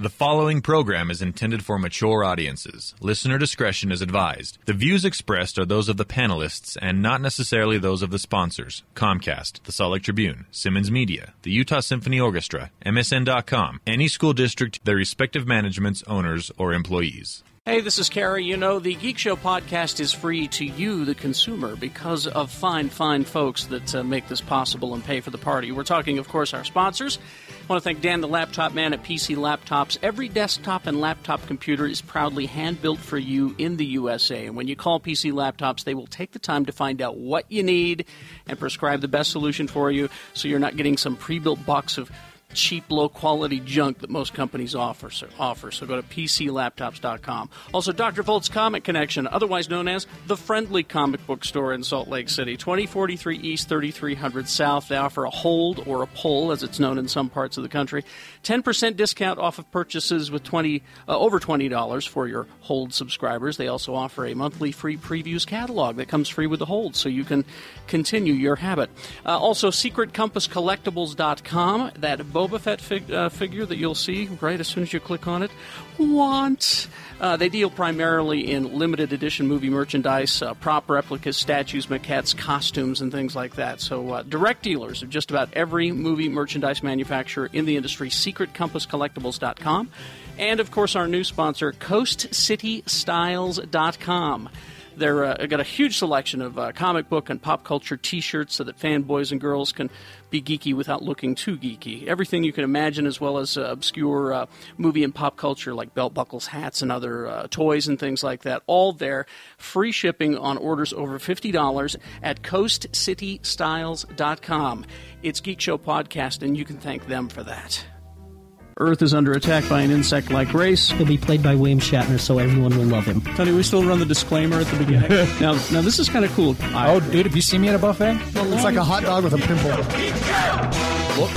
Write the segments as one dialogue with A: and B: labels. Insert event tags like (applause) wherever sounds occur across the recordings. A: The following program is intended for mature audiences. Listener discretion is advised. The views expressed are those of the panelists and not necessarily those of the sponsors Comcast, the Salt Lake Tribune, Simmons Media, the Utah Symphony Orchestra, MSN.com, any school district, their respective managements, owners, or employees.
B: Hey, this is Carrie. You know, the Geek Show podcast is free to you, the consumer, because of fine, fine folks that uh, make this possible and pay for the party. We're talking, of course, our sponsors. I want to thank Dan, the laptop man at PC Laptops. Every desktop and laptop computer is proudly hand built for you in the USA. And when you call PC Laptops, they will take the time to find out what you need and prescribe the best solution for you so you're not getting some pre built box of cheap, low quality junk that most companies offer. So, offer. so go to PCLaptops.com. Also, Dr. Volt's Comic Connection, otherwise known as the Friendly Comic Book Store in Salt Lake City, 2043 East, 3300 South. They offer a hold or a pull, as it's known in some parts of the country. 10% discount off of purchases with 20 uh, over $20 for your hold subscribers. They also offer a monthly free previews catalog that comes free with the hold, so you can continue your habit. Uh, also, SecretCompassCollectibles.com. That Boba Fett fig- uh, figure that you'll see right as soon as you click on it. Want. Uh, they deal primarily in limited edition movie merchandise, uh, prop replicas, statues, maquettes, costumes, and things like that. So, uh, direct dealers of just about every movie merchandise manufacturer in the industry, secretcompasscollectibles.com. And, of course, our new sponsor, coastcitystyles.com. They're uh, got a huge selection of uh, comic book and pop culture T-shirts so that fanboys and girls can be geeky without looking too geeky. Everything you can imagine, as well as uh, obscure uh, movie and pop culture like belt buckles, hats, and other uh, toys and things like that. All there, free shipping on orders over fifty dollars at CoastCityStyles.com. It's Geek Show podcast, and you can thank them for that. Earth is under attack by an insect-like race.
C: He'll be played by William Shatner, so everyone will love him.
B: Tony, we still run the disclaimer at the beginning. (laughs) now, now this is kind of cool.
D: Oh, dude, have you seen me at a buffet?
E: It's like a hot dog with a pimple.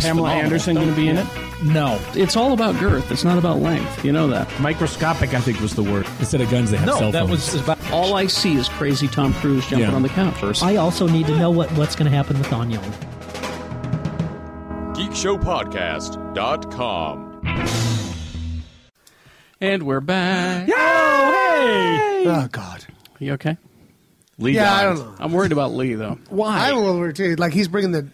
D: Pamela Anderson going to be in it? No.
B: It's all about girth. It's not about length. You know that.
D: Microscopic, I think, was the word. Instead of guns, they have cell
F: that
D: phones.
F: was about
B: All I see is crazy Tom Cruise jumping
D: Yeah.
B: on the couch. First.
C: I also need to know what, what's going to happen with Anyong.
G: geekshowpodcast.com.
B: And we're back.
E: Oh God.
B: You okay?
A: Lee
E: Yeah, I
A: Dines.
E: don't know.
B: I'm worried about Lee though.
E: Why? I'm a little worried too. Like he's bringing the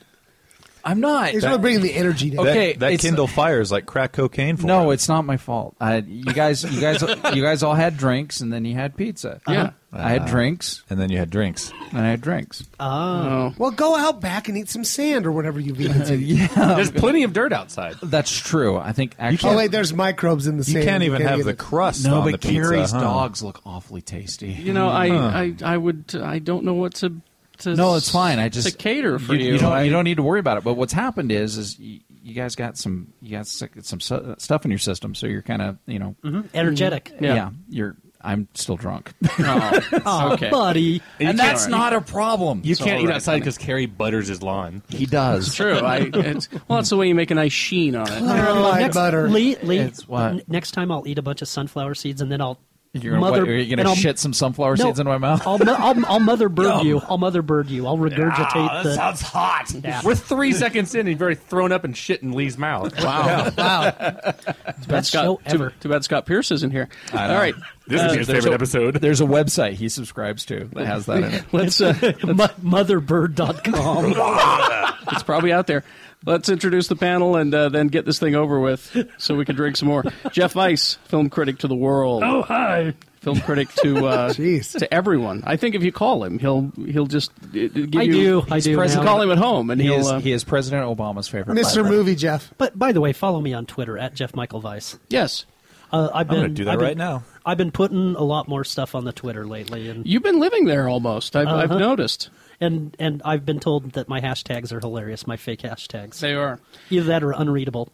D: I'm not.
E: he's really bringing the energy to
D: Okay.
E: it.
A: That, that
D: it's-
A: Kindle Fire is like crack cocaine for
H: No,
A: it.
H: it's not my fault. I, you guys, you guys, you guys all had drinks, and then you had pizza. Uh-huh.
B: Yeah.
H: I had drinks,
A: And then you had drinks.
H: and I had drinks.
E: Well, go out back and eat some sand or whatever you vegans eat.
D: There's plenty of dirt outside.
H: That's true. I think actually.
E: Oh wait, there's microbes in the
A: You
E: sand.
A: can't even have
E: get
A: the
E: it. (laughs)
A: crust
H: no,
A: on
H: but
A: the pizza,
H: Carrie's
A: huh?
H: dogs look awfully tasty.
B: You know, I, I I would I don't know what to. to
H: No, it's fine. I just
B: to cater for you.
H: You, don't,
B: I-
H: you don't need to worry about it. But what's happened is, is you, you guys got some, you got sick- some su- stuff in your system, so you're kind of, you know,
C: Energetic.
H: Mm-hmm. yeah.
B: Yeah.
H: you're. I'm still drunk, Ah,
C: Aw,
B: okay.
C: buddy.
H: and that's
B: can't-
H: not a problem.
D: You
H: So,
D: can't eat
H: right,
D: outside because Carrie butters his lawn.
H: He does.
B: True. I, it's, well, that's the way you make a nice sheen on it.
E: Clarified butter.
C: Lee, Lee,
H: It's what?
C: n- next time I'll eat a bunch of sunflower seeds and then I'll
H: (laughs) You're gonna,
C: mother.
H: what, are you
C: and
H: gonna
C: I'll-
H: shit some sunflower
C: No,
H: seeds into my mouth?
C: I'll, mo- I'll, I'll mother bird you. I'll mother bird you. I'll regurgitate
H: Ah,
C: the.
D: hot. (laughs)
C: Yeah.
D: We're three seconds in, and you've already thrown up and shit in Lee's mouth. Wow.
C: best
B: Scott,
C: show
B: too-
C: ever.
H: (laughs)
B: Too, bad Scott Pierce isn't here. All right, (laughs)
D: This is his favorite episode.
H: (laughs) There's a website he subscribes to that has that in (laughs) it.
B: let's. Uh,
C: Mo- motherbird.com.
B: it's probably out there. Let's introduce the panel and uh, then get this thing over with, so we can drink some more. Jeff Weiss, film critic to the world.
C: oh, hi.
B: film critic to uh,
E: Jeez.
B: to everyone. I think if you call him, he'll he'll just uh, give
C: I
B: you.
C: do. I do.
B: You
C: now.
B: call him at home, and
H: He
B: he'll
H: is,
B: uh,
H: he is President Obama's favorite.
E: Mr.
H: library.
E: Movie Jeff.
C: But by the way, follow me on Twitter at Jeff Michael Weiss.
B: yes.
C: Uh, I've been
A: gonna do that
C: I've been-
A: right now.
C: I've been putting a lot more stuff on the Twitter lately, and
B: You've been living there almost. I've, I've noticed
C: and and I've been told that my hashtags are hilarious, my fake hashtags.
B: they are.
C: Either that or unreadable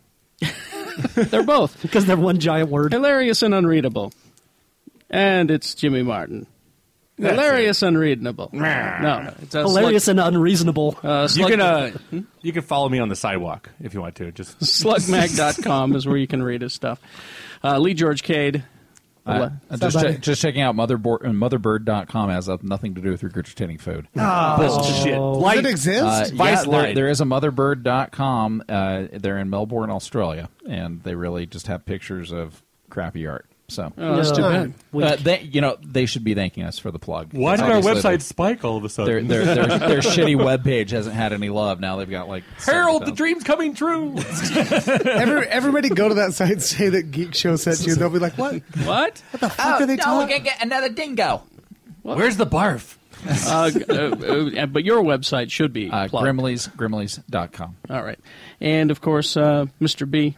B: They're
C: (laughs)
B: both
C: because they're one giant word.
B: hilarious and unreadable. And it's Jimmy Martin. hilarious, unreadable. no, it's a
C: Hilarious and unreasonable.
B: Slug, uh,
D: You
B: slug,
D: can, uh, you can follow me on the sidewalk if you want to. Just
B: slugmag.com is where you can read his stuff. Uh, Lee George Cade,
H: I,
I: What?
H: I'm just,
E: Somebody-
H: check, just checking out motherboard, uh, motherbird.com has uh, nothing to do with regurgitating food.
D: Bullshit.
E: Does
D: Light.
E: it exist?
H: Uh,
D: Vice
H: there-
D: Line.
H: there is a motherbird.com. Uh, they're in Melbourne, Australia, and they really just have pictures of crappy art. So,
I: Oh, that's
C: No.
I: too
E: Fine.
I: bad.
C: Weak.
H: uh, they, you know, they should be thanking us for the plug.
A: Why did our
H: Obviously,
A: website spike all of a
H: Their,
A: sudden?
H: their, their,
D: (laughs)
H: their shitty webpage hasn't had any love. Now they've got like
D: Harold,
H: 70,000.
D: the dream's coming true.
E: Every, everybody go to that site and say that Geek Show sent you. They'll be like, what? What
J: What?
E: the fuck
C: Oh,
E: are they talking
H: get another dingo.
D: Where's the barf?
J: uh, g- uh, uh, but your website should be
H: Uh,
J: plugged.
H: Grimleys, Grimleys.com.
J: All right, and of course, uh, Mr. B.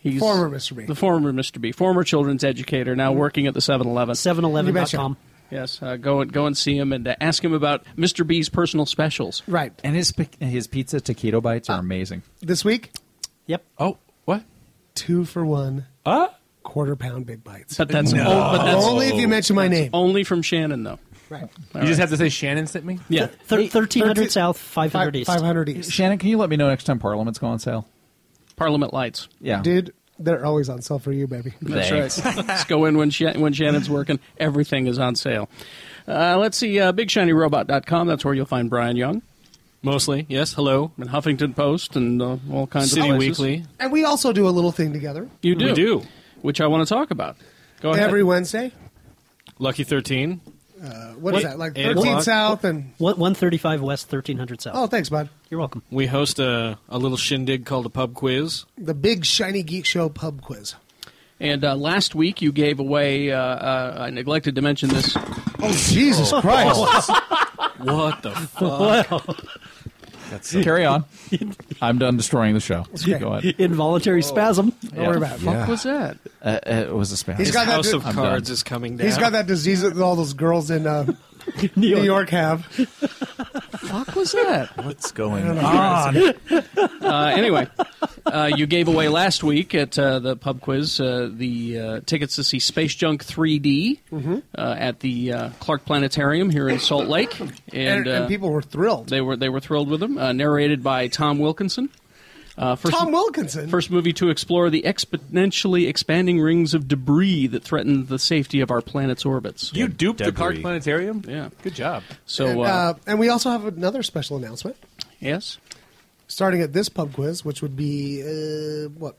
J: He's
E: Former Mr. B.
J: The former Mr. B. Former children's educator, now working at the 7-Eleven.
C: 711.com.
J: Yes, uh, go and go and see him and uh, ask him about Mr. B's personal specials.
E: Right.
H: And his pic- his pizza taquito bites
D: Uh,
H: are amazing.
E: This week,
C: Yep.
A: oh, what?
E: two for one
A: Huh?
E: quarter pound big bites.
J: But that's, oh, but that's
E: Only if you mention my name.
J: only from Shannon, though.
E: Right.
D: you just have to say Shannon sent me?
E: (laughs)
J: Yeah.
C: Thir- 1300
E: thirteen-
C: South, 500
E: Five-
C: East.
E: 500 East.
H: Shannon, can you let me know next time Parliament's going on sale?
J: Parliament lights.
H: Yeah,
E: Dude, they're always on sale for you, baby.
J: That's
H: Thanks.
J: right. Let's go in when, Shan- when Shannon's working. Everything is on sale. Uh, let's see, uh, BigShinyRobot.com. That's where you'll find Brian Young
I: Mostly, yes. Hello,
J: and Huffington Post and uh, all kinds
I: City
J: of places.
I: Weekly.
E: (laughs) And we also do a little thing together
J: You do.
I: We do.
J: Which I want to talk about. Go ahead.
E: every Wednesday. Uh,
I: Lucky Thirteen.
E: what is
I: Eight-
E: that? Like
I: eight
E: 13
I: o'clock.
E: South and.
C: What- 135 West, 1300 South.
E: Oh, thanks, bud.
C: You're welcome.
I: We host a, a little shindig called a pub quiz.
E: The big shiny geek show pub quiz.
J: and uh, last week you gave away, uh, uh, I neglected to mention this.
E: Oh, Jesus Christ.
I: What the? F-
H: carry on. I'm done destroying the show.
E: Okay.
H: Go ahead.
C: Involuntary spasm.
E: Oh. Don't worry about it.
J: What was that?
H: Uh, uh, it was a spam.
E: He's got that.
I: House
E: di-
I: of
H: I'm
I: Cards
H: done.
I: is coming down.
E: he's got that disease that all those girls in uh,
C: New
E: (laughs) New
C: York.
E: York have.
J: Fuck was that?
A: What's going
D: Ah,
A: on?
J: uh, anyway, uh, you gave away last week at uh, the pub quiz uh, the uh, tickets to see Space Junk 3D
E: Mm-hmm.
J: uh, at the uh, Clark Planetarium here in Salt Lake, and,
E: And,
J: uh,
E: and people were thrilled.
J: they were they were thrilled with them. Uh, narrated by Tom Wilkinson. Uh, first,
E: Tom Wilkinson.
J: First movie to explore the exponentially expanding rings of debris that threaten the safety of our planet's orbits.
D: You duped the
A: Debris.
D: Clark Planetarium?
J: Yeah.
D: Good job.
J: So,
E: and,
J: uh,
E: uh, and we also have another special announcement
J: yes,
E: starting at this pub quiz, which would be uh, what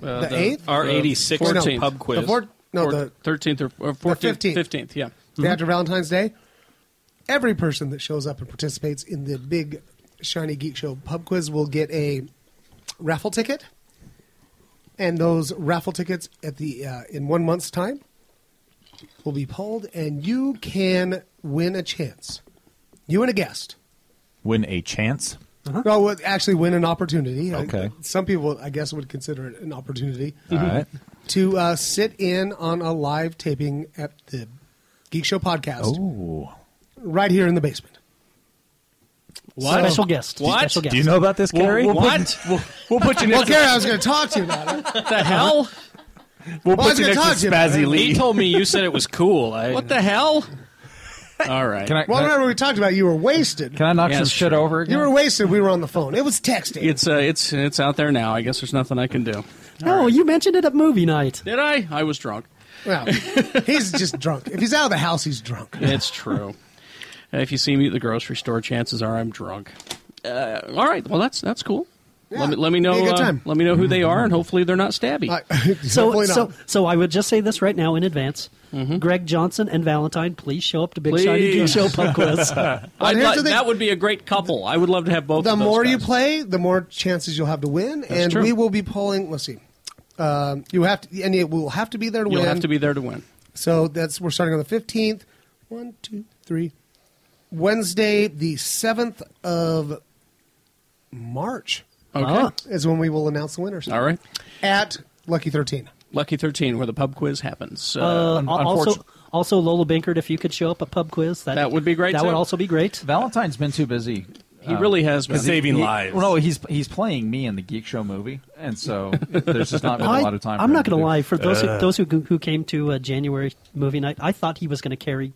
J: uh,
E: the eighth,
I: Our eighty six
J: 14th.
I: pub quiz.
E: the fourth, no, the
J: thirteenth or fourteenth,
E: 15th.
J: fifteenth. Yeah,
E: day after Valentine's Day. Every person that shows up and participates in the big shiny geek show pub quiz will get a raffle ticket, and those raffle tickets at the uh, in one month's time will be polled, and you can win a chance. You and a guest.
A: Win a chance.
E: Well, would actually win an opportunity. I-
A: Okay.
E: some people, I guess, would consider it an opportunity
A: All right.
E: to uh, sit in on a live taping at the Geek Show podcast
A: Oh.
E: right here in the basement.
C: What? Special guest.
J: What?
C: Special guest.
A: Do you know about this, Carrie?
J: what
D: We'll, we'll put you
E: Well,
D: next
E: Gary, I was going to talk to you about it.
J: the hell?
D: We'll
E: Well, I was
D: put you
E: gonna
D: next to
E: talk to
D: Spazzy
I: He
D: Lee.
I: told me you said it was cool. I,
J: What the hell? All right.
H: Can I, can,
E: Well,
H: I,
E: remember we talked about you were wasted.
H: can I knock
J: Yeah,
H: some
J: sure.
H: shit over
E: you
H: again?
E: were wasted. We were on the phone. It was texting.
J: It's uh, it's it's out there now. I guess there's nothing I can do.
C: Oh, you mentioned it at movie night.
J: Did I? I was drunk.
E: well, he's just drunk. If he's out of the house, he's drunk.
J: It's (laughs) true. Uh, if you see me at the grocery store, chances are I'm drunk. Uh, all right. Well, that's that's cool.
E: Yeah,
J: Let me let me know.
E: be a good
J: uh,
E: time.
J: let me know who they are, and hopefully they're not stabby.
E: (laughs) Uh,
C: So,
E: hopefully not.
C: so,
E: Mm-hmm.
C: so I would just say this right now in advance. Greg Johnson and Valentine, please show up to Big Shiny Geek
J: Please.
C: Show
E: (laughs)
C: Pub Quiz.
J: I'd
E: here's
J: li-
E: the thing.
J: that would be a great couple. I would love to have both.
E: the
J: of those
E: more you
J: guys.
E: play, the more chances you'll have to win. and
J: true.
E: we will be polling. Let's see. Um, you have to, and it will have to be there to
J: you'll
E: win.
J: have to be there to win.
E: So that's we're starting on the fifteenth. One, two, three. Wednesday, the seventh of March
J: Okay.
C: Ah.
E: is when we will announce the winners.
J: All right.
E: At Lucky Thirteen.
J: Lucky thirteen, where the pub quiz happens.
E: Oh,
J: Uh,
C: Uh, al- also,
H: unfortunate-
C: also Lola Binkert, if you could show up at Pub Quiz, that,
J: That would be great,
C: That
J: too.
C: would also be great.
H: Valentine's been too busy.
J: he really has been.
A: Saving
H: He-
A: lives.
H: Well, no, he's he's playing me in the Geek Show movie, and so there's just not been a lot of time.
C: am
H: for
C: not
H: him
C: going to
H: do.
C: lie. For those who, those who who came to uh, January movie night, I thought he was going to carry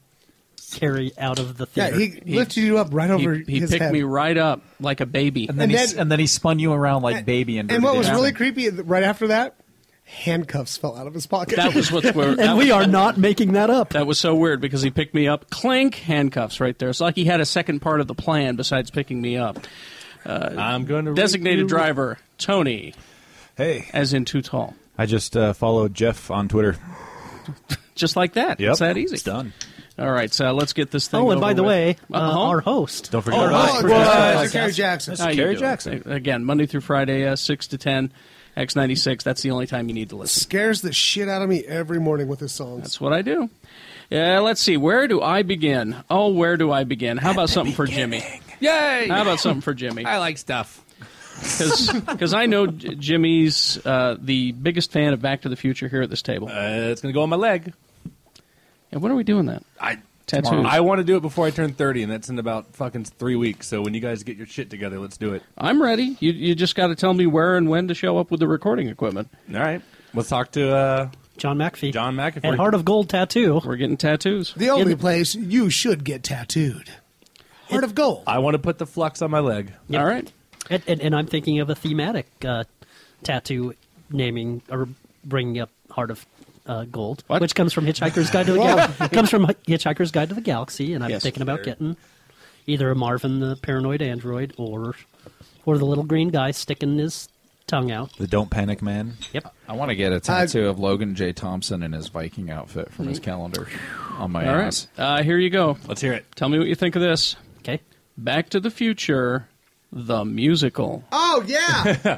C: carry out of the
E: Yeah,
C: theater.
E: he, lifted you up right over
J: He, he
E: his
J: picked
E: head.
J: me right up like a baby.
H: And then,
E: And
H: he, s-
E: then-
H: and then he spun you around like baby. And
E: and what
H: Dirty
E: was
H: Dancing.
E: really creepy right after that, handcuffs fell out of his pocket.
C: (laughs)
E: (laughs)
J: That was what's where.
C: And we are not making that up.
J: (laughs) That was so weird because he picked me up, clink, handcuffs right there. It's like he had a second part of the plan besides picking me up.
D: I'm going to
J: Designated driver, Tony,
A: Hey,
J: as in too tall.
A: I just uh, followed Jeff on Twitter.
J: Just like that.
A: Yep.
J: It's that easy.
A: It's done.
J: All right, so let's get this thing
C: Oh, and
J: over
C: by the
J: with.
C: way, uh,
J: Uh-huh.
C: our host.
A: Don't forget
E: Oh,
A: about it.
E: it's Mr. Kerry Jackson.
J: How you
A: Kerry
J: doing?
A: Jackson.
J: Again, Monday through Friday, uh, 6 to 10, X96. That's the only time you need to listen.
E: Scares the shit out of me every morning with his songs.
J: That's what I do. Yeah, let's see. Where do I begin? Oh, where do I begin? How about something for Jimmy?
D: Yay!
J: How about something for Jimmy?
D: I like stuff.
J: Because I know J- Jimmy's uh, the biggest fan of Back to the Future here at this table.
D: Uh, it's going to go on my leg.
J: and when are we doing that?
D: I
J: Tattoos.
D: I want to do it before I turn 30, and that's in about fucking three weeks. So when you guys get your shit together, let's do it.
J: I'm ready. You, you just got to tell me where and when to show up with the recording equipment.
D: All right. Let's talk to uh,
C: John McAfee.
D: John McAfee.
C: And Heart of Gold tattoo.
J: We're getting tattoos.
E: The only place you should get tattooed. Heart of Gold.
D: I want to put the flux on my leg.
J: All right.
C: And, and, and I'm thinking of a thematic uh, tattoo naming or bringing up Heart of uh, Gold,
J: What?
C: which comes from Hitchhiker's Guide to the Galaxy. comes from Hitchhiker's Guide to the Galaxy, and I'm
J: Yes.
C: thinking about getting either a Marvin the paranoid android or or the little green guy sticking his tongue out.
A: The Don't Panic Man.
C: Yep.
H: I want to
E: Uh,
H: get a tattoo of Logan J. Thompson in his Viking outfit from
E: Mm-hmm.
H: his calendar on my
J: All
H: ass.
J: right. Uh, here you go.
D: Let's hear it.
J: Tell me what you think of this.
C: Okay.
J: Back to the Future, the musical.
E: Oh, yeah.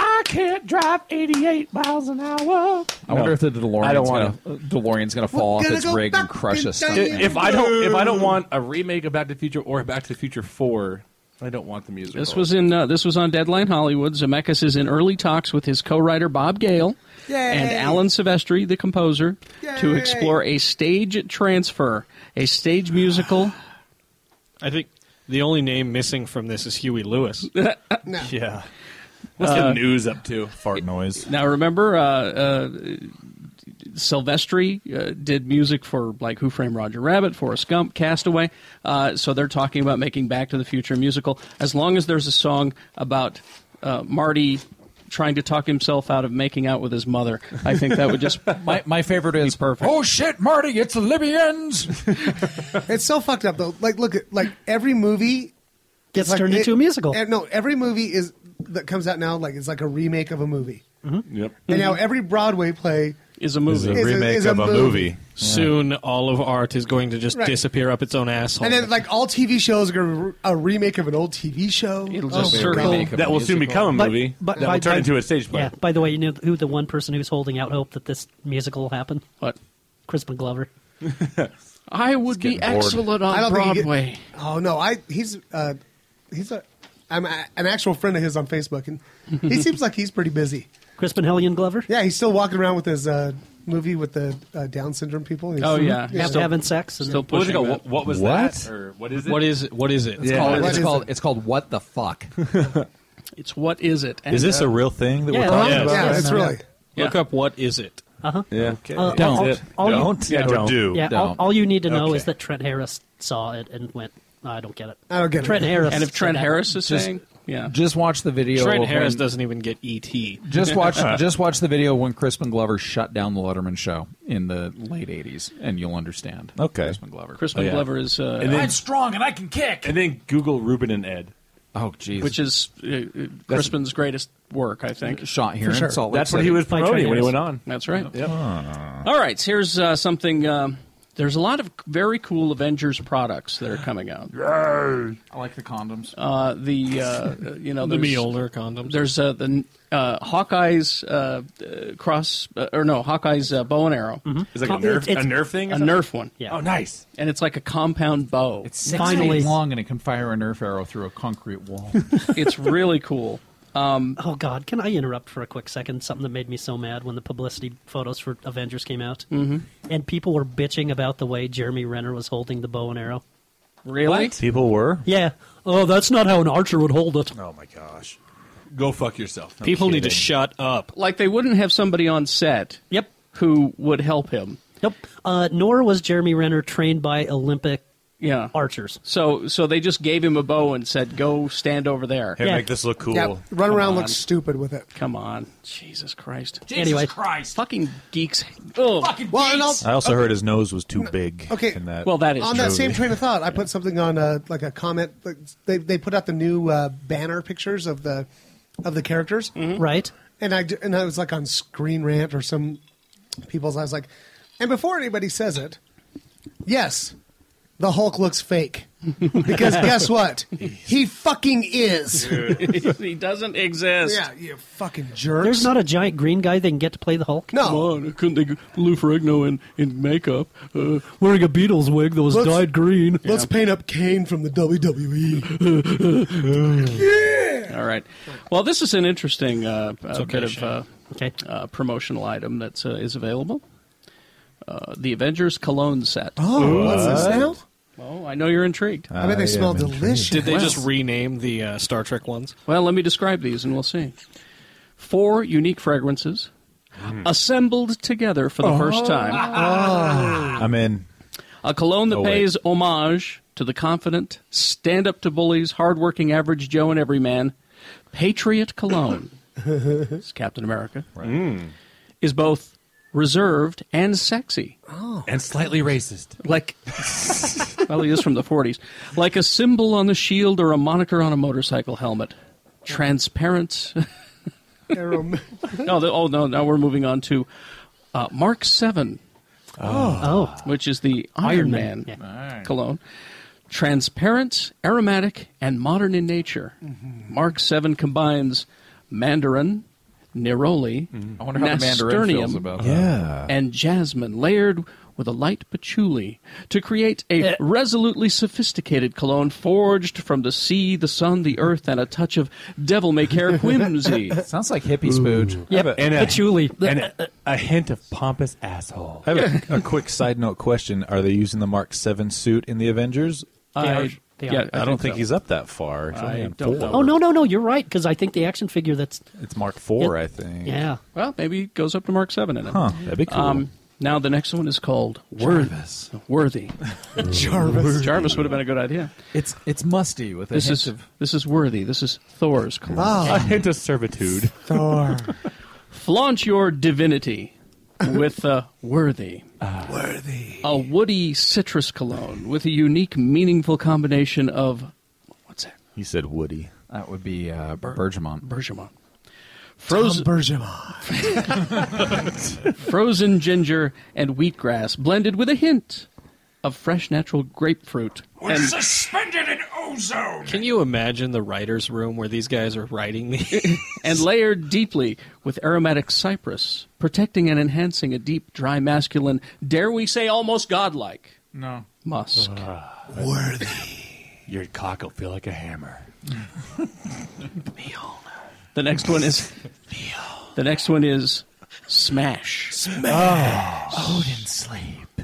D: I can't drive 88 miles an hour.
H: I wonder if the DeLorean's
D: I don't
H: gonna,
D: wanna.
H: DeLorean's gonna fall off
E: gonna
H: its
E: go
H: rig and
E: back
H: crush
E: in
H: us.
E: time. (laughs)
H: somehow.
D: If I don't, if I don't want a remake of Back to the Future or Back to the Future Four, I don't want the music.
J: This was in uh, this was on Deadline Hollywood. Zemeckis is in early talks with his co-writer Bob Gale
E: Yay.
J: and Alan Silvestri, the composer, to
E: Yay.
J: explore a stage transfer, a
E: (gasps)
J: stage musical.
I: I think the only name missing from this is
D: (laughs)
I: Huey Lewis.
E: No.
A: Yeah.
D: what's the news up to?
A: Fart noise.
J: Now remember, uh, uh, Silvestri uh, did music for like Who Framed Roger Rabbit, Forrest Gump, Castaway. Uh, so they're talking about making Back to the Future a musical. As long as there's a song about uh, Marty trying to talk himself out of making out with his mother, I think that
E: (laughs)
J: would just
H: my, my favorite is perfect. Oh shit, Marty! It's the Libyans.
E: It's so fucked up, though. Like, look, at like every movie
C: Gets
E: It's like-
C: turned
E: it-
C: into a musical.
E: eh, no, every movie is that comes out now like it's like a remake of a movie.
D: (laughs) Yep.
E: And now every Broadway play,
J: is a
A: This is
J: movie.
A: a
E: It's a-
A: remake
E: it's a
A: of a
E: movie.
A: movie.
I: Soon, all of art is going to just
E: Right.
I: disappear up its own asshole.
E: and then like all TV shows are gonna re- a remake of an old TV show. Oh,
J: It'll just
E: my
J: circle.
E: God.
H: Remake of
D: That
H: a
D: will soon
H: musical.
D: become a
C: But-
D: movie.
C: but-
D: that
C: by-
D: will turn
C: by-
D: into a stage play.
C: Yeah. By the way, you know who the one person who's holding out hope that this musical will happen?
J: What?
C: Crispin Glover.
J: I would be
A: getting bored.
J: excellent on
E: I don't think you get-
J: Broadway.
E: Oh no, I he's uh, he's a I'm a, an actual friend of his on Facebook, and he seems like he's pretty busy.
C: Crispin Hellion Glover.
E: Yeah, he's still walking around with his uh, movie with the uh, Down syndrome people. He's-
J: Oh, yeah.
C: Have-
J: Still-
C: having sex. And
J: Still
D: What was, it
J: pushing.
D: called?
J: that.
D: What, what was
A: What?
D: that? Or what is it?
I: what is it? What is it?
H: It's
D: Yeah.
H: called.
E: What
H: It's
E: is
H: called,
E: it?
H: it's called. What the fuck?
J: It's what is it? And,
A: Is this
J: uh,
A: a real thing that
C: Yeah,
A: we're talking
E: yeah,
A: about?
E: yeah, it's really
I: Look up what is it?
D: Yeah.
C: Uh,
H: Don't.
C: all- all you-
A: Don't.
D: Yeah,
A: or
D: don't.
A: do.
C: Yeah, all,
H: Don't.
C: all you need to know
D: Okay.
C: is that Trent Harris saw it and went, I don't get it.
E: I don't get it.
C: Trent Harris.
J: and if Trent
C: said that.
J: Harris is saying, yeah,
H: Just watch the video.
I: Trent
H: of
I: Harris
H: when-
I: doesn't even get E ET.
H: Just watch. just watch the video when Crispin Glover shut down the Letterman show in the late '80s, and you'll understand.
A: Okay.
H: Crispin Glover.
J: Crispin Glover is, uh,
D: And then,
H: strong Oh, and I can kick.
D: and then Google Ruben and Ed.
H: Oh, jeez.
J: which is uh, uh, Crispin's greatest work, I think.
H: shot here in
E: sure.
H: Salt Lake
D: That's what
H: City.
D: he was
C: By Trey
D: promoting when he
C: Harris.
D: went on.
J: That's right.
I: Ah.
J: All right, here's uh, something. Um, there's a lot of very cool Avengers products that are coming out.
H: I like the condoms.
J: Uh, the uh, you know
I: (laughs) The
J: there's-
I: me older condoms.
J: There's uh, the uh, Hawkeye's uh, uh, cross uh, or no Hawkeye's uh, bow and arrow,
I: Mm-hmm.
D: Is it like a
C: It's-
D: nerf,
C: it's-
D: a nerf thing? or
J: a
D: something?
J: Nerf one.
C: Yeah.
D: Oh, nice.
J: and it's like a compound bow.
H: It's six
C: Finally.
H: feet long and it can fire a Nerf arrow through a concrete wall.
J: it's really (laughs) cool.
C: Oh, God. Can I interrupt for a quick second? Something that made me so mad when the publicity photos for Avengers came out. Mm-hmm. And people were bitching about the way Jeremy Renner was holding the bow and arrow.
J: Really?
A: People were.
C: Yeah. Oh, that's not how an archer would hold it.
A: Oh my gosh.
D: Go fuck yourself.
I: People need to
A: kidding.
I: shut up.
J: Like they wouldn't have somebody on set
C: Yep.
J: who would help him.
C: Nope. Uh, nor was Jeremy Renner trained by Olympic
J: Yeah.
C: archers.
J: So so they just gave him a bow and said, "Go stand over there."
K: Hey,
C: Yeah.
K: make this look cool.
E: Yeah, run around,
J: on.
E: look stupid with it.
J: Come on, Jesus Christ!
L: Jesus
C: Anyway.
L: Christ.
J: Fucking geeks. Ugh.
L: Fucking
E: Well, and
L: geeks.
A: I also heard his nose was too big.
E: okay.
A: In that.
J: Well, that is
E: on
J: true.
E: that same train of thought, I put something on uh like a comment. Like they they put out the new uh, banner pictures of the of the characters,
J: Mm-hmm.
C: Right?
E: and I d- and I was like on Screen Rant or some people's. I was like, and before anybody says it, yes, the Hulk looks
J: (laughs)
E: fake because guess what? he fucking is.
J: (laughs) he doesn't exist.
E: Yeah, you fucking jerks.
C: There's not a giant green guy they can get to play the Hulk.
E: no.
J: on, couldn't they get Lou Ferrigno in, in makeup? Uh,
C: Wearing a Beatles wig that was
E: Let's-
C: dyed green.
E: Let's paint up Kane from the E. WWE.
J: all right. Well, this is an interesting uh, uh,
I: okay,
J: bit of
I: Shane.
J: uh,
C: Okay.
J: uh, promotional item that uh, is available. Uh, the Avengers cologne set.
E: Oh, what's this now?
J: Oh, I know you're intrigued.
E: I bet they
A: I
E: smell
A: am intrigued.
E: delicious.
I: Did
E: (laughs)
I: they just rename the uh, Star Trek ones?
J: Well, let me describe these and we'll see. Four unique fragrances
A: Hmm.
J: assembled together for the first time.
A: Oh. Ah. I'm in.
J: A cologne that
A: Oh, wait.
J: pays homage to the confident, stand up to bullies, hardworking average Joe and everyman. Patriot
A: (laughs)
J: Cologne, it's Captain America,
A: Hmm.
J: is both reserved and sexy.
D: (laughs) And slightly racist.
J: Like, (laughs) well, he is from the 40s. Like a symbol on the shield or a moniker on a motorcycle helmet. Transparent (laughs)
E: Arom-
J: No, the, oh no! Now we're moving on to uh, Mark Seven,
C: Oh.
J: which is the Iron,
C: Iron
J: Man,
C: Man,
J: cologne. Transparent, aromatic, and modern in nature.
H: Mm-hmm.
J: Mark Seven combines Mandarin, Neroli,
H: Mm-hmm. I wonder how the Mandarin feels
J: Nasturtium,
H: about that.
A: Yeah.
J: and jasmine, layered with a light patchouli, to create a resolutely sophisticated cologne forged from the sea, the sun, the earth, and a touch of devil-may-care whimsy.
H: Sounds like hippie spooge.
C: Yep.
D: And a-
C: Patchouli.
D: And a, a hint of pompous asshole.
A: I have a, a quick side note question. Are they using the Mark Seven suit in the Avengers?
C: They
J: I-
C: are- they are.
J: yeah,
A: I, don't think
J: so.
A: he's up that far. He's
J: I
A: only on four.
J: don't know.
C: Oh, no, no, no. You're right, because I think the action figure that's.
A: It's Mark Four,
C: Yeah.
A: I think.
C: Yeah.
J: Well, maybe it goes up to Mark Seven in it.
A: Huh. That'd be cool.
J: Um, now the next one is called Worth- Worthy.
E: Jarvis.
J: Jarvis would have been a good idea.
H: It's it's musty with a
J: This
H: hint
J: is
H: of um,
J: this is Worthy. This is Thor's cologne.
D: A
E: Ah,
D: hint of servitude.
E: Thor.
J: Flaunt your divinity with uh, Worthy.
E: Worthy.
J: A woody citrus cologne with a unique, meaningful combination of what's that?
A: he said Woody.
H: that would be uh, bergamot.
J: Bergamot.
E: Tom
J: Frozen,
E: Bergamot.
J: frozen ginger and wheatgrass blended with a hint of fresh natural grapefruit.
L: We're
J: and
L: suspended in ozone.
I: Can you imagine the writer's room where these guys are writing these?
J: (laughs) and layered deeply with aromatic cypress, protecting and enhancing a deep, dry, masculine, dare we say almost godlike
H: No.
J: musk.
E: Worthy.
D: Your cock will feel like a hammer.
J: (laughs) The next one is the next one is smash,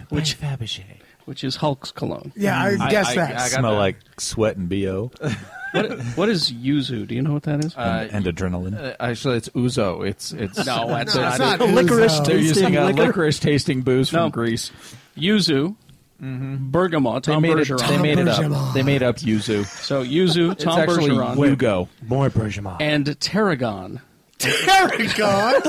I: Which Fabergé?
J: which is Hulk's cologne.
E: Yeah, I guess that.
H: I got
A: Smell
H: that.
A: like sweat and bo
D: Uh,
J: What, what is yuzu? Do you know what that is?
H: Uh,
A: and adrenaline.
H: uh, actually, it's ouzo. It's it's (laughs)
J: No, that's
H: they're-
J: not
H: they're-
E: it.
C: A licorice
E: uh,
H: They're
C: tasting
H: using a
C: liquor.
H: licorice tasting booze from
J: No.
H: Greece.
J: yuzu, bergamot,
H: Mm-hmm. They
J: Tom
H: made it.
J: Bergeron.
H: They made it
E: Bergeron.
H: up. They made up yuzu.
J: so yuzu,
H: It's
J: Tom
H: actually
J: Bergeron,
H: Yugo.
D: More bergamot.
J: and tarragon.
E: Tarragon.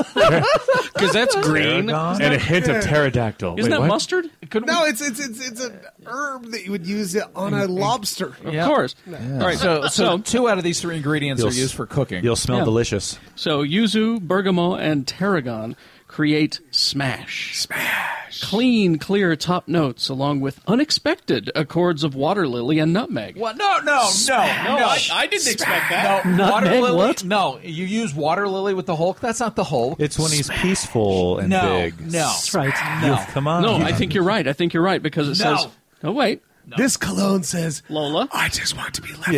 I: Because that's green.
A: Paragon?
D: And a hint of pterodactyl.
J: Isn't
D: Wait,
J: that
D: what?
J: mustard?
E: no, it's it's it's it's an herb that you would use on a lobster.
J: Of course. All right.
H: So, so
J: So-
H: two out of these three ingredients
A: You'll
H: are used
A: s-
H: for cooking.
A: You'll smell
J: Yeah.
A: delicious.
J: So yuzu, bergamot, and tarragon create smash. Smash. Clean, clear top notes along with unexpected accords of water lily and nutmeg.
H: What? No, no, no, no! I, I didn't expect that. No, water
C: Nutmeg,
H: lily.
C: what?
H: No, you use water lily with the Hulk. That's not the Hulk.
A: It's when he's peaceful and
H: no,
A: big.
H: no,
C: That's right.
H: no.
A: Come on.
J: No, I think you're right. I think you're right because it
H: No.
J: says. Oh wait,
E: This cologne says,
J: Lola.
E: "I just want to be left."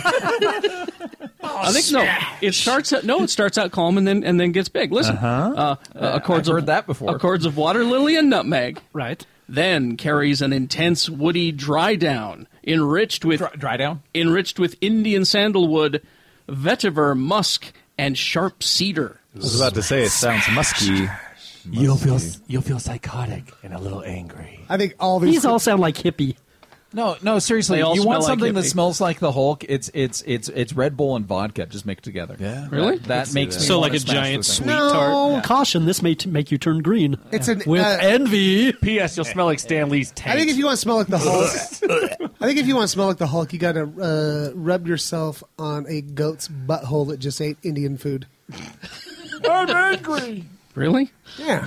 A: (laughs) Yeah.
J: I think no. It starts out no. It starts out calm and then and then gets big. Listen, uh, uh, accords
H: Uh-huh. I've
J: of
H: heard that before.
J: Accords of water lily and nutmeg.
C: Right.
J: Then carries an intense woody dry down, enriched with
H: Dry, dry down.
J: enriched with Indian sandalwood, vetiver, musk, and sharp cedar.
A: I was about to say it sounds musky.
D: You'll feel you'll feel psychotic and a little angry.
E: I think all these
C: These all sound like hippie.
H: No, no, seriously.
J: They all
H: You
J: smell
H: want
J: like
H: something that
J: Yippee.
H: smells like the Hulk? It's it's it's it's Red Bull and vodka. Just make together.
A: Yeah.
J: Really?
H: That, that makes me
I: So
H: wanna
I: like a
H: smash
I: giant
H: the thing.
I: sweet
E: No.
I: tart.
C: Caution, this may t- make you turn green.
E: It's an.
C: With
E: uh,
C: envy.
D: P.S. You'll smell like Stan Lee's tank.
E: I think if you want to smell like the Hulk, I think if you want to smell like the Hulk, you got to uh, rub yourself on a goat's butthole that just ate Indian food.
D: I'm angry.
J: Really?
E: Yeah,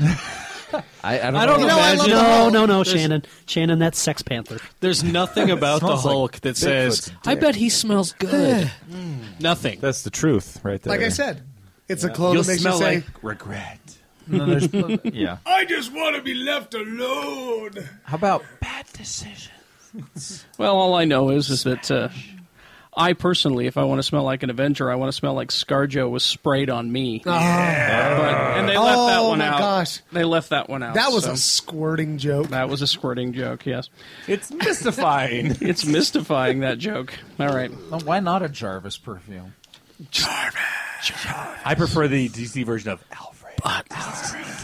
H: I, I don't,
I: I don't
E: You know, I love
I: imagine.
E: the
C: No,
E: Hulk.
C: no, no,
I: There's-
C: Shannon. Shannon, that's Sex Panther.
I: There's
E: (laughs)
I: nothing about the
A: Smells like
I: Hulk that says
A: Bigfoot's
J: I bet he smells good.
I: nothing.
A: That's the truth, right there.
E: like I said, it's a clone
D: You'll
E: that makes
D: smell
E: you say,
D: like regret.
H: No, there's- yeah.
L: I just want to be left alone.
H: How about
J: well, all I know is is that uh, I personally, if I want to smell like an Avenger, I want to smell like ScarJo was sprayed on me. But- and they left that
E: "Ah." Oh,
J: one
E: my
J: out.
E: gosh.
J: They left that one out.
E: "That was
J: so
E: a squirting joke."
J: that was a squirting joke. Yes,
D: It's mystifying.
J: it's mystifying that joke. All right.
H: No, Oh, why not a Jarvis perfume?
D: I prefer the DC version of Alfred.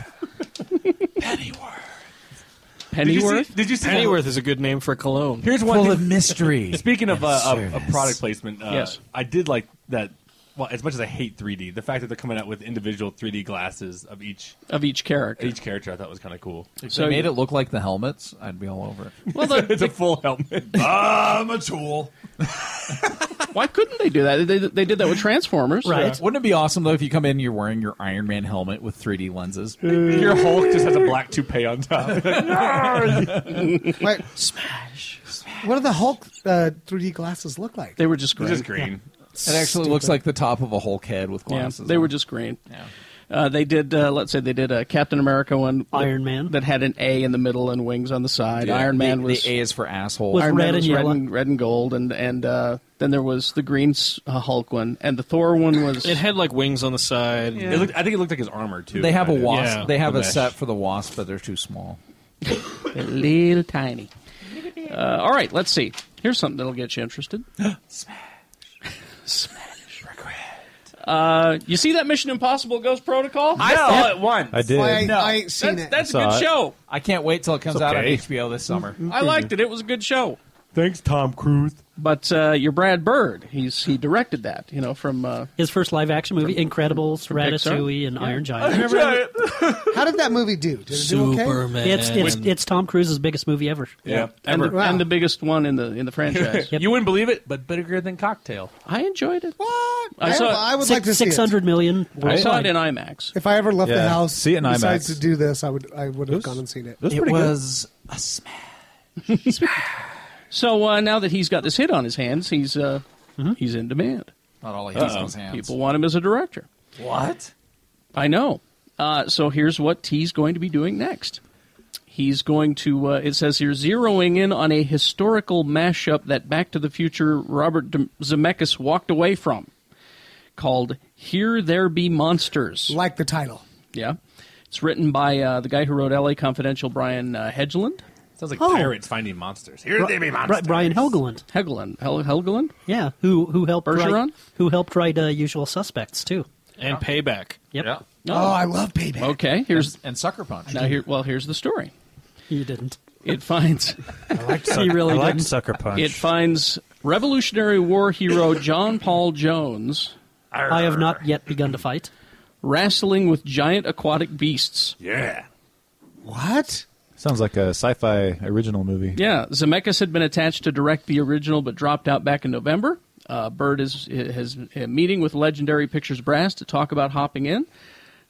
D: Did you see-
J: Pennyworth.
D: Did you see?
I: Pennyworth is a good name for cologne.
D: Here's one. thing-
H: mystery. (laughs)
D: (laughs) Speaking of uh, of- of product placement, uh,
J: Yes.
D: I did like that. Well, as much as I hate 3D, the fact that they're coming out with individual 3D glasses of each
J: of each character.
D: each character, I thought was kind of cool.
H: if
J: so
H: they made
J: you-
H: it look like the helmets, I'd be all over it.
J: Well, the,
D: It's a full helmet.
L: I'm a tool.
J: why couldn't they do that? They, they did that with Transformers,
C: Right.
H: Wouldn't it be awesome though if you come in, you're wearing your Iron Man helmet with 3D lenses?
D: (laughs) Your Hulk just has a black toupee
H: (laughs)
D: on top.
E: Like, smash, What do the Hulk uh, 3D glasses look like?
J: They were just green.
D: It's just green.
H: It actually looks like the top of a Hulk head with
J: Yeah,
H: glasses.
J: they
H: on.
J: were just green. Uh, they did. Uh, let's say they did a Captain America one, that-
C: Iron Man.
J: that had an A in the middle and wings on the side.
H: Yeah.
J: Iron Man
H: the,
J: was
H: the A is for asshole.
C: Was-
J: Iron Man
C: red
J: was
C: and yellow.
J: red and red and gold, and and uh, then there was the green s- uh, Hulk one, and the Thor one was.
I: It had like wings on the side.
D: It looked, I think it looked like his armor too.
H: They have a
D: kind of.
H: wasp.
I: Yeah,
H: they have
I: the
H: a
I: mesh.
H: set for the wasp, but they're too small.
J: a little tiny. Uh, all right, let's see. Here's something that'll get you interested. Smash. Smash. Regret. Uh, you see that Mission Impossible Ghost Protocol? I saw it once.
A: I did.
E: I,
H: No.
E: I ain't seen
J: That's,
E: it.
J: that's a
A: I
J: good
A: saw it.
J: show.
H: I can't wait till it comes out on
A: okay.
H: HBO this summer.
J: I liked it. It was a good show.
D: Thanks, Tom Cruise.
J: But uh, your Brad Bird, he's he directed that. You know from uh,
C: His first live action movie, Incredibles, Ratatouille, and Iron Giant.
E: How did that movie do? Did it do okay?
C: It's, it's, it's Tom Cruise's biggest movie ever.
D: Yeah.
J: and the,
E: Wow.
J: and the biggest one in the in the franchise.
C: Yep.
D: You wouldn't believe it, but bigger than cocktail.
J: I enjoyed it.
E: What?
J: I
E: I,
J: saw it.
E: I would like to see it.
C: Six hundred million.
J: I saw
C: worldwide.
J: it in IMAX.
E: If I ever left the
A: Yeah.
E: house,
A: See it in
E: besides
A: IMAX.
E: to do this, I would I would have gone and seen it.
A: That's
H: It
A: pretty good.
H: was a smash.
J: So uh, now that he's got this hit on his hands, he's uh, he's in demand.
H: Not all he has in his hands.
J: People want him as a director.
H: What?
J: I know. Uh, so here's what he's going to be doing next. He's going to. Uh, it says here zeroing in on a historical mashup that Back to the Future Robert D- Zemeckis walked away from, called "Here There Be Monsters."
E: Like the title.
J: Yeah, it's written by uh, the guy who wrote L.A. Confidential, Brian uh, Hedgeland.
D: Sounds like pirates finding monsters. Here they
C: Bri-
D: be monsters.
C: Brian Helgeland.
J: Helgeland, Hel- Helgeland.
C: Yeah, who who helped
J: Bergeron?
C: write who helped write uh, Usual Suspects too.
I: and payback.
C: Yep,
E: Oh, I love Payback.
J: Okay, here's
H: And Sucker Punch.
J: now here. Well, here's the story.
C: you didn't.
A: (laughs)
J: It finds (laughs)
C: He really
A: I liked
C: didn't.
A: Sucker Punch.
J: it finds Revolutionary War hero John Paul Jones
C: I have not yet begun to fight.
J: wrestling with giant aquatic beasts.
L: Yeah.
E: What?
A: Sounds like a sci-fi original movie.
J: Yeah, Zemeckis had been attached to direct the original, but dropped out back in November. Uh, Bird is has a meeting with Legendary Pictures brass to talk about hopping in.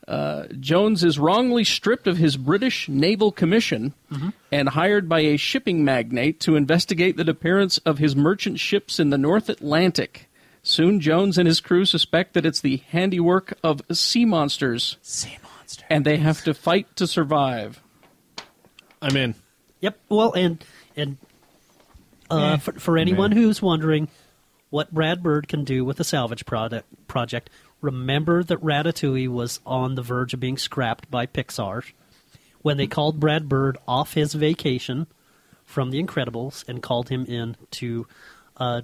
J: Uh, Jones is wrongly stripped of his British Naval Commission and hired by a shipping magnate to investigate the appearance of his merchant ships in the North Atlantic. Soon, Jones and his crew suspect that it's the handiwork of sea monsters,
H: Sea monster.
J: and they have to fight to survive.
I: I'm in.
C: Yep. Well, and and uh, for, for anyone who's wondering what Brad Bird can do with a salvage product project, remember that Ratatouille was on the verge of being scrapped by Pixar when they called Brad Bird off his vacation from The Incredibles and called him in to uh,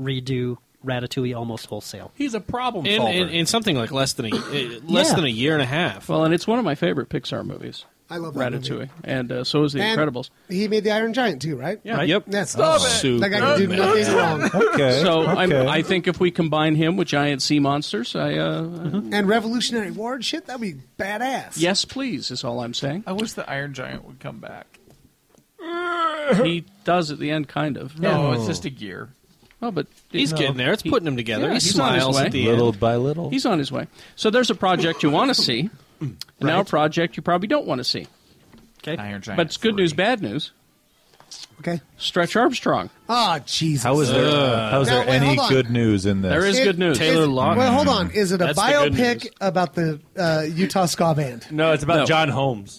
C: redo Ratatouille almost wholesale.
D: He's a problem
I: In,
D: solver.
I: in, in something like less than a eh, less
C: Yeah.
I: than a year and a half.
J: Well, and it's one of my favorite Pixar movies.
E: I love that movie.
J: Ratatouille, and uh, so is The
E: And
J: Incredibles.
E: he made the Iron Giant too, right?
J: Yeah, Yep.
E: That's
L: Stop it.
E: That guy can do
J: Superman.
E: nothing wrong.
A: Okay.
J: So I'm,
A: okay.
J: I think if we combine him with giant sea monsters, I uh,
E: And Revolutionary War and shit, that'd be badass.
J: yes, please is all I'm saying.
H: I wish the Iron Giant would come back.
J: He does at the end, kind of.
H: No, it's just a gear.
J: Oh, but
I: He's
J: no.
I: getting there. It's
J: He-
I: putting him together. he
J: yeah, he's on his
I: smiles
J: way.
I: at the
A: little
I: end.
A: by little.
J: He's on his way. So there's a project you want
I: (clears throat)
J: to see. and Now a project you probably don't want to see.
C: Okay.
H: Iron Giant.
J: But it's good
H: three.
J: news, bad news.
E: Okay.
J: Stretch Armstrong.
E: Ah, Jesus.
A: How is there? how is
E: Now,
A: there
E: wait,
A: any
E: hold on.
A: good news in this?
J: There is
E: It-
J: good news.
I: Taylor
E: Is-
I: Lautner.
E: Well, hold on. Is it a
I: That's the good
E: biopic
I: news.
E: about the uh, Utah ska band?
D: No, it's about
J: No.
D: John Holmes.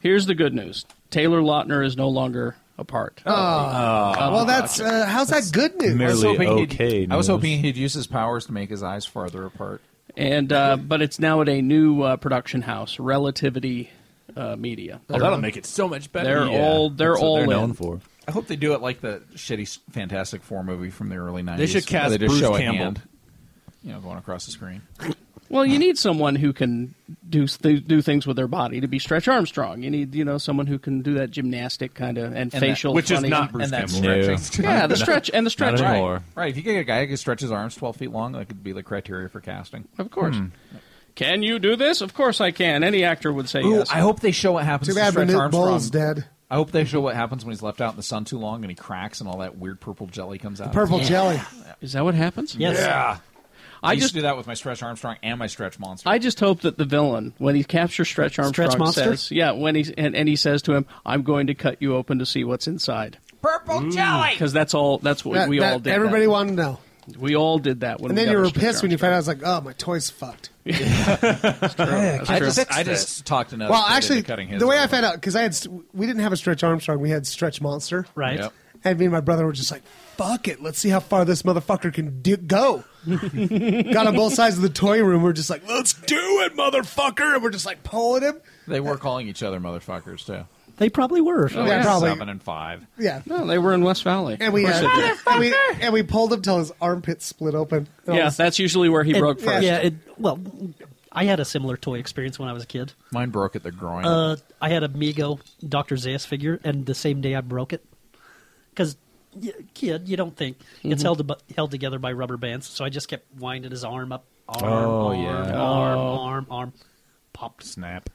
J: Here's the good news. Taylor Lautner is no longer a part.
E: well, that's uh, how's that good news?
H: I was
A: Merely
H: hoping he'd-
A: okay
H: I was
A: news.
H: hoping he'd use his powers to make his eyes farther apart.
J: And uh, but it's now at a new uh, production house, Relativity uh, Media.
D: Oh, that'll make it so much better.
J: They're all they're all in.
A: for.
H: I hope they do it like the shitty s- Fantastic Four movie from the early nineties.
D: should cast
H: they just
D: Bruce
H: show
D: Campbell.
H: A hand, you know, going across the screen.
J: Well, you need someone who can do th- do things with their body to be Stretch Armstrong. You need you know someone who can do that gymnastic kind of and,
H: that-
J: facial,
D: which is
J: funny-
D: not Bruce
H: and that's
A: Campbell. No.
H: stretching. (laughs)
J: Yeah, the stretch and the stretch.
A: Not
J: Right.
A: anymore.
H: Right. right. If you get a guy who stretches his arms twelve feet long, that could be the criteria for casting.
J: Of course.
A: Hmm.
J: Can you do this? Of course I can. Any actor would say
H: Ooh,
J: yes.
H: I hope they show what happens
E: Too
H: to
E: bad
H: Stretch
E: Manute
H: Armstrong.
E: Bowles dead.
H: I hope they show what happens when he's left out in the sun too long and he cracks and all that weird purple jelly comes out.
E: Purple jelly.
J: Is that what happens?
C: Yes.
H: I,
J: I
H: used
J: just
H: to do that with my Stretch Armstrong and my Stretch Monster.
J: I just hope that the villain, when he captures Stretch Armstrong,
C: Monster?
J: says, "Yeah," when he and, and he says to him, "I'm going to cut you open to see what's inside,"
H: purple jelly.
J: because that's all. That's what
E: That-
J: we
E: that-
J: all did. that.
E: everybody wanted to know.
J: we all did that. When
E: And
J: we
E: then
J: got
E: you
J: our
E: were
J: Stretch
E: pissed when you
J: Armstrong.
E: found out. I was like, oh, my toy's fucked.
H: I just, I just talked to another.
E: Well,
H: kid into
E: actually,
H: cutting his
E: the way I
H: open.
E: found out, because I had, st- we didn't have a Stretch Armstrong, we had Stretch Monster.
C: Right.
H: Yep.
E: And me and my brother were just like, fuck it, let's see how far this motherfucker can
C: (laughs)
E: do- go. Got on both sides of the toy room, we're just like, let's do it, motherfucker. And we're just like pulling him.
H: They were calling each other motherfuckers too.
C: They probably were.
H: Oh,
E: yeah, probably.
H: seven and five.
E: Yeah.
J: No, "Oh, they were in West Valley.
E: And we,
J: Of course
E: had,
J: they did.
E: and, we, and we pulled him till his armpit split open. And I
J: yeah,
E: was-
J: that's usually where he
C: And-
J: broke first.
C: Yeah. It, well, I had a similar toy experience when I was a kid.
H: Mine broke at the groin.
C: Uh, I had a Mego Dr. Zayas figure, and the same day I broke it. Because, kid, you don't think.
A: Mm-hmm.
C: It's held, abo- held together by rubber bands, so I just kept winding his arm up. Arm,
A: Oh,
C: arm,
A: yeah.
C: arm, arm, arm. Popped.
A: Snap.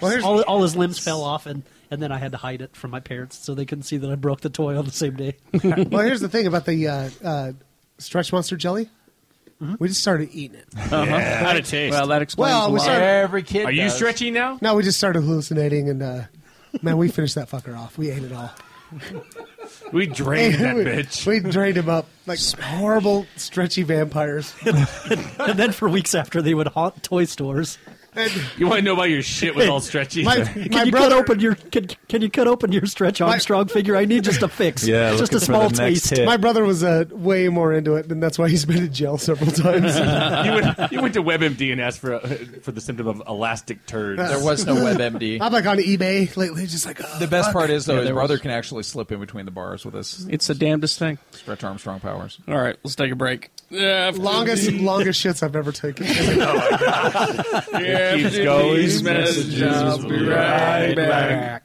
E: well, here's-
C: All, all his limbs fell off, and, and then I had to hide it from my parents so they couldn't see that I broke the toy on the same day.
E: well, here's the thing about the uh, uh, Stretch Monster jelly.
C: Mm-hmm.
E: We just started eating it.
I: Out of taste.
J: Well, that explains
E: Well,
J: a
E: we
J: lot.
E: started-
H: Every kid.
I: Are you
H: does.
I: stretchy now?
E: No, we just started hallucinating, and uh, man, we finished that fucker off. We ate it all.
I: We drained
E: (laughs)
I: that
E: we,
I: bitch.
E: we drained him up like horrible stretchy vampires.
C: and then for weeks after, they would haunt toy stores.
I: You want to know why your shit was all stretchy?
E: My,
C: Can
E: my
C: you
E: brother,
C: cut open your can, can you cut open your Stretch Armstrong figure? I need just a fix.
A: Yeah,
C: just
A: looking
C: a
A: for
C: small
A: the next
C: taste.
A: hit.
E: my brother was uh, way more into it, and that's why he's been in jail several times.
I: you, went, you went to WebMD and asked for a, for the symptom of elastic turds.
H: There was no
E: (laughs)
H: WebMD.
E: I'm like on eBay lately, just like oh,
H: the best part is though,
J: Yeah,
H: his
J: there
H: brother
J: was-
H: can actually slip in between the bars with his
J: It's the damnedest thing.
H: Stretch Armstrong powers.
J: All right, let's take a break. Yeah, I've-
E: longest longest shits I've ever taken.
I: It keeps going.
J: These messages
I: I'll
J: will
I: be right back.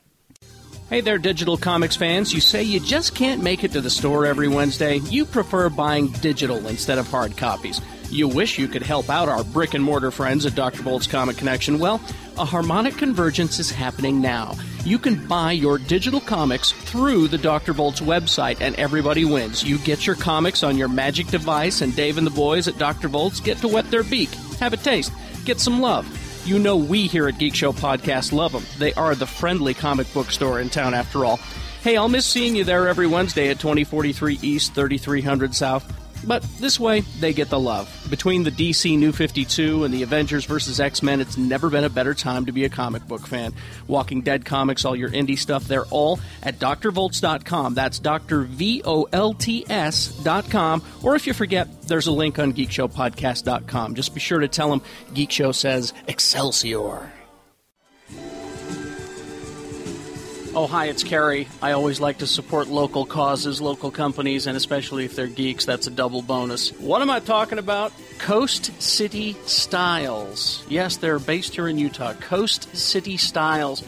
J: Hey there, digital comics fans. You say you just can't make it to the store every Wednesday. You prefer buying digital instead of hard copies. You wish you could help out our brick and mortar friends at Dr. Bolt's Comic Connection. Well, a harmonic convergence is happening now. You can buy your digital comics through the Dr. Bolt's website, and everybody wins. You get your comics on your magic device, and Dave and the boys at Dr. Bolt's get to wet their beak, have a taste, get some love. You know we here at Geek Show Podcast love them. They are the friendly comic book store in town after all. Hey, I'll miss seeing you there every Wednesday at 2043 East, 3300 South. But this way, they get the love. Between the DC New 52 and the Avengers vs. X Men, it's never been a better time to be a comic book fan. Walking Dead comics, all your indie stuff, they're all at drvolts.com. That's drvolts.com. Or if you forget, there's a link on geekshowpodcast.com. Just be sure to tell them Geek Show says Excelsior. Oh, hi, it's Kerry. I always like to support local causes, local companies, and especially if they're geeks, that's a double bonus. What am I talking about? Coast City Styles. Yes, they're based here in Utah. Coast City Styles.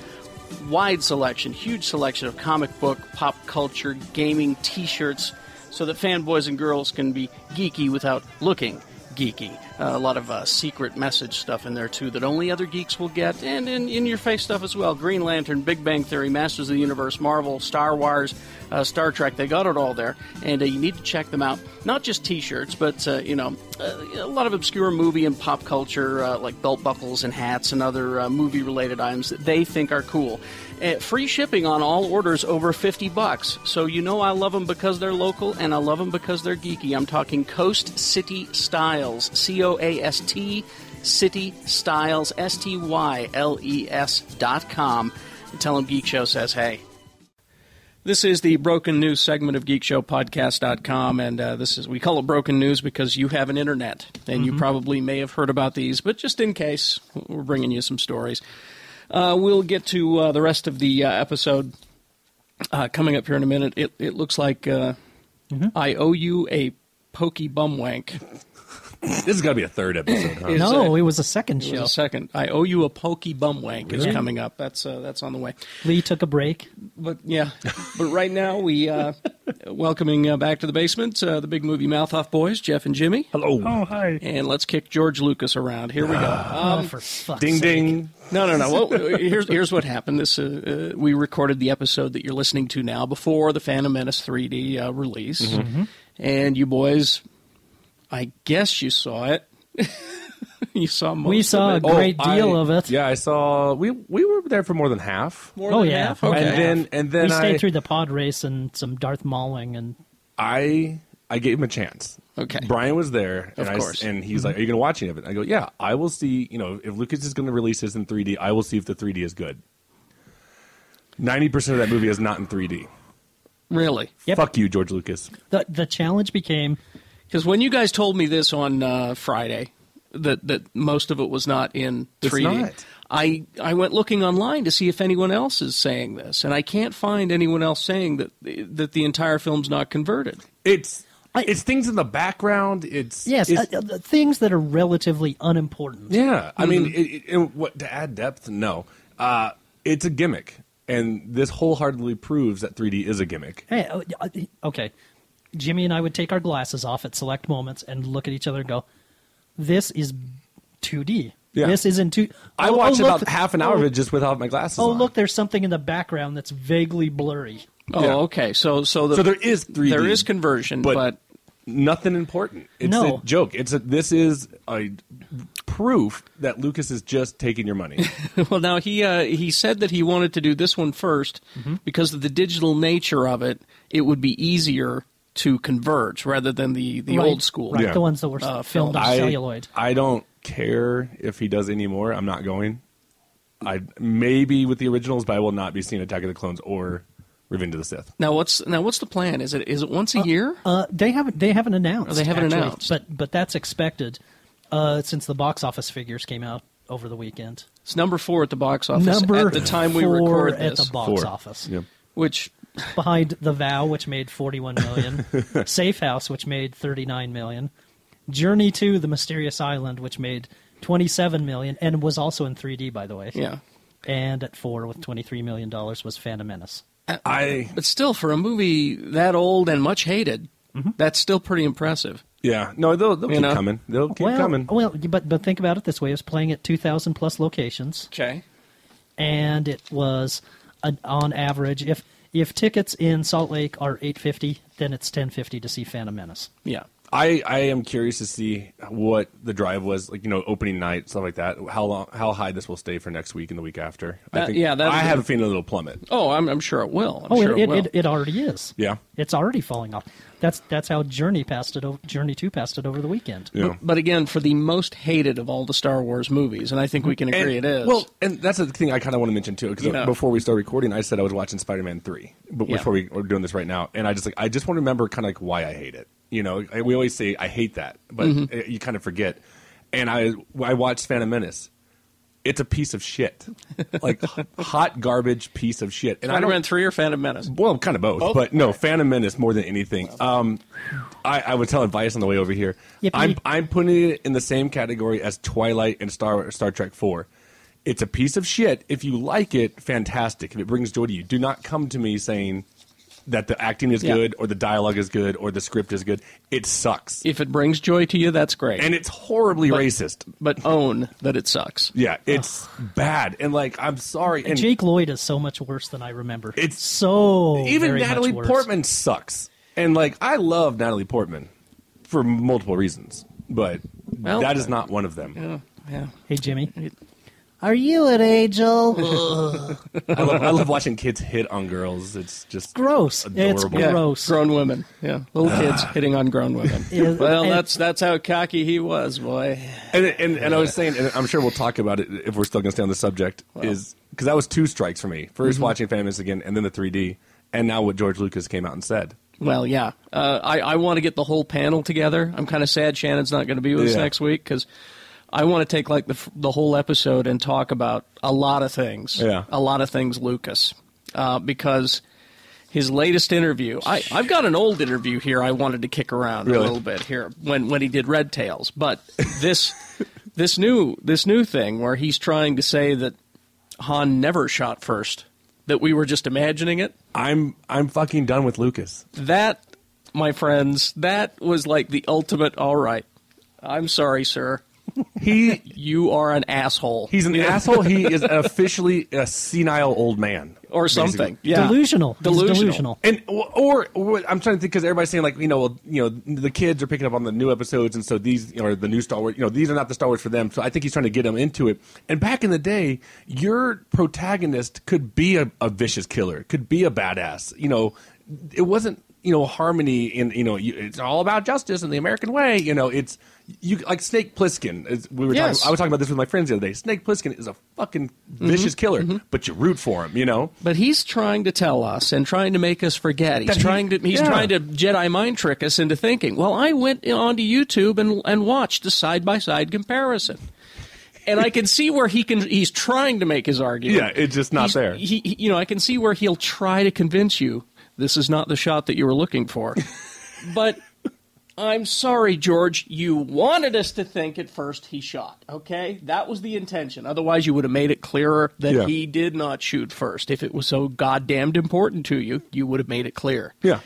J: Wide selection, huge selection of comic book, pop culture, gaming t shirts, so that fanboys and girls can be geeky without looking geeky. Uh, a lot of uh, secret message stuff in there too that only other geeks will get, and in, in your face stuff as well. Green Lantern, Big Bang Theory, Masters of the Universe, Marvel, Star Wars, uh, Star Trek. They got it all there, and uh, you need to check them out. Not just T-shirts, but uh, you know, uh, a lot of obscure movie and pop culture uh, like belt buckles and hats and other uh, movie-related items that they think are cool. Uh, free shipping on all orders over 50 bucks. So you know I love them because they're local and I love them because they're geeky. I'm talking Coast City Styles. C O A S T City Styles. S T Y L E S dot com. And tell them Geek Show says hey. This is the broken news segment of geekshowpodcast.com, and uh, this is we call it broken news because you have an internet, and you probably may have heard about these, but just in case, we're bringing you some stories. Uh, we'll get to uh, the rest of the uh, episode uh, coming up here in a minute. It, it looks like uh, I owe you a pokey bum wank.
D: This has got to be a third episode. Huh?
J: Is,
C: no,
J: uh,
C: it was a second
J: It was
C: show.
J: a second. I owe you a pokey bum wank is coming up. That's uh, that's on the way.
C: Lee took a break.
J: But yeah, (laughs) but right now we uh, welcoming uh, back to the basement uh, the big movie Mouth Off Boys, Jeff and Jimmy,
D: Hello.
M: Oh, hi.
J: and let's kick George Lucas around. Here we go.
D: Ah.
J: Uh,
C: oh, for fuck's
D: Um, Ding
C: sake.
D: ding.
J: No, no, no. Well, (laughs) here's here's what happened. This uh, uh, we recorded the episode that you're listening to now before the Phantom Menace 3D uh, release,
D: Mm-hmm.
J: and you boys, I guess you saw it. (laughs) you saw most
C: We saw
J: of it.
C: a great deal
D: Oh, I-
C: of it.
D: Yeah, I saw. We we were there for more than half.
J: More
C: Oh,
J: than
C: yeah.
J: half?
C: Oh,
D: And
C: yeah.
D: then and then
C: we
D: I
C: stayed through the pod race and some Darth Mauling and
D: I I gave him a chance.
J: Okay.
D: Brian was there,
J: Of
D: and I s-
J: course.
D: and he's like,
C: Mm-hmm.
D: "Are you going to watch any of it?" I go, "Yeah, I will see. You know, if Lucas is going to release this in 3D, I will see if the 3D is good." Ninety percent of that movie is not in 3D.
J: Really?
C: Yep.
D: Fuck you, George Lucas.
C: the the challenge became
J: Because when you guys told me this on uh, Friday, that that most of it was not in
D: It's
J: 3D,
D: not.
J: I I went looking online to see if anyone else is saying this, and I can't find anyone else saying that that the entire film's not converted.
D: It's
C: I-
D: it's things in the background. It's
C: yes
D: it's-
C: uh, uh, things that are relatively unimportant.
D: Yeah, I
C: Mm-hmm.
D: mean, it, it, and what to add depth? No, uh, it's a gimmick, and this wholeheartedly proves that 3D is a gimmick.
C: Hey, uh, uh, okay. Jimmy and I would take our glasses off at select moments and look at each other and go, "This is 2D.
D: Yeah.
C: This isn't 2."
D: I
C: oh,
D: watched
C: oh,
D: about
C: look-
D: half an hour
C: oh,
D: of it just without my glasses.
C: Oh,
D: on.
C: look, there's something in the background that's vaguely blurry.
J: Oh,
D: Yeah.
J: okay. So so the,
D: So there is 3D.
J: there is conversion, but,
D: but, nothing important. It's
C: No.
D: a joke. It's a, this is a proof that Lucas is just taking
C: (laughs)
D: your money.
J: (laughs) well, now he uh, he said that he wanted to do this one first
C: Mm-hmm.
J: because of the digital nature of it. It would be easier to converge rather than the the
C: Right,
J: old school.
C: right,
D: Yeah.
C: the ones that were
J: Uh,
C: filmed on
D: I,
C: celluloid.
D: I don't care if he does any more. I'm not going. I maybe with the originals, but I will not be seeing Attack of the Clones or Revenge of the Sith.
J: Now what's now what's the plan? Is it is it once a year?
C: Uh, they haven't. They haven't announced.
J: Oh, they haven't
C: actually,
J: announced.
C: But but that's expected, uh, since the box office figures came out over the weekend.
J: It's number four at the box office
C: Number
J: at the time we
C: four
J: record
C: at
J: this,
C: the box
D: Four.
C: office,
D: Yeah.
J: which
C: behind The Vow, which made forty-one million, (laughs) Safe House, which made thirty-nine million, Journey to the Mysterious Island, which made twenty-seven million, and was also in three D, by the way.
J: yeah,
C: And at four with twenty-three million dollars was Phantom Menace.
D: I
J: but still for a movie that old and much hated,
D: Mm-hmm.
J: that's still pretty impressive.
D: yeah no they'll they'll
J: You
D: keep
J: know? oh,
D: coming they'll keep
C: well,
D: coming.
C: well, but but think about it this way: it was playing at two thousand plus locations.
J: Okay,
C: and it was an, on average if if tickets in Salt Lake are 850 then it's 1050 to see Phantom Menace.
J: yeah,
D: I, I am curious to see what the drive was like. You know, opening night stuff like that. How long? How high this will stay for next week and the week after? I
J: That-
D: think.
J: yeah, that'll
D: I
J: be-
D: have a feeling it'll plummet.
J: oh, I'm, I'm sure it will. I'm
C: oh,
J: sure
C: it, it,
J: will.
C: it, it already is.
D: Yeah.
C: It's already falling off. That's that's how Journey passed it over Journey 2 passed it over the weekend.
D: Yeah.
J: But again, for the most hated of all the Star Wars movies, and I think we can agree
D: Mm-hmm. And-
J: it is.
D: Well, and that's the thing I kind of want to mention too, because
J: You know.
D: before we start recording, I said I was watching Spider Man three, but
J: Yeah.
D: before we were doing this right now, and I just like I just want to remember kind of like why I hate it. You know, I- we always
J: Mm-hmm.
D: say I hate that, but uh you kind of forget. And I I watched Phantom Menace. it's a piece of shit, like (laughs) hot garbage piece of shit. And I
J: Spider-Man
D: don't.
J: Three or Phantom Menace?
D: Well, kind of both,
J: Both?
D: but no, Phantom Menace more than anything. Um, I, I would tell advice on the way over here.
C: Yippee.
D: I'm I'm putting it in the same category as Twilight and Star Star Trek Four. It's a piece of shit. If you like it, fantastic. If it brings joy to you, do not come to me saying that the acting is
J: Yeah.
D: good or the dialogue is good or the script is good. It sucks
J: If it brings joy to you, that's great.
D: and it's horribly
J: But-
D: racist.
J: but own that it sucks.
D: Yeah, it's bad. And like, I'm sorry. And
C: Jake Lloyd is so much worse than I remember.
D: It's-
C: so
D: even
C: very much
D: Natalie
C: worse.
D: Portman sucks. And like, I love Natalie Portman for multiple reasons, but
J: Well-
D: that is
C: uh,
D: not one of them.
J: Yeah, yeah.
C: Hey Jimmy, are you an angel?
D: I, love, I love watching kids hit on girls. It's just
C: gross.
D: Adorable.
C: It's
J: Yeah,
C: gross.
J: Grown women. Yeah, little kids hitting on grown women.
C: (laughs) Yeah,
J: well,
C: and-
J: that's that's how cocky he was, boy.
D: And, and and I was saying, and I'm sure we'll talk about it if we're still going to stay on the subject, is because that was two strikes for me. 1st
C: Mm-hmm.
D: watching Famous again, and then the 3D, and now what George Lucas came out and said.
J: Well, yeah. Uh, I, I want to get the whole panel together. I'm kind of sad Shannon's not going to be with us
D: Yeah.
J: next week because I want to take like the, f- the whole episode and talk about a lot of things.
D: Yeah.
J: A lot of things, Lucas. Uh, because his latest interview, I, I've got an old interview here I wanted to kick around a
D: Really?
J: little bit here when, when he did Red Tails. But this, (laughs) this, new, this new thing where he's trying to say that Han never shot first, that we were just imagining it
D: I'm I'm fucking done with Lucas.
J: that, my friends, that was like the ultimate. All right, I'm sorry, sir. (laughs)
D: He
J: You are an asshole,
D: He's
C: (laughs)
D: an asshole. He is officially a senile old man
J: or something.
D: basically.
J: Yeah.
C: Delusional. He's
J: Delusional.
C: delusional.
D: And or, or I'm trying to think because everybody's saying like you know well you know the kids are picking up on the new episodes and so these you know, are the new Star Wars you know these are not the Star Wars for them so I think he's trying to get them into it and back in the day your protagonist could be a, a vicious killer could be a badass you know it wasn't you know harmony in you know you, it's all about justice in the American way you know it's you like Snake Plissken is, we were
J: Yes.
D: talking, I was talking about this with my friends the other day Snake Plissken is a fucking vicious killer but you root for him you know
J: But he's trying to tell us and trying to make us forget. He's
D: That he-
J: trying to he's
D: yeah.
J: trying to Jedi mind trick us into thinking. Well, I went onto YouTube and and watched a side by side comparison. And I can see where he can. He's trying to make his argument.
D: Yeah, it's just not
J: He's-
D: there.
J: He, he- you know, I can see where he'll try to convince you this is not the shot that you were
D: (laughs)
J: looking for. but I'm sorry, George. You wanted us to think at first he shot. Okay, that was the intention. Otherwise, you would have made it clearer that
D: Yeah.
J: he did not shoot first. If it was so goddamned important to you, you would have made it clear.
D: yeah.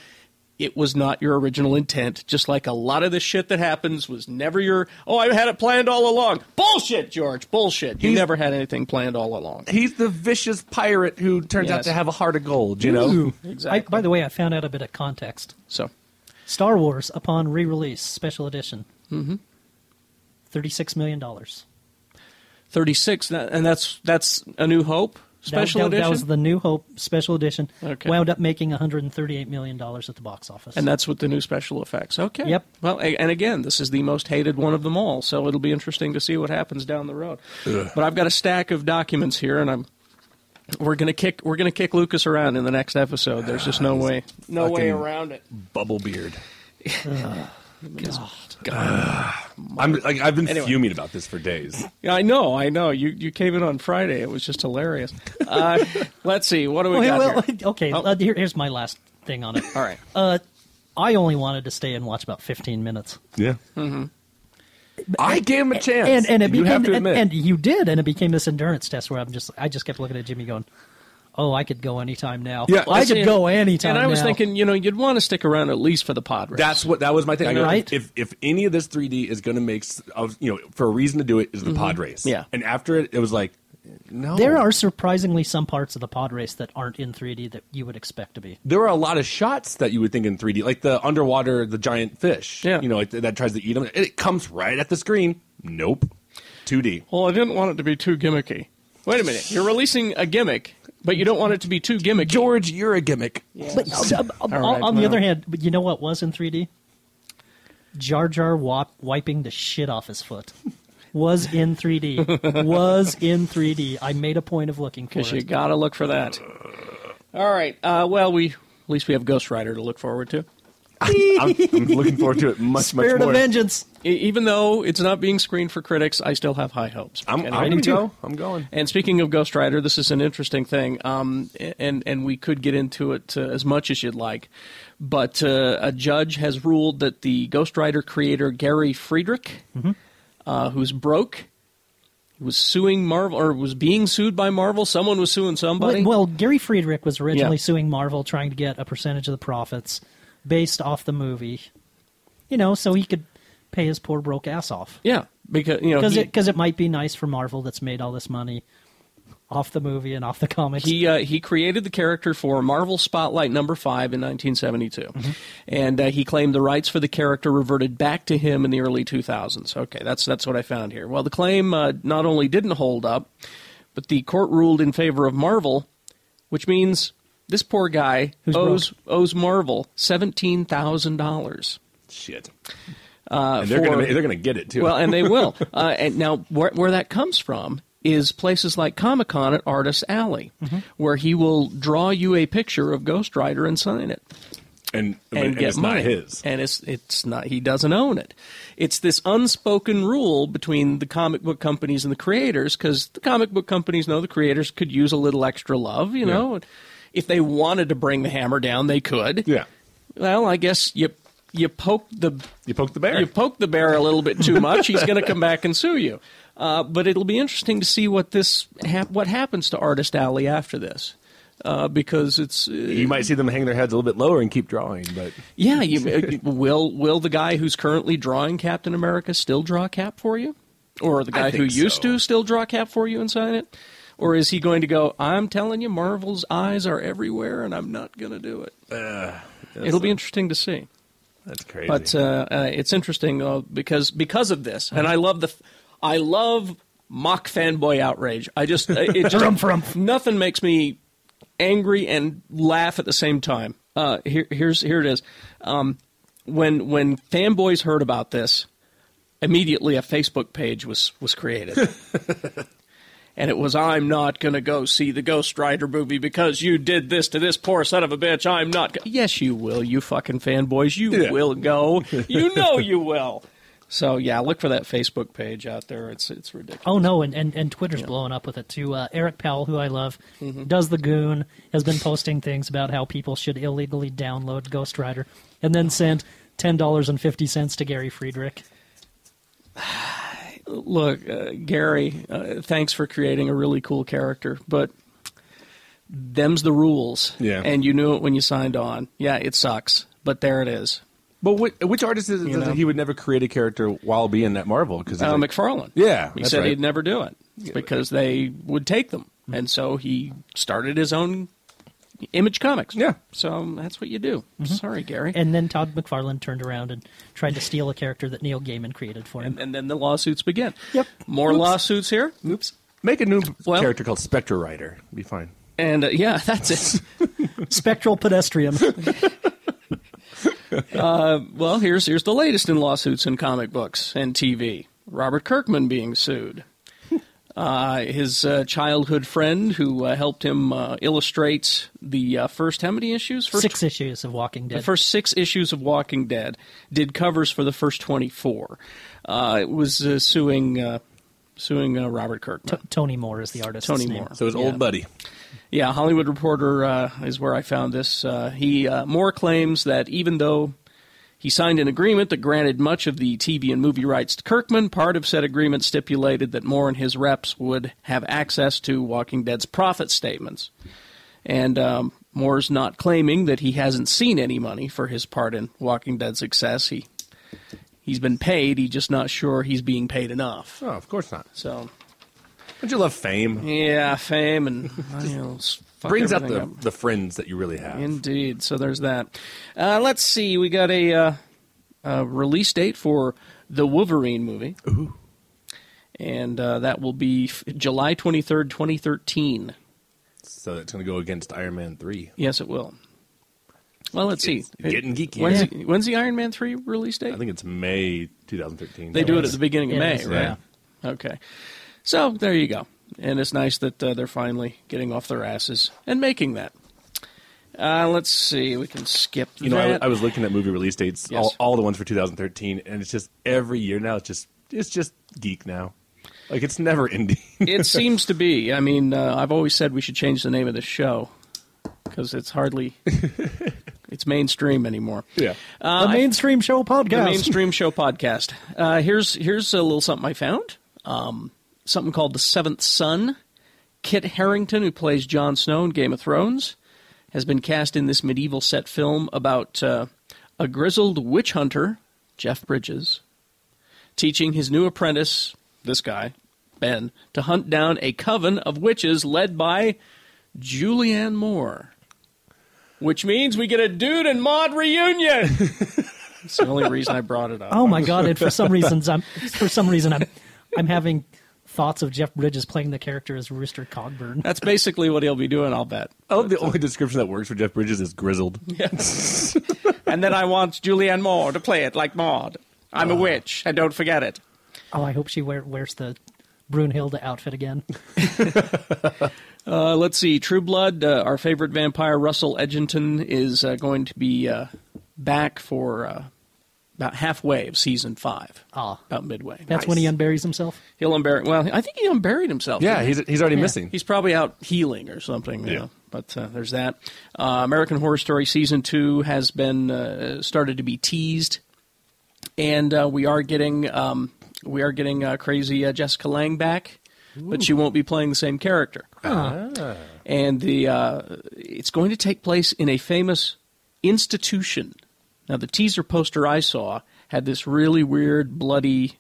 J: It was not your original intent. Just like a lot of the shit that happens was never your. Oh, I had it planned all along. Bullshit, George. Bullshit. You
D: He's-
J: never had anything planned all along.
D: He's the vicious pirate who turns out
J: Yes.
D: to have a heart of gold, you know?
C: (laughs)
J: Exactly.
C: I, by the way, I found out a bit of context.
J: So
C: Star Wars upon re-release, special edition. Mm-hmm. Thirty-six million dollars.
J: 36, tha- and that's that's a New Hope special
C: that, that,
J: edition,
C: That was the New Hope special edition.
J: Okay.
C: Wound up making one hundred and thirty-eight million dollars at the box office.
J: and that's with the new special effects. Okay.
C: Yep.
J: Well, a- and again, this is the most hated one of them all, so it'll be interesting to see what happens down the road. But I've got a stack of documents here, and I'm we're gonna kick we're gonna kick Lucas around in the next episode. There's just no way no
D: fucking-
J: way around it.
D: Bubble beard.
J: God.
D: I'm like I've been
J: Anyway.
D: fuming about this for days.
J: Yeah, I know, I know. You you came in on Friday. It was just hilarious.
C: (laughs)
J: Uh, let's see. What do we
C: Well,
J: got
C: well,
J: here?
C: (laughs)
J: Oh.
C: okay, uh, here, here's my last thing on it.
J: All right.
C: Uh, I only wanted to stay and watch about 15 minutes.
D: Yeah. Mm-hmm. I gave him a chance.
C: And and it
D: you
C: became,
D: have to
C: and-
D: admit.
C: And, you did, and it became this endurance test where I'm just I just kept looking at Jimmy going, "Oh, I could go anytime now.
D: Yeah,
C: I could
J: See,
C: go anytime."
J: And I was
C: now."
J: thinking, you know, you'd want to stick around at least for the pod race.
D: that's what that was my thing. I go,
C: Right?
D: If if any of this 3D is going to make s- of you know for a reason to do it is the pod race.
J: Yeah.
D: And after it, it was like, no.
C: Mm-hmm.
J: "Oh."
C: there are surprisingly some parts of the pod race that aren't in 3D that you would expect to be.
D: there are a lot of shots that you would think in 3D, like the underwater, the giant fish.
J: Yeah.
D: You know like, that tries to eat them. It comes right at the screen. Nope. 2D.
J: Well, I didn't want it to be too gimmicky. Wait a minute. You're releasing a gimmick, but you don't want it to be too gimmicky.
D: George, you're a gimmick.
C: But some- on,
J: right,
C: on the
J: well.
C: other hand, but you know what was in 3D? Jar Jar wap- wiping the shit off his foot was in
J: (laughs)
C: 3D. was in 3D. I made a point of looking for
J: Because
C: it.
J: you got to look for that. All right. Uh, well, we at least we have Ghost Rider to look forward to.
D: I'm, I'm looking forward to it much,
C: Spirit
D: much more.
C: of Vengeance.
J: E- even though it's not being screened for critics, I still have high hopes.
D: I'm, I'm
J: And I
D: going
J: do
D: to
J: too.
D: go. I'm going.
J: And speaking of Ghost Rider, this is an interesting thing, um, and and we could get into it uh, as much as you'd like, but uh, a judge has ruled that the Ghost Rider creator Gary Friedrich,
C: Mm-hmm.
J: uh, who's broke, was suing Marvel or was being sued by Marvel. Someone was suing somebody.
C: Well, well, Gary Friedrich was originally
J: Yeah.
C: suing Marvel, trying to get a percentage of the profits based off the movie. You know, so he could pay his poor broke ass off
J: yeah, because you know
C: because
J: he-
C: it because it might be nice for Marvel that's made all this money off the movie and off the comics.
J: He uh, he created the character for Marvel Spotlight number five in 1972, and uh, he claimed the rights for the character reverted back to him in the early 2000s. Okay, that's that's what I found here. Well, the claim uh, not only didn't hold up, but the court ruled in favor of Marvel, which means this poor guy
C: Who's
J: owes owes Marvel seventeen thousand dollars.
D: Shit. and they're
J: Uh, for-
D: going to they're going to get it too.
J: Well, and they will. Uh, and now, where, where that comes from is places like Comic Con at Artist Alley,
D: Mm-hmm.
J: where he will draw you a picture of Ghost Rider and sign it,
D: and but-
J: and,
D: and
J: get
D: it's not
J: money.
D: his.
J: And it's it's not he doesn't own it. It's this unspoken rule between the comic book companies and the creators, because the comic book companies know the creators could use a little extra love. You know, if they wanted to bring the hammer down, they could.
D: yeah,
J: Well, I guess you you poke the
D: you poked the bear.
J: you poke the bear a little
D: (laughs)
J: bit too much, he's going to come back and sue you. Uh, but it'll be interesting to see what this hap- what happens to Artist Alley after this, uh, because it's uh,
D: you might see them hang their heads a little bit lower and keep drawing, but
J: yeah. You, uh, will will the guy who's currently drawing Captain America still draw Cap for you, or the guy who
D: think
J: used
D: so.
J: to still draw Cap for you and sign it, or is he going to go? I'm telling you, Marvel's eyes are everywhere, and I'm not going to do it.
D: Uh,
J: it'll be interesting to see.
D: that's crazy.
J: But uh, uh, it's interesting uh, because because of this, and I love the, f- I love mock fanboy outrage. I just uh, it just nothing makes me angry and laugh at the same time. Uh, here here's here it is. Um, when when fanboys heard about this, immediately a Facebook page was was created.
D: (laughs)
J: And it was, I'm not going to go see the Ghost Rider movie because you did this to this poor son of a bitch. I'm not. Go-. Yes, you will, you fucking fanboys. You
D: Yeah. (laughs)
J: will go. You know you will. So yeah, look for that Facebook page out there. It's it's ridiculous.
C: Oh no, and, and, and Twitter's blowing up with it too. Uh, Eric Powell, who I love,
J: Mm-hmm.
C: does the goon, has been posting things about how people should illegally download Ghost Rider and then send ten dollars and fifty cents to Gary Friedrich.
J: Look, uh, Gary, uh, thanks for creating a really cool character, but them's the rules.
D: Yeah.
J: and you knew it when you signed on. Yeah, it sucks, but there it is.
D: but which, which artist is
J: You
D: is-
J: know.
D: he would never create a character while being that Marvel because
J: Uh, McFarlane.
D: Yeah,
J: he
D: that's
J: said
D: right.
J: he'd never do it because they would take them, and so he started his own Image Comics.
D: Yeah.
J: so that's what you do. Sorry, Gary.
C: And then Todd McFarlane turned around and tried to steal a character that Neil Gaiman created for
J: (laughs)
C: him.
J: And, and then the lawsuits begin.
C: Yep.
J: More
C: Oops.
J: lawsuits here. Oops.
D: make a new
J: Well-
D: character called Spectre Rider. It'd be fine.
J: And uh, yeah, (laughs) that's it.
C: Spectral
J: (laughs)
C: pedestrian.
J: well, here's here's the latest in lawsuits in comic books and TV. Robert Kirkman being sued. Uh, his uh, childhood friend who uh, helped him uh, illustrate the uh, first how many issues? First
C: Six issues of Walking Dead.
J: The first six issues of Walking Dead did covers for the first 24. Uh, it was uh, suing uh, suing uh, Robert Kirkman.
C: Tony Moore is the artist.
J: Tony
C: name.
J: Moore.
D: So his
J: Yeah.
D: old buddy.
J: Yeah, Hollywood Reporter uh, is where I found this. Uh, he uh, Moore claims that even though he signed an agreement that granted much of the TV and movie rights to Kirkman, part of said agreement stipulated that Moore and his reps would have access to Walking Dead's profit statements. And um, Moore's not claiming that he hasn't seen any money for his part in Walking Dead's success. He he's been paid. He's just not sure he's being paid enough.
D: Oh, of course not.
J: So
D: Don't you love fame?
J: yeah, fame
D: (laughs)
J: and you know, s- fuck
D: Brings out
J: everything
D: the, the friends that you really have.
J: Indeed. So there's that. Uh, let's see. We got a, uh, a release date for the Wolverine movie. Ooh. And uh, that will be f- July 23rd, 2013.
D: so it's going to go against Iron Man three.
J: Yes, it will. Well, let's see.
D: It's getting geeky.
J: When's,
D: Yeah.
J: the, when's the Iron Man 3 release date?
D: I think it's May 2013.
J: they do it at the beginning of
C: It
J: May,
C: is,
J: right? Okay. So there you go. And it's nice that uh, they're finally getting off their asses and making that. Uh, let's see. We can skip
D: You know, I,
J: that.
D: was- I was looking at movie release dates,
J: Yes.
D: all, all the ones for 2013, and it's just every year now. It's just it's just geek now. Like it's never
J: (laughs)
D: ending.
J: it seems to be. I mean, uh, I've always said we should change the name of this show because it's hardly it's mainstream anymore.
D: yeah.
J: Uh, I-
H: mainstream show
J: the
H: podcast.
J: mainstream show podcast. Uh, here's here's a little something I found. Um, something called the Seventh Son. Kit Harrington, who plays Jon Snow in Game of Thrones, has been cast in this medieval set film about uh, a grizzled witch hunter, Jeff Bridges, teaching his new apprentice, this guy, Ben, to hunt down a coven of witches led by Julianne Moore. Which means we get a dude and mod reunion. (laughs) It's the only reason I brought it up.
C: Oh my god! And for
J: (laughs)
C: some reasons, I'm for some reason I'm I'm having thoughts of Jeff Bridges playing the character as Rooster Cogburn.
J: That's basically what he'll be doing, I'll bet.
D: I love the only description that works for Jeff Bridges is grizzled.
J: (laughs) And then I want Julianne Moore to play it like Maud. I'm a witch, and don't forget it.
C: Oh, I hope she wear, wears the Brunhilde outfit again.
J: Uh, let's see. True Blood, uh, our favorite vampire, Russell Edginton, is uh, going to be uh, back for uh, about halfway of season five.
C: Ah.
J: About midway.
C: That's when he unburies himself.
J: He'll unbury. Well, I think he unburied himself.
D: Yeah,
J: didn't he?
D: he's he's already missing.
J: He's probably out healing or something. Yeah.
D: Yeah.
J: But uh, there's that. Uh, American Horror Story season two has been uh, started to be teased, and uh, we are getting um, we are getting uh, crazy uh, Jessica Lang back, but she won't be playing the same character. Ah. And the uh, it's going to take place in a famous institution. Now the teaser poster I saw had this really weird bloody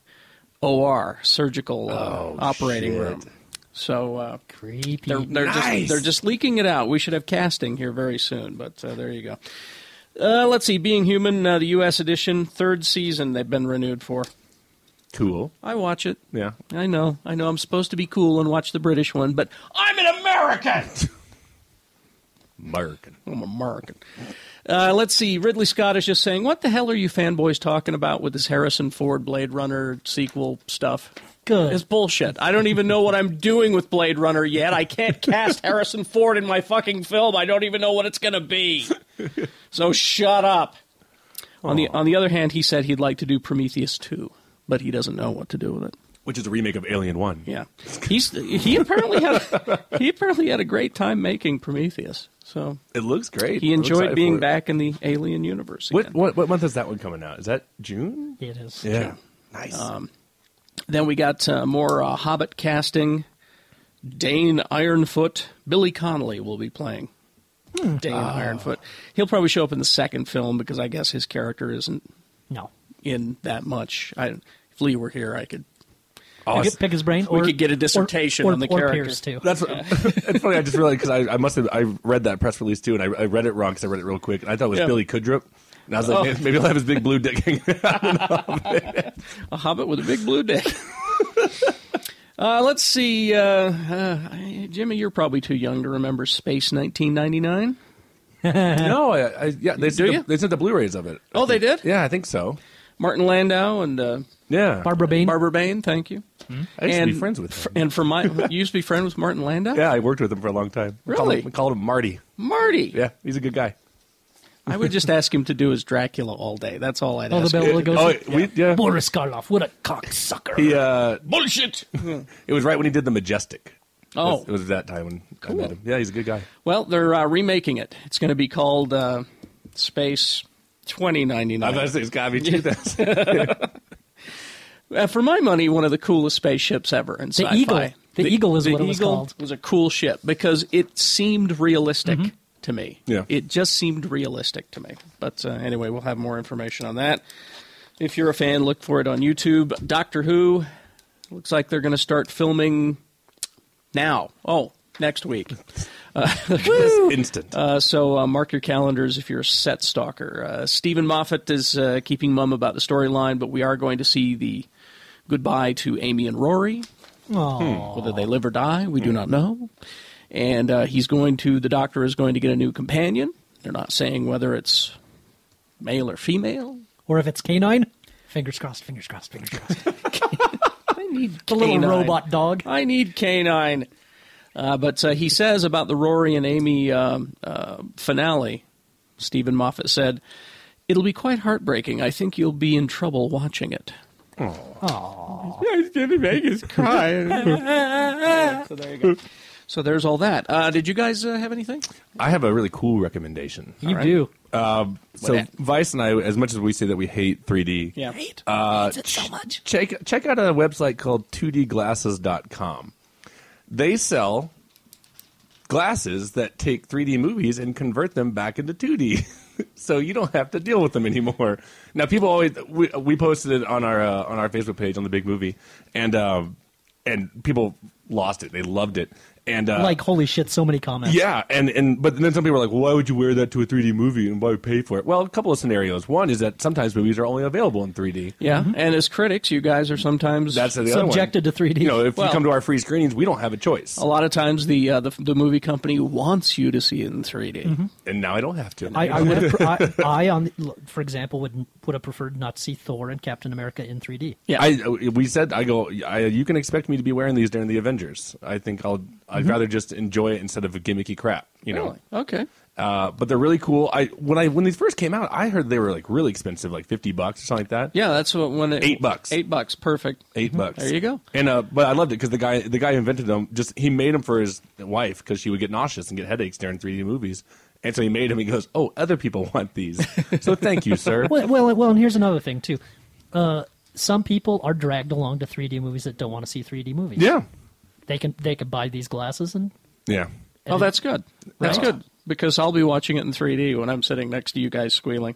J: OR surgical uh, operating room. So uh,
C: Creepy.
J: they're they're just they're just leaking it out. We should have casting here very soon, but uh, there you go. Uh, let's see, Being Human, uh, the U.S. edition, third season. They've been renewed for.
D: Cool.
J: I watch it.
D: Yeah.
J: I know, I know. I'm supposed to be cool and watch the British one, but I'm an American. (laughs)
D: American.
J: I'm American. Uh, let's see. Ridley Scott is just saying, "What the hell are you fanboys talking about with this Harrison Ford Blade Runner sequel stuff?"
C: Good.
J: It's bullshit. I don't even know what I'm doing with Blade Runner yet. I can't cast Harrison Ford in my fucking film. I don't even know what it's going to be. So shut up. On the on the other hand, he said he'd like to do Prometheus 2, but he doesn't know what to do with it.
D: Which is a remake of Alien One.
J: Yeah. He's he apparently had he apparently had a great time making Prometheus. So
D: It looks great.
J: he
D: I'm
J: enjoyed
D: excited for
J: being
D: it.
J: back in the alien universe. Again.
D: What, what what month is that one coming out? Is that June?
C: it is.
D: Yeah. Nice.
J: Um, Then we got uh, more uh, Hobbit casting. Dane Ironfoot, Billy Connolly will be playing
C: Hmm.
J: Dane
C: Ah.
J: Ironfoot. He'll probably show up in the second film because I guess his character isn't
C: No.
J: in that much. I, if Lee were here, I could.
C: You could pick his brain.
J: We
C: or,
J: could get a
C: or-
J: dissertation
C: or,
J: on the
C: or
J: character.
C: Pierce, too.
D: That's what, (laughs) it's funny. I just realized because I, I must have I read that press release too, and I, I read it wrong because I read it real quick, and I thought it was
J: Yeah.
D: Billy Kudrup, and I was like,
J: Oh.
D: "Man, maybe he'll have his big blue dick.
J: (laughs)
D: hanging out."
J: A Hobbit with a big blue dick. (laughs) uh, let's see. Uh, uh, I- Jimmy, you're probably too young to remember Space 1999.
D: no, I, I, yeah, they
J: Do
D: sent,
J: you?
D: the, they sent the Blu-rays of it.
J: Oh, they did?
D: Yeah, I think so.
J: Martin Landau and uh,
D: Yeah,
C: Barbara Bain.
J: Barbara Bain, thank you.
D: I used to
J: and-
D: be friends with him.
J: And
C: (laughs)
J: for my, you used to be friends with Martin Landau?
D: yeah, I worked with him for a long time. We called
J: Really?
D: him, we called him Marty.
J: Marty.
D: Yeah, he's a good guy.
J: I would just ask him to do his Dracula all day. That's all I'd
C: Oh, the
J: ask.
C: bell
J: him.
C: will go.
D: Oh, we, yeah.
C: Boris Karloff, what a cocksucker!
D: He, uh,
J: Bullshit.
D: (laughs) it was right when he did the Majestic.
J: Oh.
D: it was that time when I met him. Yeah, he's a good guy.
J: Well, they're uh, remaking it. It's going to be called uh, Space 2099.
D: I was gonna say it's gotta be
J: (laughs)
D: (laughs) 2000.
J: Uh, for my money, one of the coolest spaceships ever in sci-fi.
C: Eagle. The Eagle is what it was
J: Eagle
C: called. Mm-hmm.
J: was a cool ship because it seemed realistic to me.
D: Yeah.
J: It just seemed realistic to me. But uh, anyway, we'll have more information on that. If you're a fan, look for it on YouTube. Doctor Who looks like they're going to start filming now. Oh, next week.
D: instant.
J: Uh, so uh, mark your calendars if you're a set stalker. Uh, Stephen Moffat is uh, keeping mum about the storyline, but we are going to see the goodbye to Amy and Rory.
C: Aw.
J: Whether they live or die, we do not know. And uh, he's going to, the doctor is going to get a new companion. They're not saying whether it's male or female.
C: Or if it's canine, fingers crossed, fingers crossed, (laughs) fingers crossed.
J: I need
C: The little
J: canine. Uh,
C: robot dog.
J: I need canine. Uh, but uh, he says about the Rory and Amy um, uh, finale, Stephen Moffat said, It'll be quite heartbreaking. I think you'll be in trouble watching it.
I: He's gonna make us
J: (laughs)
I: cry.
J: So there you go. So there's all that. Uh, did you guys uh, have anything?
D: I have a really cool recommendation.
C: You do.
D: So
J: that?
D: Vice and I, as much as we say that we hate 3D,
I: yeah.
D: uh, ch- check check out a website called 2dglasses.com. They sell glasses that take 3D movies and convert them back into 2D. (laughs) so you don't have to deal with them anymore. Now people always we, we posted it on our uh, on our Facebook page on the big movie and um, and people lost it. They loved it. And uh,
C: like holy shit, so many comments.
D: (laughs) yeah, and and but then some people are like, why would you wear that to a 3D movie and why would you pay for it? Well, a couple of scenarios. One is that sometimes movies are only available in 3D.
J: Yeah.
I: Mm-hmm.
J: And as critics, you guys are sometimes.
D: That's the other one.
C: Subjected to 3D.
D: You know, if
J: Well-
D: you come to our free screenings, we don't have a choice,
C: Oh.
J: a lot of times the, uh, the the movie company wants you to see it in 3D.
I: Mm-hmm.
D: and now I don't have to.
C: I, I would have. Pre- I, I on the- for example would would have preferred not to see Thor and Captain America in 3D.
J: Yeah.
D: I- uh, we said I go. I, you can expect me to be wearing these during the Avengers. I think I'll.
C: Mm-hmm.
D: I'd rather just enjoy it instead of a gimmicky crap. You know.
J: Really? Okay.
D: Uh, but they're really cool. I when I when these first came out, I heard they were like really expensive, like fifty bucks or something like that.
J: Yeah, that's what when it,
D: Eight bucks.
J: Eight bucks, perfect.
D: 8
C: Mm-hmm.
D: bucks.
J: There you go.
D: And uh, but I loved it because the guy the guy who invented them just he made them for his wife because she would get nauseous and get headaches during 3D movies, and so he made them. He goes, "Oh, other people want these,
C: (laughs)
D: so thank you, sir."
C: Well, well, well, and here's another thing too. Uh, some people are dragged along to 3D movies that don't want to see 3D movies.
D: Yeah,
C: They can they can buy these glasses and
D: yeah.
J: Oh, that's good. That's
C: Right.
J: good because I'll be watching it in 3D when I'm sitting next to you
D: (laughs)
J: guys squealing.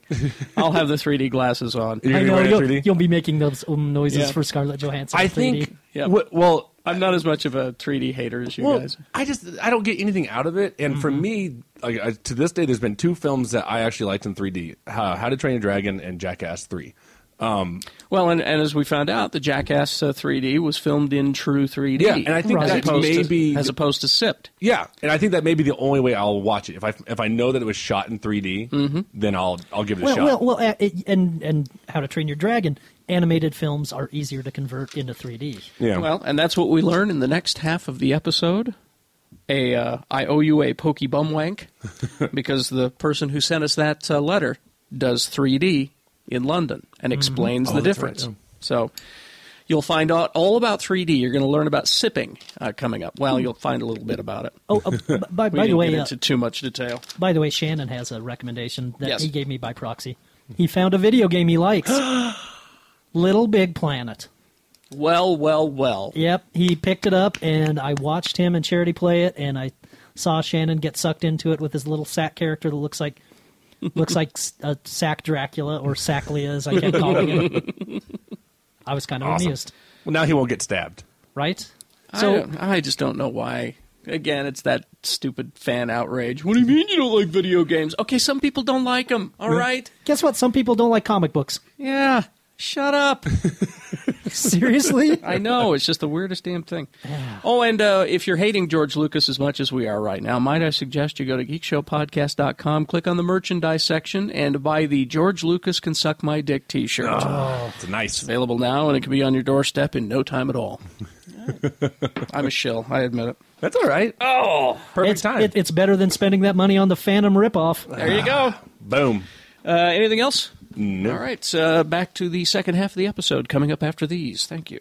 J: I'll have the 3D glasses on.
D: You're
C: I
D: gonna
C: know
D: write a
C: you'll,
D: 3D?
C: you'll be making those um, noises
J: Yeah.
C: for Scarlett Johansson.
D: I
C: in 3D.
D: think.
J: Yeah.
D: wh- well,
J: I'm not as much of a 3D hater as you
D: well,
J: guys.
D: I just I don't get anything out of it, and for
C: Mm-hmm.
D: me, like, I, to this day, there's been two films that I actually liked in 3D: How, How to Train Your Dragon and Jackass Three.
J: Well, and, and as we found out, the Jackass uh, 3D was filmed in true 3D.
D: Yeah, and I think
J: as
D: that
J: opposed
D: may
J: to,
D: be-
J: as opposed to sipped.
D: Yeah, and I think that may be the only way I'll watch it if I if I know that it was shot in 3D, then I'll I'll give it
C: Mm-hmm.
D: a
C: Well,
D: shot.
C: well, well, uh, it, and and How to Train Your Dragon animated films are easier to convert into 3D.
D: yeah.
J: Well, and that's what we learn in the next half of the episode. A uh, I owe you a pokey bum wank because the person who sent us that uh, letter does 3D in London and explains the difference. So you'll find out all about 3D. You're going to learn about sipping uh, coming up. Well, you'll find a little bit about it.
C: Oh, uh, b- by,
J: (laughs)
C: by
J: We
C: the
J: didn't
C: way,
J: get
C: uh,
J: into too much detail.
C: By the way, Shannon has a recommendation that
J: Yes.
C: he gave me by proxy. He found a video game he
J: (gasps)
C: likes. Little Big Planet.
J: Well, well, well.
C: Yep, he picked it up and I watched him and Charity play it and I saw Shannon get sucked into it with his little sack character that looks like looks like s- a sack Dracula or Sacklia as I kept calling him.
J: (laughs)
C: I was kind of
D: Awesome.
C: amused,
D: Well, now he won't get stabbed.
C: right?
J: I, don't- I just don't know why. Again, it's that stupid fan outrage. What do you mean you don't like video games? Okay, some people don't like them. All right.
C: Guess what? Some people don't like comic books. (laughs)
J: Yeah. Shut up.
C: Seriously?
J: (laughs) I know. It's just the weirdest damn (sighs) thing. Oh, and uh, if you're hating George Lucas as much as we are right now, might I suggest you go to geekshowpodcast.com, click on the merchandise section, and buy the George Lucas Can Suck My Dick t shirt.
D: It's nice.
J: Available now, and it can be on your doorstep in no time at (laughs) all. I'm a shill. I admit it.
D: That's all right. Oh, perfect
C: it's,
D: time.
C: it- it's better than spending that money on the Phantom ripoff.
J: There you go.
D: Boom.
J: Ah. Uh, anything else?
D: No.
J: All right, uh, back to the second half of the episode coming up after these. Thank you.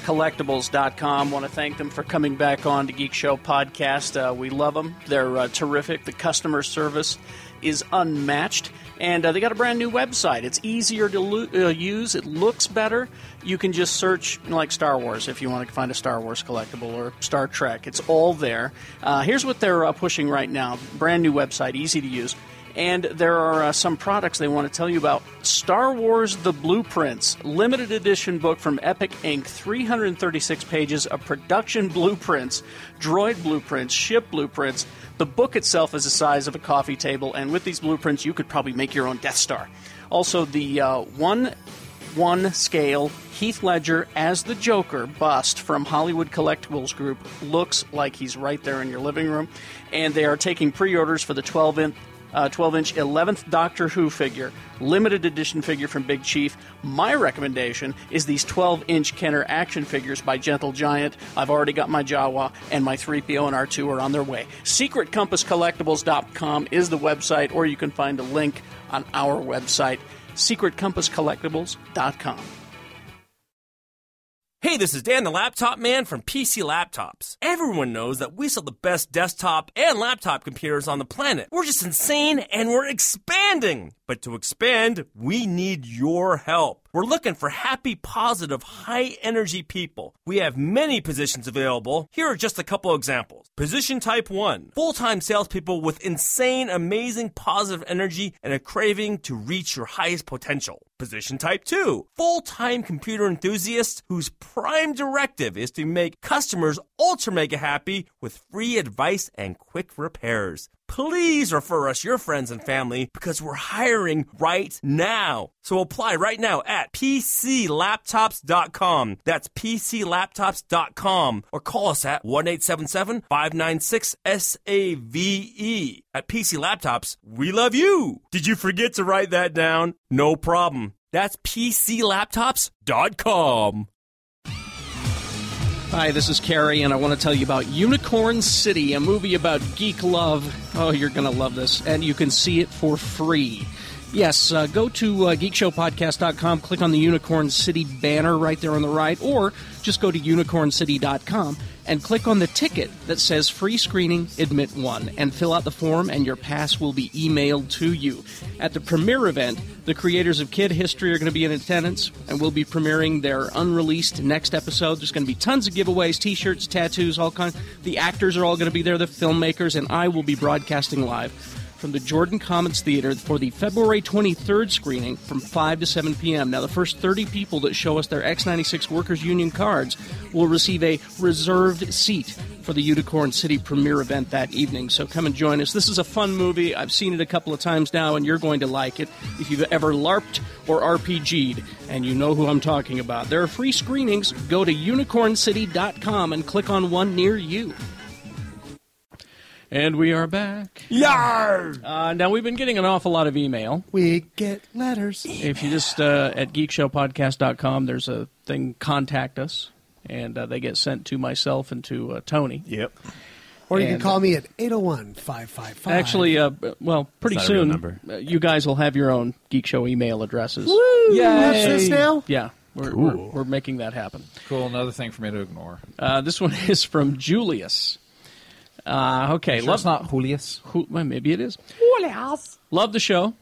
J: SecretCompassCollectibles.com. Want to thank them for coming back on to Geek Show Podcast. Uh, we love them. They're uh, terrific. The customer service is unmatched. And uh, they got a brand new website. It's easier to lo- uh, use, it looks better. You can just search you know, like Star Wars if you want to find a Star Wars collectible or Star Trek. It's all there. Uh, here's what they're uh, pushing right now brand new website, easy to use. And there are uh, some products they want to tell you about. Star Wars The Blueprints, limited edition book from Epic Inc., 336 pages of production blueprints, droid blueprints, ship blueprints. The book itself is the size of a coffee table, and with these blueprints, you could probably make your own Death Star. Also, the uh, 1 1 scale Heath Ledger as the Joker bust from Hollywood Collectibles Group looks like he's right there in your living room. And they are taking pre orders for the 12 inch uh, 12-inch 11th Doctor Who figure, limited edition figure from Big Chief. My recommendation is these 12-inch Kenner action figures by Gentle Giant. I've already got my Jawa and my 3PO and R2 are on their way. SecretCompassCollectibles.com is the website, or you can find a link on our website, SecretCompassCollectibles.com.
M: Hey, this is Dan the Laptop Man from PC Laptops. Everyone knows that we sell the best desktop and laptop computers on the planet. We're just insane and we're expanding. But to expand, we need your help. We're looking for happy, positive, high energy people. We have many positions available. Here are just a couple examples. Position type 1 full time salespeople with insane, amazing, positive energy and a craving to reach your highest potential. Position type 2 full time computer enthusiasts whose prime directive is to make customers ultra mega happy with free advice and quick repairs. Please refer us your friends and family because we're hiring right now. So apply right now at pclaptops.com. That's pclaptops.com or call us at 1 877 596 SAVE. E. At PC Laptops, we love you. Did you forget to write that down? No problem. That's pclaptops.com.
J: Hi, this is Carrie, and I want to tell you about Unicorn City, a movie about geek love. Oh, you're going to love this, and you can see it for free. Yes, uh, go to uh, geekshowpodcast.com, click on the Unicorn City banner right there on the right, or just go to unicorncity.com and click on the ticket that says free screening, admit one, and fill out the form, and your pass will be emailed to you. At the premiere event, the creators of Kid History are going to be in attendance, and we'll be premiering their unreleased next episode. There's going to be tons of giveaways, t-shirts, tattoos, all kinds. The actors are all going to be there, the filmmakers, and I will be broadcasting live from the Jordan Commons Theater for the February 23rd screening from 5 to 7 p.m. Now, the first 30 people that show us their X96 Workers Union cards will receive a reserved seat for the Unicorn City premiere event that evening. So come and join us. This is a fun movie. I've seen it a couple of times now, and you're going to like it if you've ever LARPed or RPG'd, and you know who I'm talking about. There are free screenings. Go to unicorncity.com and click on one near you.
I: And we are back.
M: Yar!
J: Uh, now, we've been getting an awful lot of email.
E: We get letters.
J: If you just uh, at geekshowpodcast.com, there's a thing contact us, and uh, they get sent to myself and to uh, Tony.
I: Yep.
E: Or you can
J: And-
E: call me at 801 555.
J: Actually, uh, b- well, pretty
A: It's not a real
J: soon,
A: number.
J: uh, you guys will have your own Geek Show email addresses.
E: Watch this now?
J: Yeah, we're, we're, we're making that happen.
A: Cool. Another thing for me to ignore.
J: Uh, this one (laughs) is from Julius. Uh, okay,
H: Sure,
J: love
H: it's not Julius.
J: Who, well, maybe it is. Love the show.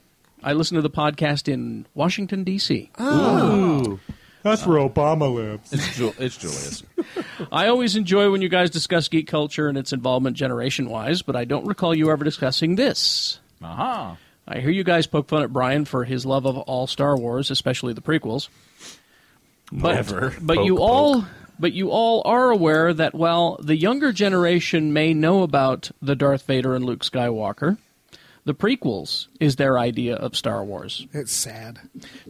J: I listen to the podcast in Washington, D.C.
L: That's where Obama lives.
A: It's, Jul- it's Julius.
J: I always enjoy when you guys discuss geek culture and its involvement generation wise, but I don't recall you ever discussing this.
H: Aha.
J: I hear you guys poke fun at Brian for his love of all Star Wars, especially the prequels. But,
A: Never.
J: but
A: Poke,
J: you
A: poke.
J: all but you all are aware that while the younger generation may know about the Darth Vader and Luke Skywalker, the prequels is their idea of Star Wars.
E: It's sad.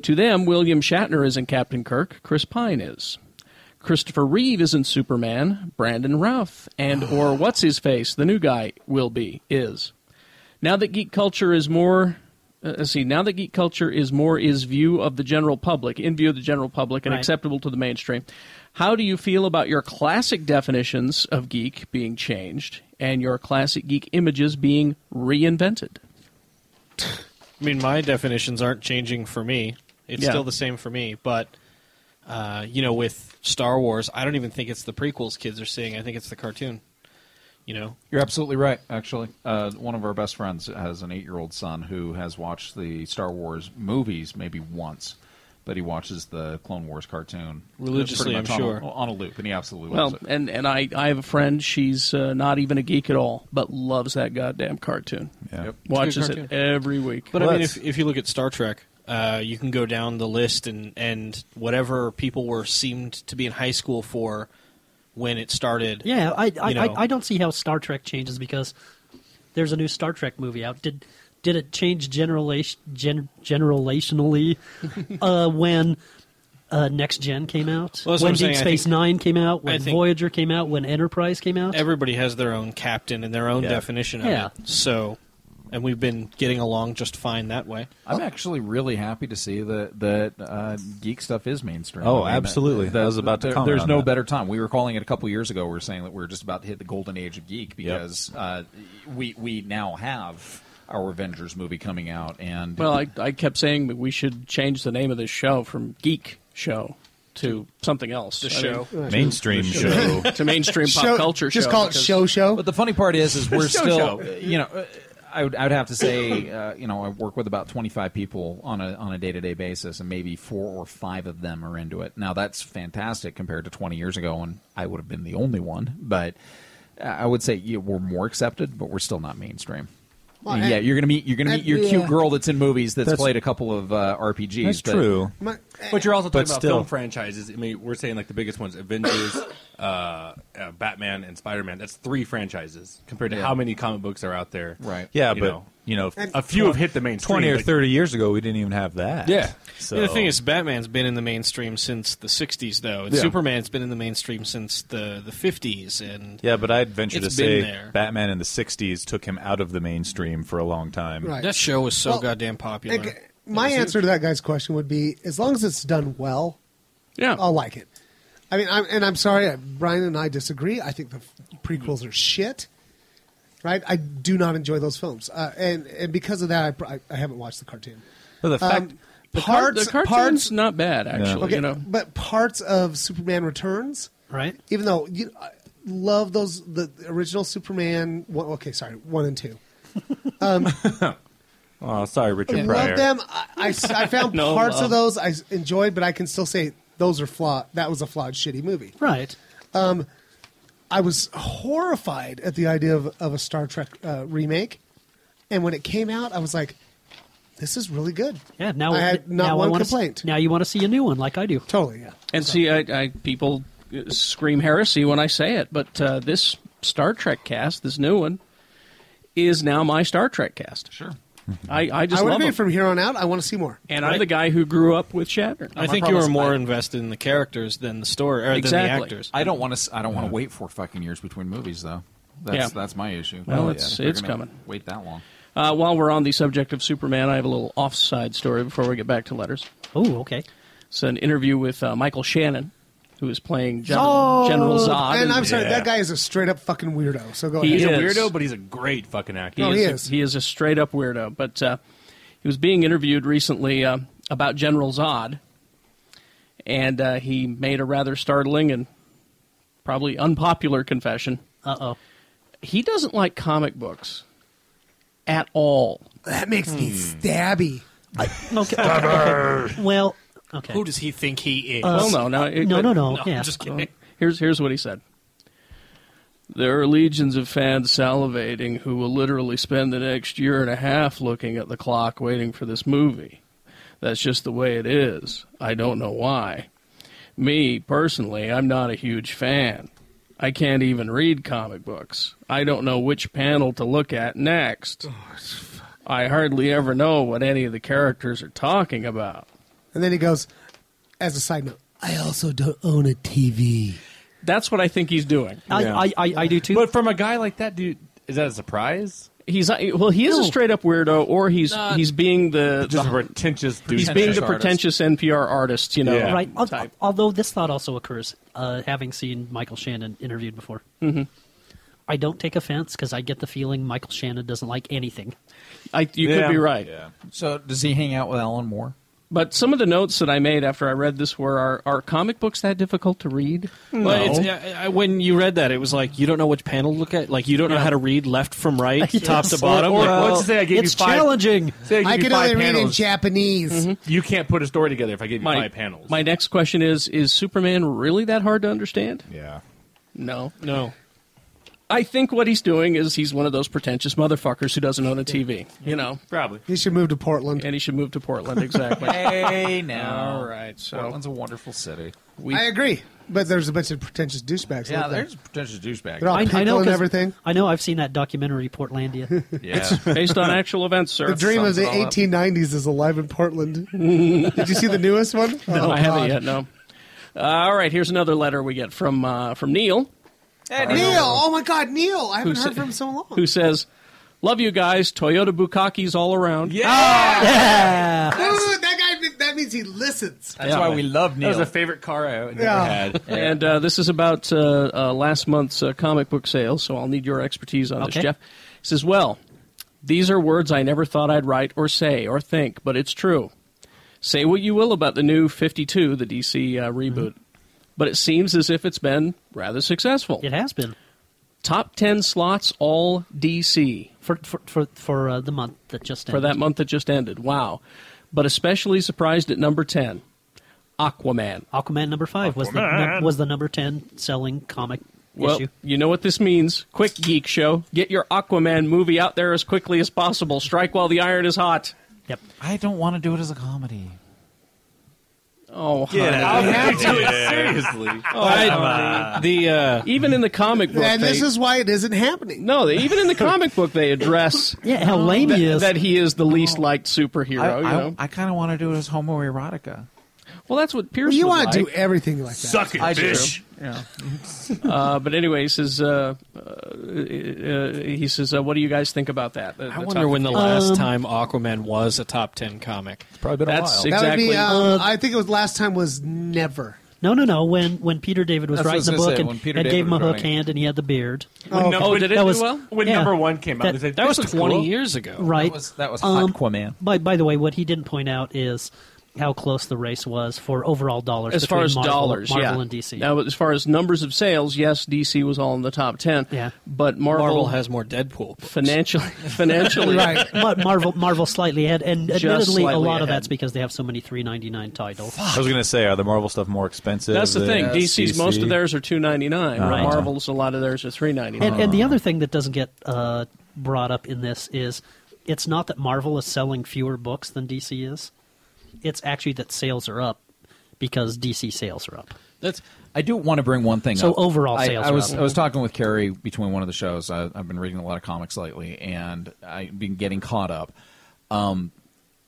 J: To them, William Shatner isn't Captain Kirk, Chris Pine is. Christopher Reeve isn't Superman, Brandon Routh, and or what's his face, the new guy will be is. Now that geek culture is more uh, let's see, now that geek culture is more is view of the general public, in view of the general public and
C: Right.
J: acceptable to the mainstream. How do you feel about your classic definitions of geek being changed and your classic geek images being reinvented?
I: I mean, my definitions aren't changing for me. It's
J: Yeah.
I: still the same for me, but uh, you know, with Star Wars, I don't even think it's the prequels kids are seeing. I think it's the cartoon. You know,
H: You're absolutely right. Actually, uh, one of our best friends has an eight-year-old son who has watched the Star Wars movies maybe once, but he watches the Clone Wars cartoon
I: Religiously,
H: pretty much
I: I'm
H: on a-
I: sure.
H: on a loop, and he absolutely
J: Well,
H: loves it.
J: and and I I have a friend. She's uh, not even a geek at all, but loves that goddamn cartoon.
A: Yeah.
H: Yep.
J: Watches
H: It's a good
J: it every week.
I: But
A: Well,
I: I mean,
A: that's-
I: if, if you look at Star Trek, uh, you can go down the list and and whatever people were seemed to be in high school for when it started.
C: Yeah, I I,
I: You know.
C: I I don't see how Star Trek changes because there's a new Star Trek movie out. Did did it change generation gen,
I: (laughs)
C: generationally uh, when uh, Next Gen came out?
I: Well, that's what
C: when
I: I'm
C: Deep
I: saying. I
C: Space
I: think-
C: Nine came out?
I: I
C: When
I: think-
C: Voyager came out? When Enterprise came out?
I: Everybody has their own captain and their own definition of
C: Yeah.
I: it. So and we've been getting along just fine that way.
H: I'm actually really happy to see that that uh, geek stuff is mainstream.
A: Oh,
H: I mean,
A: absolutely. I was about to
H: there-
A: comment
H: There's
A: on
H: no
A: that.
H: better time. We were calling it a couple years ago. We were saying that we were just about to hit the golden age of geek because uh, we we now have our Avengers movie coming out, and
J: Well, I, I kept saying that we should change the name of this show from Geek Show to something else.
I: The
J: I
I: show.
J: mean-
A: Mainstream
J: To-
B: (laughs)
A: show.
J: (laughs) to mainstream pop
E: Show-
J: culture
E: Just
J: show.
E: call it
J: because-
E: show show.
H: But the funny part
A: (laughs)
H: is, is we're
E: Show
H: still,
E: show.
H: uh, you know, uh, I would, I would have to say, uh, you know, I work with about 25 people on a on a day to day basis, and maybe four or five of them are into it. Now that's fantastic compared to 20 years ago, and I would have been the only one. But uh, I would say yeah, we're more accepted, but we're still not mainstream.
E: Well,
H: yeah,
E: and-
H: you're gonna meet you're gonna
E: and-
H: meet your cute
E: yeah.
H: girl that's in movies that's,
A: That's-
H: played a couple of uh, RPGs.
A: That's
H: but-
A: true.
E: My-
D: But you're also talking
A: But
D: about
A: still.
D: film franchises. I mean, we're saying like the biggest ones: Avengers, (coughs) uh, uh, Batman, and Spider-Man. That's three franchises compared to
H: Yeah.
D: how many comic books are out there.
H: Right.
A: Yeah,
D: You
A: but
D: know.
A: you know,
E: And-
D: A few have hit the mainstream.
A: twenty or
D: like-
A: thirty years ago, we didn't even have that.
D: Yeah.
A: So
I: the thing is, Batman's been in the mainstream since the '60s, though, and
D: Yeah.
I: Superman's been in the mainstream since the the '50s, and
A: yeah, but I'd venture to
I: It's
A: say
I: been there.
A: Batman in the '60s took him out of the mainstream for a long time.
E: Right.
I: that show was so
E: Well,
I: goddamn popular.
E: Okay, my answer to that guy's question would be: as long as it's done well,
J: Yeah.
E: I'll like it. I mean, I'm, and I'm sorry, uh, Brian and I disagree. I think the f- prequels are shit. Right? I do not enjoy those films, uh, and and because of that, I, pr- I, I haven't watched the cartoon.
A: But the fact,
E: Um,
J: The, car- the cartoon's
E: parts,
J: not bad, actually.
E: okay,
J: You know,
E: but parts of Superman Returns,
C: Right?
E: even though you I love those the the original Superman. One, okay, sorry, one and two.
D: Oh, sorry, Richard
E: I
D: Pryor.
E: love them. I, I s- I
C: (laughs)
E: found
I: No
E: parts
I: love.
E: of those I s- enjoyed, but I can still say those are flawed. That was a flawed, shitty movie.
C: Right.
E: I was horrified at the idea of, of a Star Trek uh, remake, and when it came out, I was like, "This is really good."
C: Yeah, now
E: I had not
C: now I
E: one
C: wanna s-
E: complaint.
C: now you want to see a new one like I do.
E: Totally, yeah.
J: and see, I, I people uh, scream heresy when I say it, but uh, this Star Trek cast, this new one, is now my Star Trek cast. Sure. I, I just
E: I would
J: love
E: agree.
J: them.
E: From here on out, I want to see more.
J: and I'm the guy who grew up with Shatner.
I: I think you were more invested in the characters than the story or than the
J: Exactly.
I: actors.
H: I don't want to. I don't want to wait four fucking years between movies, though. That's
J: Yeah.
H: that's my issue.
J: Well,
H: If
J: it's-
H: they're
J: it's
H: gonna
J: coming.
H: Wait that long.
J: Uh, while we're on the subject of Superman, I have a little offside story before we get back to letters.
C: Oh, okay.
J: It's an interview with uh, Michael Shannon, who is playing General, General Zod.
E: Oh, and
J: in-
E: I'm sorry,
D: Yeah.
E: that guy is a straight up fucking weirdo. So go
J: He
E: ahead.
D: He's a
J: is.
D: weirdo, but he's a great fucking actor.
C: Oh,
E: No,
J: he, is
E: he
J: a,
E: is.
J: he is a straight up weirdo. But uh, he was being interviewed recently uh, about General Zod, and uh, he made a rather startling and probably unpopular confession.
C: Uh oh.
J: He doesn't like comic books at all.
E: That makes me stabby.
C: Okay. okay. Well, okay.
I: Who does he think he is?
J: well, no, no, it-
C: Uh, no, no, no.
I: No,
C: yeah.
I: I'm just kidding.
J: Here's here's what he said. There are legions of fans salivating who will literally spend the next year and a half looking at the clock waiting for this movie. That's just the way it is. I don't know why. Me, personally, I'm not a huge fan. I can't even read comic books. I don't know which panel to look at next. I hardly ever know what any of the characters are talking about.
E: And then he goes, as a side note, I also don't own a TV.
J: That's what I think he's doing.
C: I, I, I, I do too.
D: But from a guy like that, dude, is that a surprise?
J: He's well. He is a straight up weirdo, or he's he's being the,
D: Just a
J: the-
D: pretentious dude.
J: he's being the
H: pretentious
J: pretentious NPR artist. You know,
D: Yeah.
C: right. Al-
J: type.
C: Although this thought also occurs, uh, having seen Michael Shannon interviewed before. Mm-hmm. I don't take offense because I get the feeling Michael Shannon doesn't like anything.
J: I, you
D: Yeah.
J: could be right.
H: So does he hang out with Alan Moore?
J: But some of the notes that I made after I read this were: Are, are comic books that difficult to read?
I: Well, it's, I, I, when you read that, it was like you don't know which panel to look at. Like you don't know how to read left from (laughs) right, top to bottom.
D: Or,
I: Like,
D: let's say I gave
C: it's
D: you five.
C: challenging.
D: Say I, give
E: I
D: you
E: can
D: five
E: only read in
D: panels.
E: Japanese.
C: Mm-hmm.
D: You can't put a story together if I give you
J: My
D: five panels.
J: my next question is: Is Superman really that hard to understand?
A: yeah,
J: No.
I: no,
J: I think what he's doing is he's one of those pretentious motherfuckers who doesn't own a TV. You know,
D: Probably.
E: He should move to Portland.
J: and he should move to Portland.
H: (laughs)
J: Exactly.
H: Hey, (laughs) now.
J: All right. So
H: Oh, Portland's a wonderful city.
J: we
E: I agree, but there's a bunch of pretentious douchebags.
H: Yeah,
E: out there.
H: there's potential douchebags.
E: They're all
C: I,
E: people
C: I know
E: and
C: 'cause-
E: everything.
C: I know. I've seen that documentary, Portlandia.
J: uh,
H: yeah.
J: based on actual events, sir.
E: The dream of the
H: sums it all up.
E: 1890s is alive in
J: (laughs)
E: Portland. Did you see the newest one?
J: No,
E: Oh,
J: I
E: God.
J: haven't yet. No. Uh, all right. Here's another letter we get from uh, from Neil,
E: Neil, oh my God, Neil! I haven't heard from him so long.
J: who says, Love you guys. Toyota Bukakis all around.
E: Yeah! Dude, that guy, that means he listens.
J: Yeah.
H: That was a favorite car I ever
E: Yeah.
H: had.
J: And uh, this is about uh, uh, last month's uh, comic book sales, so I'll need your expertise on
C: Okay.
J: this, Jeff. It says, Well, these are words I never thought I'd write or say or think, but it's true. Say what you will about the new 52, the DC uh, reboot, but it seems as if it's been rather successful. It
C: has been.
J: Top 10 slots, all DC.
C: For, for, for, for uh, the month that just
J: For
C: ended.
J: that month that just ended. Wow. But especially surprised at number 10, Aquaman.
C: Aquaman number five was the,
J: Aquaman.
C: was the number ten selling comic
J: Well,
C: issue.
J: you know what this means. Quick geek show. Get your Aquaman movie out there as quickly as possible. Strike while the iron is hot.
C: Yep.
H: I don't want to do it as a comedy.
J: Oh,
H: Get
J: honey.
H: out. I'll have to do it
J: seriously.
I: I- the uh,
J: even in the comic book,
E: And this
J: they-
E: is why it isn't happening.
J: no, they, even in the comic book
E: (laughs)
J: they address
C: yeah how lame
J: that,
C: he is.
J: that he is the least liked superhero.
H: I,
J: you know.
H: kind of want to do it as homoerotica.
J: well, that's what Pierce.
E: Well, you
J: want
E: want to do everything like that.
M: Suck it,
H: I do.
M: bitch.
H: Yeah.
J: uh, but anyway, he says, uh, uh, uh, he says, uh, what do you guys think about that?
I: I wonder when the last
J: last
C: Um,
I: time Aquaman was a top ten comic.
A: Probably been
J: That's
A: a while.
J: ex-
E: That would
J: Exactly.
E: be, um, I think it was last time was never.
C: No, no, no. When when Peter David was
H: That's what I
C: writing
H: was
C: the
H: gonna
C: book
H: say,
C: and,
H: when Peter
C: and
H: David
C: gave him a
H: was
C: hook
H: writing it.
C: hand and he had the beard.
E: Oh, okay.
J: oh, did it
C: that
J: do
C: was-
J: well?
L: When
C: Yeah.
L: number one came out,
C: That-
L: they said,
I: That was
L: "This is
I: twenty
L: cool."
I: years ago.
C: Right.
H: That was that was
C: Um,
H: Aquaman.
C: By by the way, what he didn't point out is how close the race was for overall dollars.
J: as far
C: between
J: as
C: Marvel,
J: dollars,
C: Marvel
J: yeah.
C: and DC.
J: Now, Uh, as far as numbers of sales, yes, DC was all in the top ten. (laughs)
C: Yeah.
J: but Marvel,
I: Marvel, has more Deadpool. books. (laughs)
J: financially, financially,
E: Right.
C: but Marvel Marvel slightly ahead, and
J: Just
C: admittedly, a
J: slightly
C: lot of
J: ahead.
C: that's because they have so many three ninety nine titles.
A: I was going to say, are the Marvel stuff more expensive?
J: That's the
A: than
J: thing. DC's
A: DC?
J: most of theirs are two ninety nine.
A: Uh-huh.
J: Marvel's a lot of theirs are three ninety
C: And,
J: nine.
C: and the
H: uh-huh.
C: other thing that doesn't get uh, brought up in this is it's not that Marvel is selling fewer books than DC is. It's actually that sales are up because DC sales are up.
H: That's. I do want to bring one thing.
C: So
H: up.
C: overall
H: I-
C: sales
H: I,
C: are
H: was
C: up.
H: I was talking with Carrie between one of the shows. I, I've been reading a lot of comics lately, and I've been getting caught up. Um,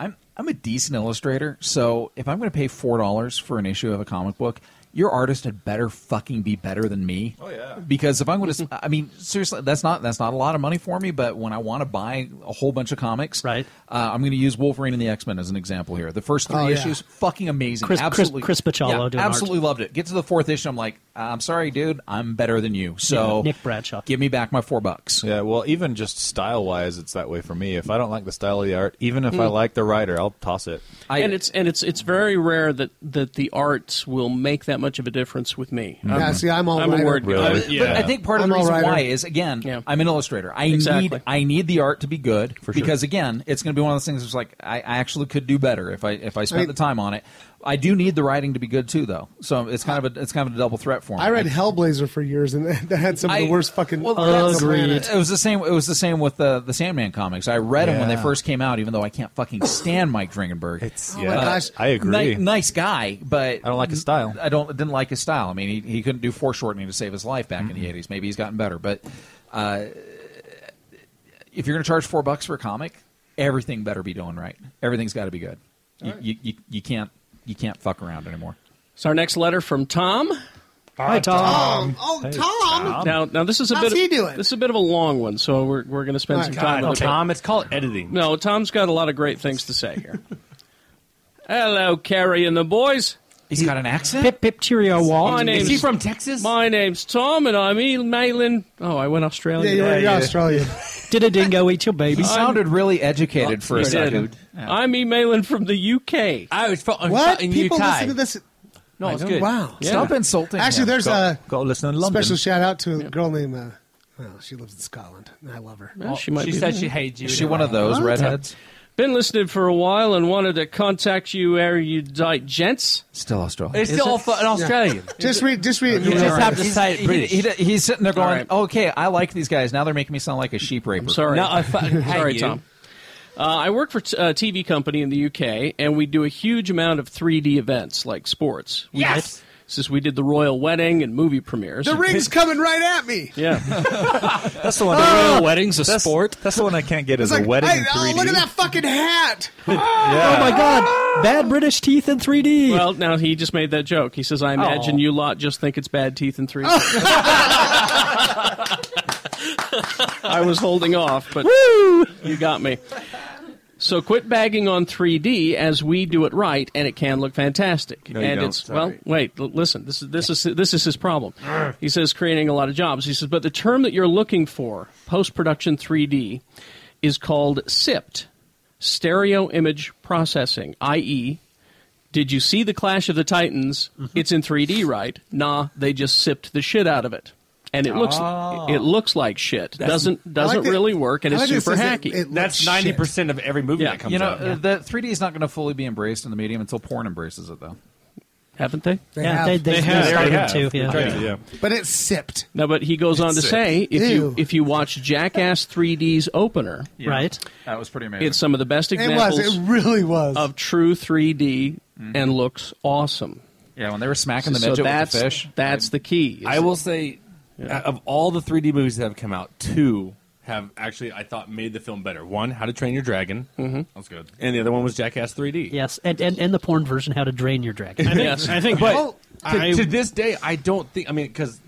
H: I'm I'm a decent illustrator, so if I'm going to pay four dollars for an issue of a comic book, your artist had better fucking be better than me. Oh yeah. Because if I'm going to, (laughs) I mean, seriously, that's not that's not a lot of money for me. But when I want to buy a whole bunch of comics,
C: Right.
H: Uh, I'm going to use Wolverine and the X Men as an example here. The first three
E: Oh, yeah.
H: issues, fucking amazing.
C: Chris- Chris-
H: absolutely,
C: Chris Picciolo
H: Yeah,
C: doing art.
H: absolutely loved it. Get to the fourth issue, I'm like, I'm sorry, dude, I'm better than you. So
C: Yeah, Nick Bradshaw.
H: give me back my four bucks.
A: Yeah, well, even just style wise, it's that way for me. If I don't like the style of the art, even if
L: Mm.
A: I like the writer, I'll toss it.
H: I,
J: and it's and it's it's very rare that that the arts will make that much of a difference with me.
E: Yeah, see, I'm all
J: I'm a
E: right.
J: word guy.
L: Uh,
A: Really?
H: but I think part of
E: I'm
H: the
E: all
H: reason
E: writer.
H: why is again,
J: Yeah.
H: I'm an illustrator. I
J: Exactly.
H: need I need the art to be good because again, it's going to be one of those things. It's like I, I actually could do better if I if I spent
E: mean-
H: the time on it. I do need the writing to be good too, though. So it's kind of a it's kind of a double threat for me.
E: I read Hellblazer for years, and (laughs) that had some of the
H: I-
E: worst fucking.
H: Well,
E: books on the
H: that's-
E: planet.
H: It was the same. It was the same with the the Sandman comics. I read them when they
A: Yeah.
H: first came out, even though I can't fucking stand Mike Dringenberg.
L: Oh
A: It's
E: my gosh.
A: I agree.
H: Ni- nice guy, but
A: I don't like his style.
H: I don't didn't like his style. I mean, he, he couldn't do foreshortening to save his life back in the eighties. Maybe he's gotten better, but uh, if you're going to charge four bucks for a comic, everything better be doing right. Everything's got to be good. You, you, you you can't you can't fuck around anymore.
J: So our next letter from Tom.
C: Hi, Tom.
E: Tom. Oh, Tom.
J: Now now this is a
E: How's
J: bit of,
E: he doing?
J: this is a bit of a long one, so we're we're going to spend
E: My
J: some
E: God,
J: time on it.
L: Oh, Tom, it's called editing.
J: No, Tom's got a lot of great things to say here. Hello, Carrie and the boys.
H: He's got an accent.
C: Pip pip cheerio
J: My
C: wall.
L: Is he
J: name's
L: from Texas?
J: my name's Tom, and I'm emailing. Oh, I went
E: Yeah,
J: Australian.
E: you're, you're
L: yeah.
E: Australian.
C: Did a dingo eat your baby?
H: He sounded really educated for
J: You
H: a
J: did.
H: second.
J: I'm emailing from the UK.
L: I was from
E: What?
L: in
E: People
L: UK.
E: listen to this.
L: No, it's
H: know.
L: good.
E: Wow.
H: Stop insulting.
E: Actually,
H: him.
E: there's a
A: Got to listen in London.
E: special shout out to a girl named. Uh, well, she lives in Scotland, and I love her.
J: Well, she might
L: she
J: be
L: said she hates you.
H: Is she one of those redheads?
J: Been listening for a while and wanted to contact you, erudite gents.
H: Still Australian.
L: It's still for an Australian.
E: Just read, just read it.
L: You just have to
H: He's-
L: say it
H: he-
L: British.
H: he- he's sitting there going,
J: All right.
H: "Okay, I like these guys. Now they're making me sound like a sheep raper."
J: I'm sorry.
L: No, I
J: (laughs)
L: fucking hate
J: Sorry,
L: you.
J: Tom. Uh, I work for t- a TV company in the UK, and we do a huge amount of 3D events like sports. We
L: Yes!
J: did- Since we did the royal wedding and movie premieres.
E: The ring's coming right at me. (laughs)
J: Yeah.
A: That's the one.
H: Oh!
I: Royal weddings a
A: that's,
I: sport.
A: That's the one I can't get.
E: It's
A: Is
E: like,
A: a wedding
E: hey,
A: in 3D.
E: oh, look at that fucking hat.
C: Oh my god! Bad British teeth in three D.
J: well, now he just made that joke. He says,
E: (laughs)
J: I imagine you lot just think it's bad teeth and three. I was holding off, but you got me. So quit bagging on 3D as we do it right, and it can look fantastic.
B: No, you
J: and
B: don't.
J: it's
B: Sorry.
J: well, wait, l- listen. This is this is this is his problem. He says creating a lot of jobs. He says, but the term that you're looking for, post production 3D, is called SIPT, stereo image processing, i.e. Did you see the Clash of the Titans?
L: Mm-hmm.
J: It's in 3D, right? Nah, they just sipped the shit out of it, and it looks
L: Ah.
J: it looks like shit.
L: That's-
J: doesn't
L: I
J: doesn't
L: like that-
J: really work, and
L: I
J: it's
L: like that it
J: super
L: says it-
J: hacky.
L: it That's looks 90%
H: of every movie
J: that comes
H: You know,
J: out.
H: uh,
J: Yeah.
H: the 3D is not going to fully be embraced in the medium until porn embraces it, though.
J: Haven't they?
H: They Yeah, have. they- they- They have. they started They to, yeah. tried to, yeah.
E: But it sipped.
J: No, but he goes on
E: It's
J: to
E: sick.
J: say if you
E: Ew.
J: if you watch Jackass 3D's opener,
E: Yeah. Right.
H: That was pretty amazing.
J: It's some of the best
E: It was.
J: examples
E: It really was.
J: of true 3D
L: Mm-hmm.
J: and looks awesome.
H: Yeah, when they were smacking
J: So that's, That's the key.
D: I will say, uh, of all the 3D movies that have come out, two have actually I thought made the film better. One, How to Train Your Dragon, mm-hmm. that was good, and the other one was Jackass 3D.
C: Yes, and, and, and the porn version, How to Drain Your
E: (laughs)
C: Dragon.
D: but to, to this day, I don't think. I mean, because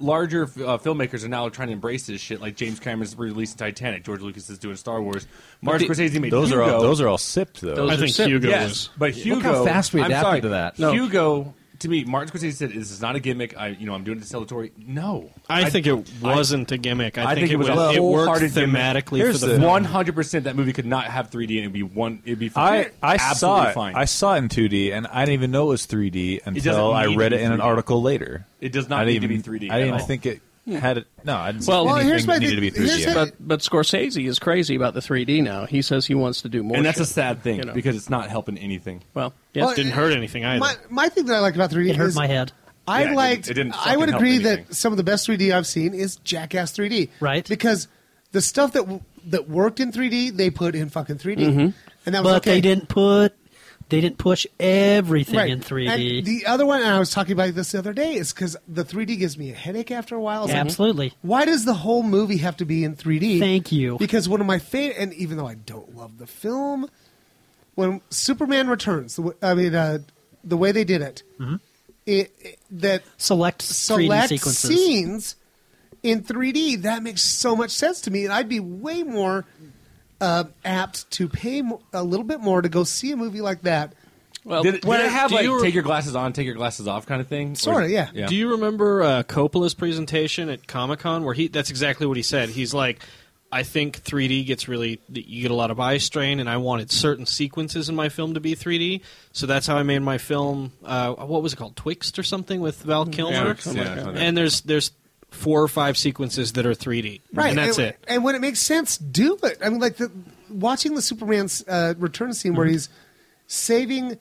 D: larger uh, filmmakers are now trying to embrace this shit. Like James Cameron's releasing Titanic, George Lucas is doing Star Wars, Martin
A: the-
D: Scorsese made
A: those are all-
D: Hugo.
A: those are all sipped, though. Those I are think sipped. Hugo
D: Yes,
A: was-
D: but
A: Look
D: Hugo.
A: how fast we
D: I'm
A: adapted
D: sorry,
A: to that. No.
D: Hugo. To me, Martin Scorsese said, "This is not a gimmick. I, you know, I'm doing it to sell the Tory." No,
I: I think it wasn't a gimmick. I think it
D: a
I: was- it worked
D: wholehearted gimmick.
I: thematically
D: Here's
I: for the
D: the
I: film.
D: 100 percent that movie could not have 3D and it'd be one. It'd be
A: I, I
D: absolutely
A: saw it.
D: fine.
A: I saw it in 2D, and I didn't even know it was 3D until
D: doesn't
A: I
D: need
A: read
D: to
A: it
D: be
A: in an
D: 3D.
A: article later.
D: It does not
A: I didn't
D: need to be
A: even-
D: 3D
A: I
D: at
A: didn't
D: all.
A: think it
D: Hmm.
A: had it. No, I didn't see
J: Well,
A: anything that needed to be 3D. yet.
J: But, but Scorsese is crazy about the 3D now. He says he wants to do more.
D: and that's
J: shit,
D: a sad thing
J: you know.
D: because it's not helping anything.
J: well,
E: Well, Didn't hurt
I: anything
E: My, my thing that I liked about 3D
D: It hurt
E: is
D: my head.
E: I
D: Yeah, it
E: liked.
D: didn't- it didn't
E: I would
D: fucking help
E: agree that some of the best 3D I've seen is Jackass 3D. Right. Because the stuff that w- that worked in 3D, they put in fucking 3D,
D: Mm-hmm.
C: Mhm.
E: and that was
C: but
E: okay.
C: they didn't put they didn't push everything
E: Right.
C: in 3D.
E: And the other one, and I was talking about this the other day, is because the 3D gives me a headache after a while. It's
C: Yeah,
E: like,
C: absolutely.
E: Why does the whole movie have to be in 3D?
C: Thank you.
E: Because one of my favorite, and even though I don't love the film, when Superman Returns, the w- I mean, uh, the way they did it,
C: Mm-hmm.
E: it, it- that
C: select
E: select
C: sequences.
E: scenes in 3D. That makes so much sense to me, and I'd be way more uh, apt to pay mo- a little bit more to go see a movie like that.
J: Well,
D: did,
E: when
D: did it Uh, have
E: do
D: like
E: you-
D: take your glasses on, take your glasses off kind of thing? Or is
E: Sorta,
D: it-
E: yeah.
D: yeah.
I: Do you remember uh, Coppola's presentation at Comic Con where he? That's exactly what he said. He's like, I think 3D gets really you get a lot of eye strain, and I wanted certain sequences in my film to be 3D, so that's how I made my film. Uh, what was it called, Twixt or something with Val Kilmer?
D: Twixt, yeah, something like that.
I: and there's there's four or five sequences that are 3D,
E: Right,
I: And that's it.
E: And when it makes sense, do it. I mean, like the, watching the Superman's uh, return scene
J: Mm-hmm.
E: where he's saving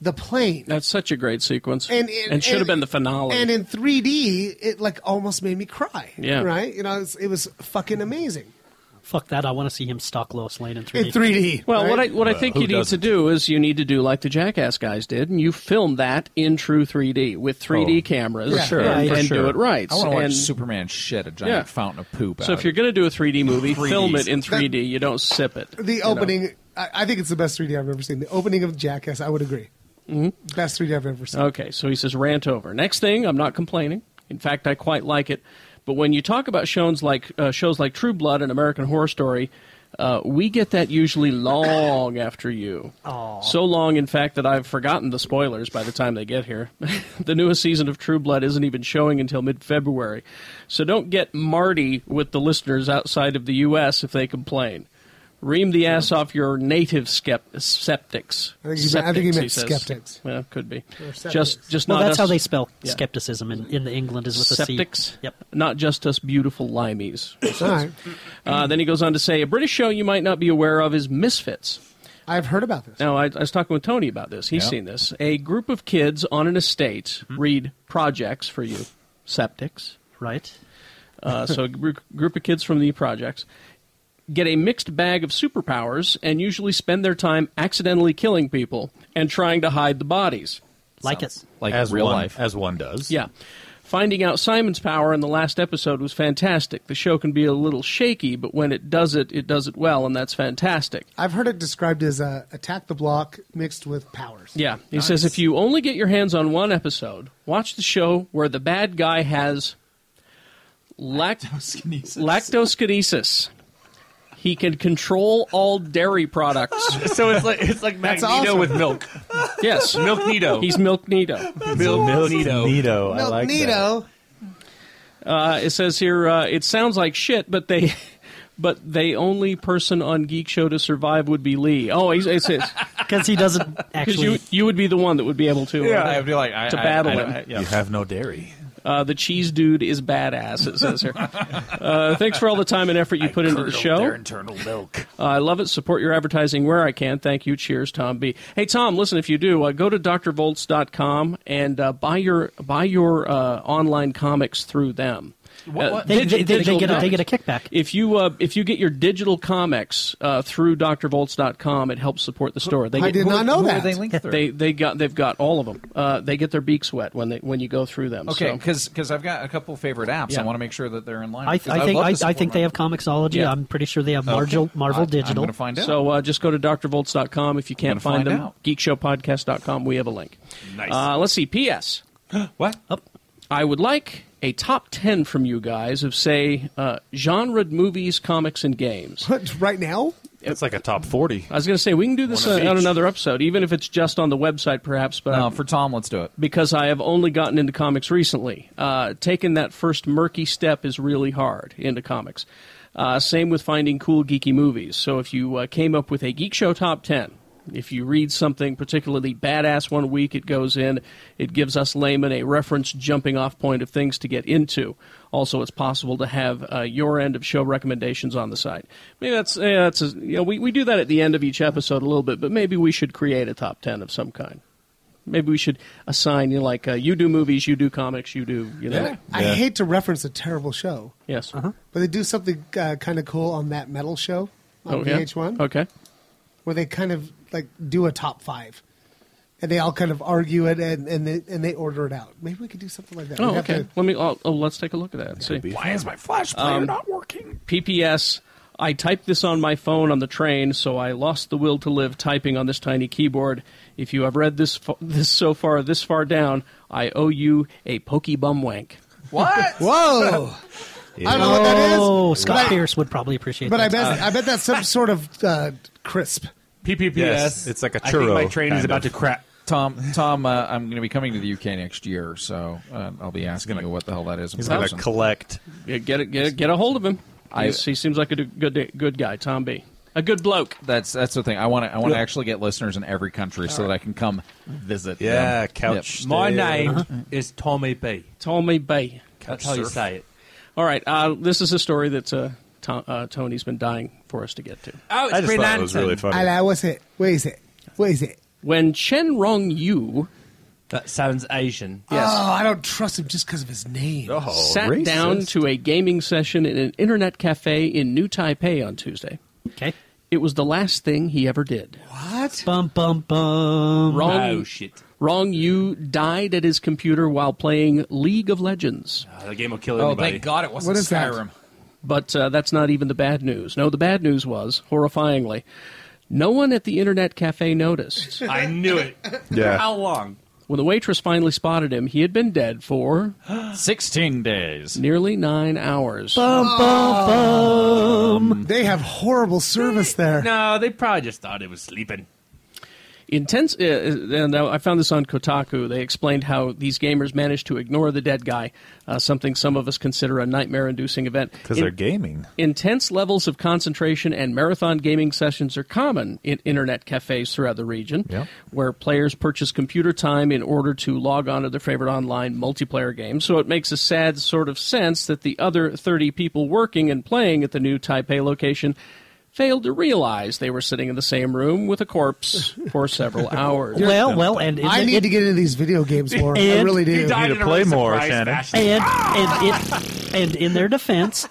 E: the plane,
J: that's such a great sequence,
E: and
J: it should have been the finale.
E: And in 3D, it like almost made me cry.
J: Yeah.
E: right. You know, it was, it was fucking amazing.
C: Fuck that! I want to see him stalk Lois Lane in 3D.
E: In 3D.
J: Well, what I what I think you need to do is you need to do like the Jackass guys did, and you film that in true 3D with 3D
H: Oh,
J: cameras,
H: For sure.
J: and,
H: for
J: and
H: sure.
J: do it right.
H: I want to watch
J: And-
H: Superman shed a giant
J: Yeah.
H: fountain of poop
J: So
H: out
J: if you're going to do a 3D movie,
H: 3D.
J: film it in 3D. you don't sip it.
E: The opening, I, I think it's the best 3D I've ever seen. The opening of Jackass, I would agree.
J: Mm-hmm.
E: Best 3D I've ever seen.
J: Okay, so he says rant over. Next thing, I'm not complaining. In fact, I quite like it. But when you talk about shows like uh, shows like True Blood and American Horror Story, uh, we get that usually long (laughs) after you. So long, in fact, that I've forgotten the spoilers by the time they get here. (laughs) the newest season of True Blood isn't even showing until mid-February, so don't get Marty with the listeners outside of the U.S. if they complain. Ream the ass off your native skept- septics.
E: I think he meant- I think he
J: Septics,
E: meant
J: says.
E: skeptics.
J: Yeah, could be.
E: Or septics.
J: Just, just
C: well,
J: not
C: that's
J: us-
C: how they spell
J: Yeah.
C: skepticism in, in the England is with a
J: Septics.
C: C. Yep.
J: Not just us beautiful limeys.
E: All right.
J: Uh, then he goes on to say a British show you might not be aware of is Misfits.
E: I've heard about this.
J: Now, I, I was talking with Tony about this. He's
E: Yeah.
J: seen this. A group of kids on an estate read projects for you, septics.
C: Right.
J: Uh, so, a gr- group of kids from the projects get a mixed bag of superpowers and usually spend their time accidentally killing people and trying to hide the bodies.
C: Like it.
H: like
A: as
H: real
A: one,
H: life.
A: as one does.
J: Yeah. Finding out Simon's power in the last episode was fantastic. The show can be a little shaky, but when it does it, it does it well, and that's fantastic.
E: I've heard it described as uh, attack the block mixed with powers.
J: Yeah. He says if you only get your hands on one episode, watch the show where the bad guy has Lact- lactoskinesis. He can control all dairy products.
L: So it's like it's like
E: That's
L: Magneto
E: awesome.
L: with milk.
J: Yes,
L: Milk Nito.
J: he's Milk Nito.
L: Milk Nito.
A: Neato. I
E: Milk
A: like that.
E: Nito.
J: Uh, it says here uh, it sounds like shit, but they, (laughs) but the only person on Geek Show to survive would be Lee. Oh, he's- it says
C: because he doesn't
J: because
C: actually.
J: you you would be the one that would be able to. uh,
L: I'd be like, I,
J: To battle
L: don't-
J: him.
L: yeah.
A: You have no dairy.
J: Uh, the cheese dude is badass. It
L: (laughs)
J: says here. Uh, thanks for all the time and effort you put into the
A: Curdle
J: show.
A: Their internal milk.
J: Uh, I love it. Support your advertising where I can. Thank you. Cheers, Tom B. Hey, Tom, listen, if you do, uh, go to drvolts.com and uh, buy your buy your uh, online comics through them. Uh,
C: they,
J: digi-
C: they, they, they
J: digital
C: get a, they
J: comics.
C: get a kickback.
J: If you uh, if you get your digital comics uh, through drvolts.com, it helps support the store. They
E: I
J: get,
E: did not know
H: Who are
E: that.
H: they
J: (laughs)
H: linked through?
J: They they got they've got all of them. Uh, they get their beaks wet when they when you go through them.
H: okay,
J: so-
H: because I've got a couple favorite apps.
J: Yeah.
H: I want to make sure that they're in line.
C: I, I
H: 'cause I'd
C: think
H: love to
C: I, I
H: support
C: think
H: my-
C: they have Comixology.
J: Yeah.
C: I'm pretty sure they have Marvel Marvel
H: I-
C: Digital.
H: I'm gonna find out.
J: So uh, just go to drvolts.com. If you
H: Gonna
J: can't find,
H: find
J: them,
H: out.
J: geekshowpodcast.com. We have a link.
L: Nice.
J: Uh, let's
H: (gasps)
J: see. P.S.
L: What?
J: I would like a top 10 from you guys of, say, uh, genred movies, comics, and games.
E: right now?
A: It's like a top 40.
J: I was going to say, we can do this
A: One
J: on,
A: of
J: on
A: each.
J: another episode, even if it's just on the website, perhaps, but
H: No,
J: I'm-
H: for Tom, let's do it.
J: because I have only gotten into comics recently. Uh, taking that first murky step is really hard into comics. Uh, same with finding cool geeky movies. So if you uh, came up with a Geek Show top 10, if you read something particularly badass one week, it goes in. It gives us laymen a reference jumping off point of things to get into. Also, it's possible to have uh, your end of show recommendations on the site. Maybe that's, eh, that's a, you know, we, we do that at the end of each episode a little bit, but maybe we should create a top 10 of some kind. Maybe we should assign you know, like uh, you do movies, you do comics, you do you know.
E: I hate to reference a terrible show,
J: Yes.
E: but they do something uh, kind of cool on that metal show on
J: Oh, yeah.
E: VH1
J: Okay.
E: where they kind of like do a top five. And they all kind of argue it and, and, they, and they order it out. Maybe we could do something like that. We'd
J: Oh,
E: have
J: okay.
E: to-
J: Let me. Oh, oh, let's take a look at that. and see. Um,
A: Why is my flash player not working?
J: PPS. I typed this on my phone on the train, so I lost the will to live typing on this tiny keyboard. If you have read this fo- this so far this far down, I owe you a pokey bum wank.
H: What?
E: Whoa! I don't know what that is.
C: Oh, Scott
E: but,
C: Pierce would probably appreciate
E: But I
C: that.
E: bet, I bet that's some sort of uh, crisp.
L: PPPS.
A: Yes, it's like a
L: I think my
A: churro,
L: train
A: kind
L: is about
A: of.
L: to crack.
H: Tom, Tom, uh, I'm going to be coming to the UK next year, so uh, I'll be asking you what the hell that is. in
A: He's going to
H: person.
A: collect.
J: Yeah, Get it, get it, get a hold of him.
H: I-
J: He's- he seems like a good good guy, Tom B. A good bloke.
H: That's that's the thing. I want to I want to actually get listeners in every country so that I can come visit.
A: Yeah,
H: them.
A: couch.
L: My
A: stay.
L: name
A: (laughs)
L: is Tommy B.
J: Tommy B.
L: That's how you say it.
J: All right. Uh, this is a story that uh, Tom, uh, Tony's been dying for us to get to.
L: Oh, it's
A: I just thought it was really funny.
E: I like, what's it? Where is it? Where is it?
J: When Chen Rong Yu
L: That sounds Asian.
E: Oh, I don't trust him just because of his name.
A: Oh,
J: sat
A: racist.
J: down to a gaming session in an internet cafe in New Taipei on Tuesday,
C: okay.
J: it was the last thing he ever did.
E: What?
C: Bum bum bum.
J: Rong,
L: Oh, shit.
J: Rong Yu died at his computer while playing League of Legends.
L: Oh, the game will kill
H: Oh,
L: anybody.
H: thank God it wasn't
E: What is that?
H: Skyrim.
J: But uh, that's not even the bad news. No, the bad news was, horrifyingly, no one at the internet cafe noticed.
L: (laughs) I knew (laughs) it.
A: Yeah.
L: How long?
J: when the waitress finally spotted him, he had been dead for
H: Sixteen days.
J: nearly nine hours.
E: They have horrible service there.
L: No, they probably just thought it was sleeping.
J: intense uh, and i found this on kotaku they explained how these gamers managed to ignore the dead guy uh, something some of us consider a nightmare inducing event
A: Because
J: In-
A: they're gaming.
J: intense levels of concentration and marathon gaming sessions are common in internet cafes throughout the region
A: Yep.
J: where players purchase computer time in order to log on to their favorite online multiplayer game so it makes a sad sort of sense that the other 30 people working and playing at the new taipei location failed to realize they were sitting in the same room with a corpse for
I: (laughs)
J: several hours
C: Well, well, and it,
E: I need
C: it,
E: to get into these video games more. I
C: And-
E: really do.
L: He died
A: to
L: in a
A: play
L: really
A: more,
L: surprised
A: Shannon.
L: fashion.
C: and and it, and in their defense,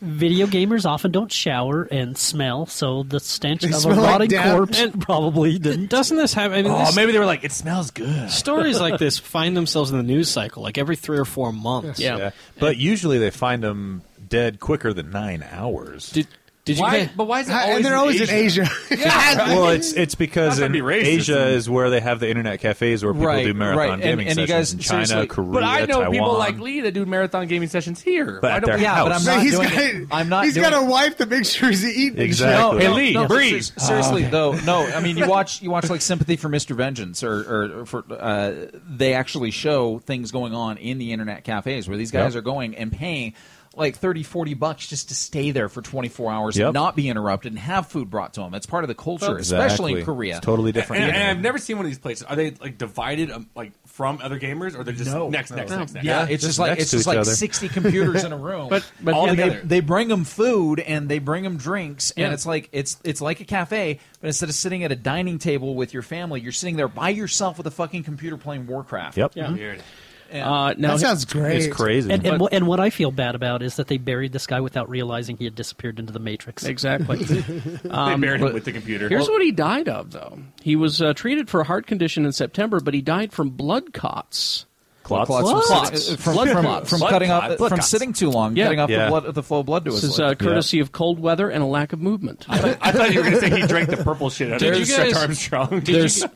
C: video gamers often don't shower and smell, so the stench of a
E: smell like
C: rotting
E: death.
C: corpse probably didn't.
I: Doesn't this happen? I
J: (laughs)
I: mean,
L: Oh,
I: this-
L: maybe they were like, it smells good.
I: stories like this find themselves in the news cycle like every three or four months.
J: yeah.
A: Yeah. But usually they find them dead quicker than nine hours.
I: Did, Did you?
H: Why,
I: guys-
H: but why is it
E: Hi-
H: always
E: and they're always in Asia.
A: well, it's it's because in
L: be racist.
A: Asia is where they have the internet cafes where people
H: Right,
A: do marathon
H: right. And-
A: gaming
H: and you
A: sessions
H: guys-
A: in China,
H: seriously.
A: Korea,
L: But I know
A: Taiwan.
L: people like Lee that do marathon gaming sessions here.
A: But
L: Why
A: at
L: don't
A: their
L: we-
H: Yeah, but I'm
A: house.
H: not
E: He's
H: doing
E: got,
H: it. I'm not
E: he's
H: doing
E: got a
H: it.
E: wife that makes sure he's eating.
A: Exactly.
L: Hey, Lee, breathe.
H: ser- Seriously, though, no. I mean, you watch you watch like Sympathy for Mr. Vengeance, or, or, or for uh, they actually show things going on in the internet cafes where these guys
A: Yep.
H: are going and paying like 30 40 bucks just to stay there for 24 hours
A: Yep.
H: and not be interrupted and have food brought to them it's part of the culture especially in
A: Exactly.
H: korea
A: It's totally different.
L: And, and I've never seen one of these places. Are they like divided um, like from other gamers, or they're just next, next, next, next?
H: yeah, it's
A: just
H: just like
A: next
H: it's
A: to
H: just
A: each
H: like
A: other.
H: 60 computers in
A: (laughs)
H: a room
I: But- but-
H: all
I: and
H: they,
I: they-
H: they bring them food and they bring them drinks
I: Yeah.
H: and it's like it's it's like a cafe but instead of sitting at a dining table with your family you're sitting there by yourself with a fucking computer playing warcraft
A: Yep.
L: Weird.
I: uh, now
E: That sounds great.
A: It's crazy.
C: And, and, wh- and what I feel bad about is that they buried this guy without realizing he had disappeared into the Matrix.
J: Exactly.
L: they buried him with the computer.
J: Here's what he died of, though. He was uh, treated for a heart condition in September, but he died from blood clots.
A: Clots?
H: from,
J: Clots.
H: uh, from,
J: Blood
H: from,
J: clots.
H: from
L: Blood
H: cutting
L: clot-
H: off
L: blood
H: from
L: clots.
H: sitting too long,
J: Yeah.
H: cutting off
A: Yeah.
H: the blood, the flow of blood to
J: This
H: his
J: is
H: leg.
J: uh, courtesy of cold weather and a lack of movement.
L: I thought you were going to say he drank the purple shit out
I: Did
L: of
I: you
L: Stretch
I: guys-
L: Armstrong.
I: Did you,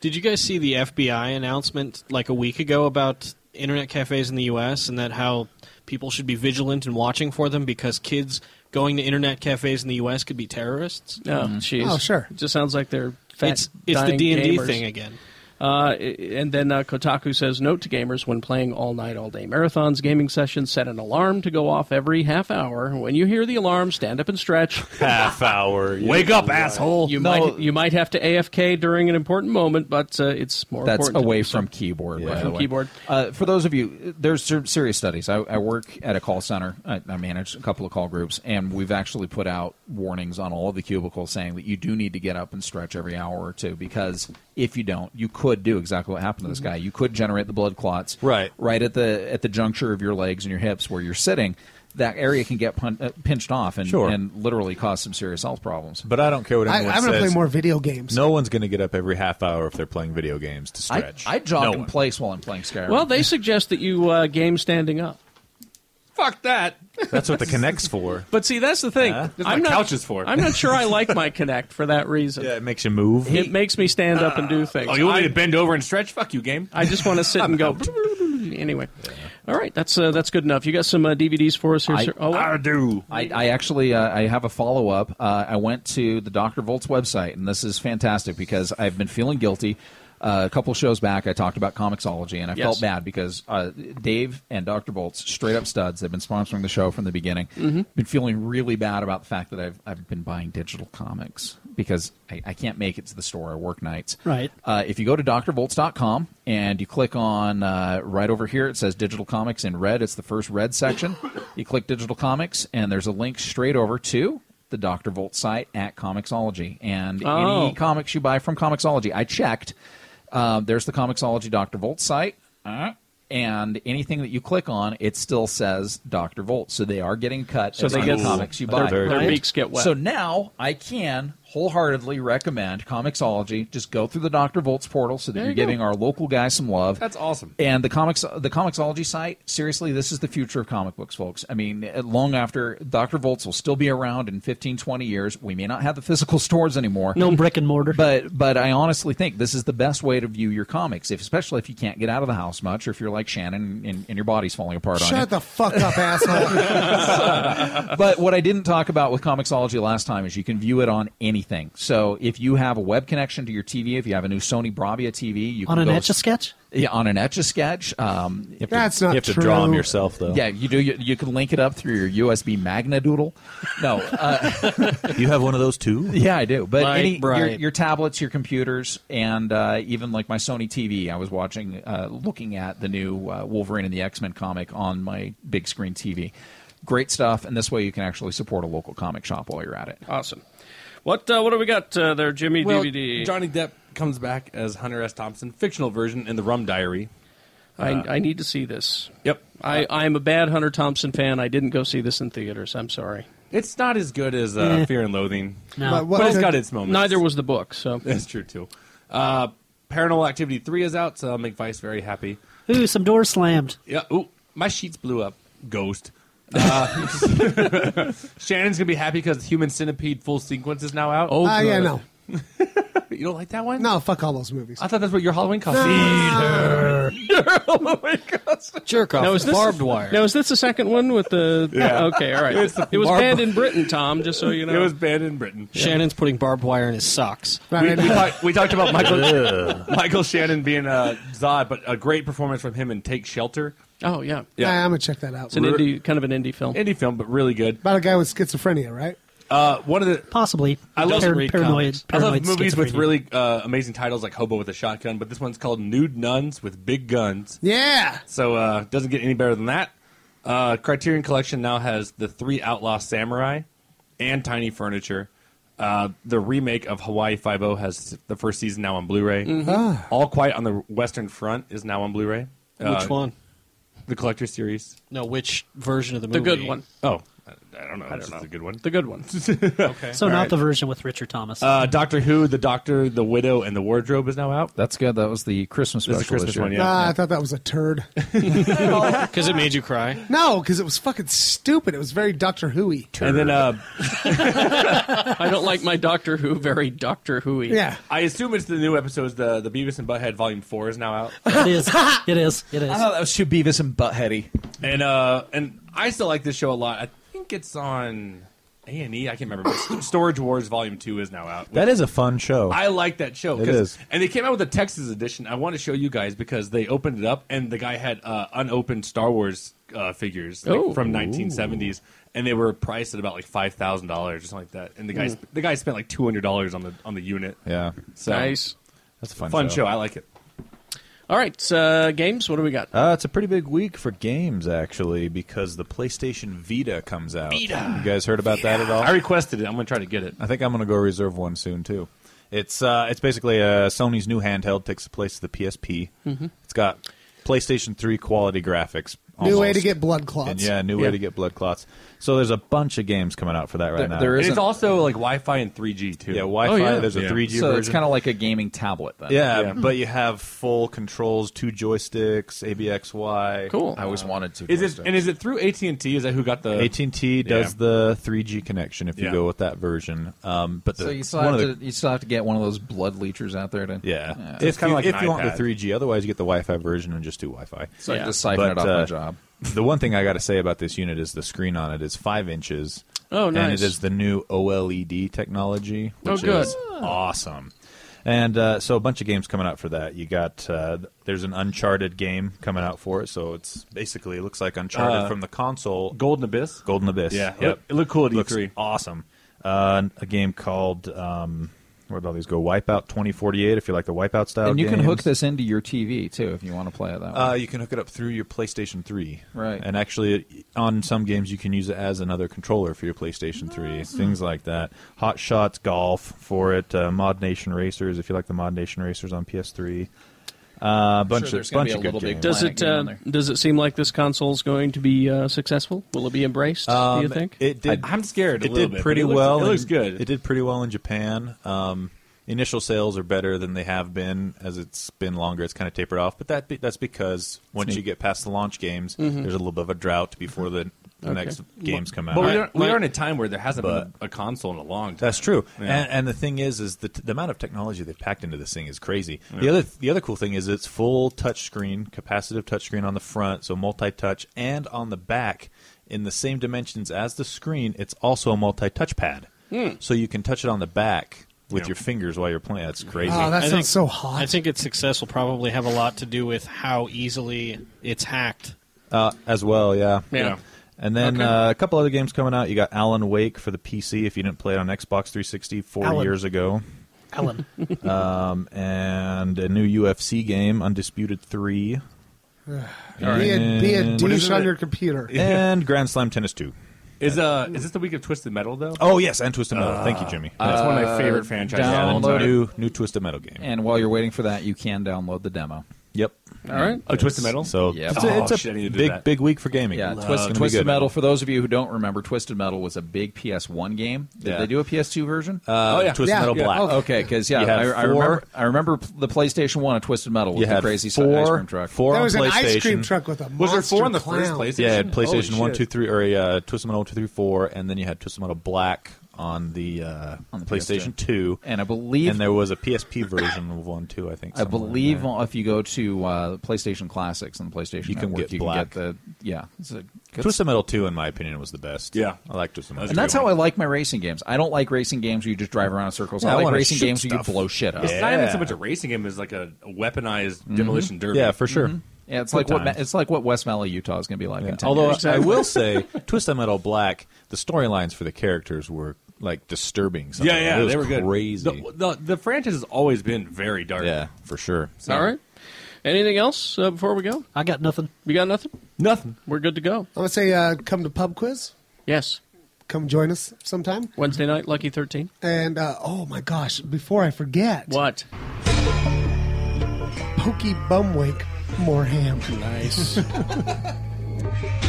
I: did you guys see the FBI announcement like a week ago about internet cafes in the U.S. and that how people should be vigilant and watching for them because kids going to internet cafes in the U.S. could be terrorists?
J: Oh, jeez.
E: Oh, sure.
J: It just sounds like they're fat,
I: Mm. It's it's the
J: dying
I: D and D
J: gamers.
I: thing again.
J: Uh, and then uh, Kotaku says note to gamers when playing all night, all day marathons, gaming sessions, set an alarm to go off every half hour. When you hear the alarm, stand up
I: (laughs)
J: and stretch.
A: half hour. yeah.
L: Wake up, asshole.
J: You
H: No.
J: might you might have to AFK during an important moment, but uh, it's more
H: That's
J: important to
H: away
J: do so.
H: from keyboard. by
A: Away
H: the
J: from
H: way.
J: keyboard.
H: Uh, for those of you, there's ser- serious studies. I, I work at a call center. I, I manage a couple of call groups, and we've actually put out warnings on all of the cubicles saying that you do need to get up and stretch every hour or two because if you don't, you could do exactly what happened to this guy. You could generate the blood clots
A: Right.
H: right at the at the juncture of your legs and your hips where you're sitting. That area can get pun- uh, pinched off and,
A: Sure.
H: and literally cause some serious health problems.
A: But I don't care what
E: I,
A: anyone
E: I'm
A: says.
E: going to play more video games.
A: No one's going to get up every half hour if they're playing video games to
H: I,
A: stretch.
H: I jog
A: No
H: in
A: one.
H: place while I'm playing Skyrim.
J: Well, they suggest that you uh, game standing up.
L: Fuck that.
A: That's what the connects for.
J: But see, that's the thing.
A: Huh?
L: Uh-huh. That's what couch is for.
J: I'm not sure I like my Connect for that reason.
A: Yeah, it makes you move.
J: it makes me stand up and do things.
L: Oh, you want
J: I,
L: me to bend over and stretch? Fuck you, game.
J: I just want to sit
L: (laughs)
J: and go. (laughs) anyway, all right, that's uh, that's good enough. You got some uh, DVDs for us here,
H: I-
J: sir? Oh,
L: I do.
H: I, I actually uh, I have a follow up. Uh, I went to the Dr. Volt's website, and this is fantastic because I've been feeling guilty. Uh, a couple shows back, I talked about Comixology, and I
J: Yes.
H: felt bad because uh, Dave and Dr. Volt's straight up studs. They've been sponsoring the show from the beginning. Been feeling really bad about the fact that I've, I've been buying digital comics because I, I can't make it to the store. I work nights.
C: Right.
H: Uh, if you go to drvolts.com and you click on uh, right over here, it says digital comics in red. It's the first red section. you click digital comics, and there's a link straight over to the Dr. Volt site at Comixology. And
J: Oh.
H: any comics you buy from Comixology, I checked. Uh, there's the Comixology Dr. Volt site. Uh, and anything that you click on, it still says Dr. Volt. So they are getting cut. So
J: they get-
H: comics you
A: They're
H: buy.
A: very
J: their
A: Right.
J: beaks get wet.
H: So now I can wholeheartedly recommend Comixology. Just go through the Dr. Volts portal so that you're
J: you go.
H: giving our local guy some love.
L: That's awesome.
H: And the comics, the Comixology site. Seriously, this is the future of comic books, folks. I mean, uh, long after Dr. Volts will still be around in 15, 20 years. We may not have the physical (laughs) stores anymore.
C: No brick and mortar.
H: But but I honestly think this is the best way to view your comics, if, especially if you can't get out of the house much, or if you're like Shannon and, and your body's falling apart on you.
E: Shut the fuck up, asshole. Uh,
H: But what I didn't talk about with Comixology last time is you can view it on anything. So if you have a web connection to your TV, if you have a new Sony Bravia TV, you
C: on
H: can
C: an
H: go
C: etch a sketch?
H: yeah, on an Etch a Sketch. Um,
A: You have
E: That's
A: to,
E: not
A: You have to
E: true.
A: draw them yourself, though.
H: yeah, you do. You, you can link it up through your USB MagnaDoodle. No, uh, (laughs)
A: You have one of those too.
H: yeah, I do. But
I: Right,
H: any your,
I: right.
H: your tablets, your computers, and uh, even like my Sony TV, I was watching, uh, looking at the new uh, Wolverine and the X Men comic on my big screen TV. Great stuff, and this way you can actually support a local comic shop while you're at it.
J: awesome. What uh, what do we got uh, there, Jimmy?
L: Well,
J: DVD.
L: Johnny Depp comes back as Hunter S. Thompson, fictional version in the Rum Diary.
J: I, I need to see this.
L: Yep.
J: I, I am a bad Hunter Thompson fan. I didn't go see this in theaters. I'm sorry.
L: It's not as good as uh, Fear and Loathing,
C: No.
E: But what
L: but it's
E: could-
L: got its moments.
J: Neither was the book.
L: (laughs)
J: So
L: That's true too. Uh, Paranormal Activity three is out, so that'll make Vice very happy.
C: Ooh, some doors slammed.
L: Yeah. Ooh, my sheets blew up. Ghost. Uh, (laughs)
D: Shannon's gonna be happy because Human Centipede full sequence is now
L: Oh.
D: out.
E: Ah, yeah, no.
D: you don't like that one?
E: No, fuck all those movies.
D: I thought that's what your Halloween costume.
I: Jerk off.
J: Now, is this-
I: barbed wire.
J: Now, is this the second one with the?
D: Yeah.
J: (laughs) Okay, all right. it was
I: barb-
J: banned in Britain, Tom. Just so you know.
D: It was banned in Britain.
I: Shannon's putting barbed wire in his socks.
D: We, we, (laughs) talked, we talked
C: (laughs)
D: about Michael Michael Shannon being uh, Zod, but a great performance from him in Take Shelter, Uh,
J: Oh yeah.
E: Ah, I'm gonna check that out.
J: It's an indie, kind of an indie film.
D: indie film, but really good.
E: About a guy with schizophrenia, right?
D: Uh, one of the
C: Possibly. I
D: love to
I: read
C: paranoid,
I: comics.
D: I love
C: paranoid
D: movies with
C: schizophrenia.
D: really uh, amazing titles like Hobo with a Shotgun, but this one's called Nude Nuns with Big Guns.
E: Yeah.
D: So uh, doesn't get any better than that. Uh, Criterion Collection now has the Three Outlaw Samurai and Tiny Furniture. Uh, the remake of Hawaii Five O has the first season now on Blu-ray. All Quiet on the Western Front is now on Blu-ray. Uh,
I: which one?
D: The collector series.
I: No, which version of the movie?
J: The good one.
D: Oh, I, I don't know. That's just a good one.
J: The good one. (laughs)
C: so not the version with Richard Thomas.
D: Uh, Doctor Who, The Doctor, The Widow, and The Wardrobe is now out.
H: That's good. That was the Christmas
D: This
H: special.
D: is a Christmas
H: this year.
D: one, yeah.
E: Ah, I thought that was a turd.
I: (laughs) Because it made you cry.
E: no, because it was fucking stupid. It was very Doctor Who-y.
D: And then uh,
J: I don't like my Doctor Who very Doctor Who.
E: Yeah.
D: I assume it's the new episodes. The the Beavis and Butthead Volume Four is now out.
C: it
D: (laughs)
C: is. It is. It is.
A: I
D: Uh-huh.
H: Oh,
A: thought that was too Beavis and Buttheady.
D: and uh and I still like this show a lot. I think it's on A and E. I can't remember. But Storage Wars Volume Two is now out.
A: That is a fun show.
D: I like that show.
A: It
D: 'cause-
A: is.
D: and they came out with a Texas edition. I want to show you guys because they opened it up, and the guy had uh, unopened Star Wars uh, figures like,
J: Oh.
D: from 1970s, and they were priced at about like five thousand dollars or something like that. And the guy sp- the guy spent like two hundred dollars on the on the unit.
A: Hmm. yeah,
D: So,
J: Nice.
A: that's a fun,
D: fun show. I like it.
J: All right, uh, games. What do we got?
A: Uh, it's a pretty big week for games, actually, because the PlayStation Vita comes out. Vita. You guys heard about that at all?
D: I requested it. I'm gonna try to get it.
A: I think I'm going to go reserve one soon too. It's uh, it's basically uh, Sony's new handheld takes the place of the PSP. It's got PlayStation 3 quality graphics.
E: New way
A: almost.
E: to get blood
A: And
E: clots.
A: yeah, new way to get blood clots. So there's a bunch of games coming out for that right
H: There-
A: now.
H: there
D: And
H: is-
D: it's
H: Isn't-
D: also like Wi-Fi and 3G too. Oh,
A: yeah Wi-Fi.
J: yeah.
A: There's a
D: Yeah.
A: 3G
H: So it's
A: version.
H: kind of like a gaming tablet. Then.
A: yeah,
D: Hmm.
A: but you have full controls, two joysticks, ABXY.
J: Cool.
H: I always wanted to.
D: Is it and is it through AT and T? Is that who got the?
A: AT&T does the 3G connection if you
D: Yeah.
A: go with that version. Um, but the,
H: So you still
A: one
H: have
A: of the
H: to you still have to get one of those blood leechers out there to
A: Yeah,
H: It's
A: if
D: kinda
A: you,
D: like
A: if
D: an
A: you want the
D: iPad.
A: 3G, otherwise you get the Wi-Fi version and just do Wi-Fi.
H: so I
J: Yeah.
H: can just siphon it off
A: uh,
H: my job.
A: the one thing I got to say about this unit is the screen on it is five inches.
J: Oh,
A: And
J: nice.
A: it is the new OLED technology,
J: Oh,
A: which
J: good.
A: is awesome. And uh, so a bunch of games coming out for that. You got uh, th- there's an Uncharted game coming out for it, so it's basically it looks like Uncharted
D: Uh,
A: from the console.
D: Golden Abyss.
A: Golden Abyss.
D: Yeah,
A: yep.
D: it looked- it looked cool at E
A: Looks
D: E3.
A: Awesome. Uh, a game called um, where did all these go? Wipeout 2048. If you like the Wipeout style,
H: And you can hook
A: games.
H: this into your TV too if you want to play it that way.
A: Uh, you can hook it up through your PlayStation 3.
H: Right.
A: And actually, on some games, you can use it as another controller for your PlayStation 3,
H: Ah.
A: things like that. Hot Shots Golf for it, uh, Mod Nation Racers, if you like the Mod Nation Racers on PS3. Uh, bunch
H: there's
A: of,
H: gonna
A: bunch
H: be a
A: of good
H: little bit
A: games.
J: Does
H: Planet
J: it
H: game
J: uh,
H: on there.
J: does it seem like this console's going to be uh, successful? Will it be embraced? do you
A: Um,
J: think?
A: It did,
D: I- I'm scared a
A: it
D: little
A: did
D: bit, but
A: pretty
D: it looks-
A: well.
D: it
A: in-
D: looks good.
A: It did pretty well in Japan. Um, initial sales are better than they have been as it's been longer. It's kind of tapered off, but that be, that's because once you get past the launch games,
J: Mm-hmm.
A: there's a little bit of a drought before the, the next games come out.
D: But we,
J: Right.
D: are, we
J: Right.
D: are in a time where there hasn't
A: But-
D: been a console in a long time.
A: That's true.
D: Yeah.
A: And, and the thing is, is the, t- the amount of technology they packed into this thing is crazy. The other the other cool thing is it's full touchscreen, capacitive touchscreen on the front, so multi-touch, and on the back, in the same dimensions as the screen, it's also a multi-touch pad. So you can touch it on the back with
D: Hmm. Yeah.
A: your fingers while you're playing. That's crazy.
E: Oh, that
I: I
E: sounds
I: think-
E: so hot.
I: I think its success will probably have a lot to do with how easily it's hacked.
A: Uh, as well, yeah.
J: Yeah.
A: And then uh, a couple other games coming out. You got Alan Wake for the PC if you didn't play it on Xbox 360 four
C: Alan.
A: years ago.
C: Alan.
A: and a new UFC game, Undisputed
E: (sighs)
A: Three,
E: (laughs) be, a, be a
A: And-
D: What is
E: douche
D: it?
E: on your computer.
A: (laughs) and Grand Slam Tennis Two.
D: Is uh is this the week of Twisted Metal though? Uh,
A: Oh yes, and Twisted Metal. Thank
H: Uh,
A: you, Jimmy.
D: That's one of my favorite franchises.
A: yeah,
H: download
A: new new Twisted Metal game.
H: and while you're waiting for that, you can download the demo.
A: Yep.
I: All right.
D: Oh, Twisted Metal?
A: So
H: Yep.
A: it's a,
D: Oh,
A: it's a
D: shit, I need to do
A: big
D: that.
A: big week for gaming.
H: Yeah,
A: It's
H: Twist-
A: gonna be
H: Twisted
A: good.
H: Metal. For those of you who don't remember, Twisted Metal was a big PS1 game. Did
A: Yeah.
H: they do a PS2 version?
A: Uh,
D: Oh, yeah.
A: Twisted
E: Yeah,
A: Metal
E: yeah.
A: Black.
E: Oh,
H: okay, because yeah,
A: You had
H: I, I
A: four-
H: remember. I remember the PlayStation One of Twisted Metal
A: You
H: with the
A: had
H: crazy si-
A: four,
H: ice cream truck.
A: Four
E: There
A: on
E: was an
A: PlayStation.
E: ice cream truck with a
D: Was there
E: monster
D: four in the
E: clown.
D: first PlayStation?
A: Yeah, you had
D: Holy
A: PlayStation One,
D: shit.
A: Two, Three, or uh, Twisted Metal One, Two, Three, Four, and then you had Twisted Metal Black on the uh,
H: On the
A: PlayStation Two,
H: And I believe-
A: and there was a PSP version of one too. I think
H: I
A: somewhere in
H: believe
A: there.
H: if you go to uh, PlayStation Classics and the PlayStation
A: You can
H: Network,
A: get
H: you
A: black.
H: can get the yeah. It's a- it's-
A: Twisted Metal Two, in my opinion, was the best.
D: Yeah.
A: I like Twisted Metal.
H: and that's how I like my racing games. I don't like racing games where you just drive around in circles.
A: Yeah, I
H: I like
A: wanna
H: racing
A: shoot
H: games where you
A: stuff.
H: blow shit up.
A: Yeah. Mm-hmm.
H: Yeah,
D: It's not even so much a racing game as like a a weaponized demolition derby.
A: Yeah, for
H: Mm-hmm.
A: sure.
H: it's like what
A: Sometimes.
H: it's like what West Valley, Utah is going to be like.
A: Yeah.
H: In 10
A: Although
H: years.
A: I will say,
D: (laughs)
A: Twisted Metal Black, the storylines for the characters were like disturbing.
D: Yeah,
A: sometimes.
D: yeah,
A: It was
D: they were good.
A: Crazy.
D: The, the, the franchise has always been very dark.
A: yeah, for sure.
D: Yeah.
B: All right. Anything else uh, before we go?
C: I got nothing.
B: We got nothing?
D: Nothing.
B: We're good to go.
E: I'm gonna say, uh, come to pub quiz.
B: Yes.
E: Come join us sometime.
B: Wednesday night, Lucky 13.
E: And uh, oh my gosh, before I forget,
B: What?
E: Pokey Bumwake, more ham.
B: Nice.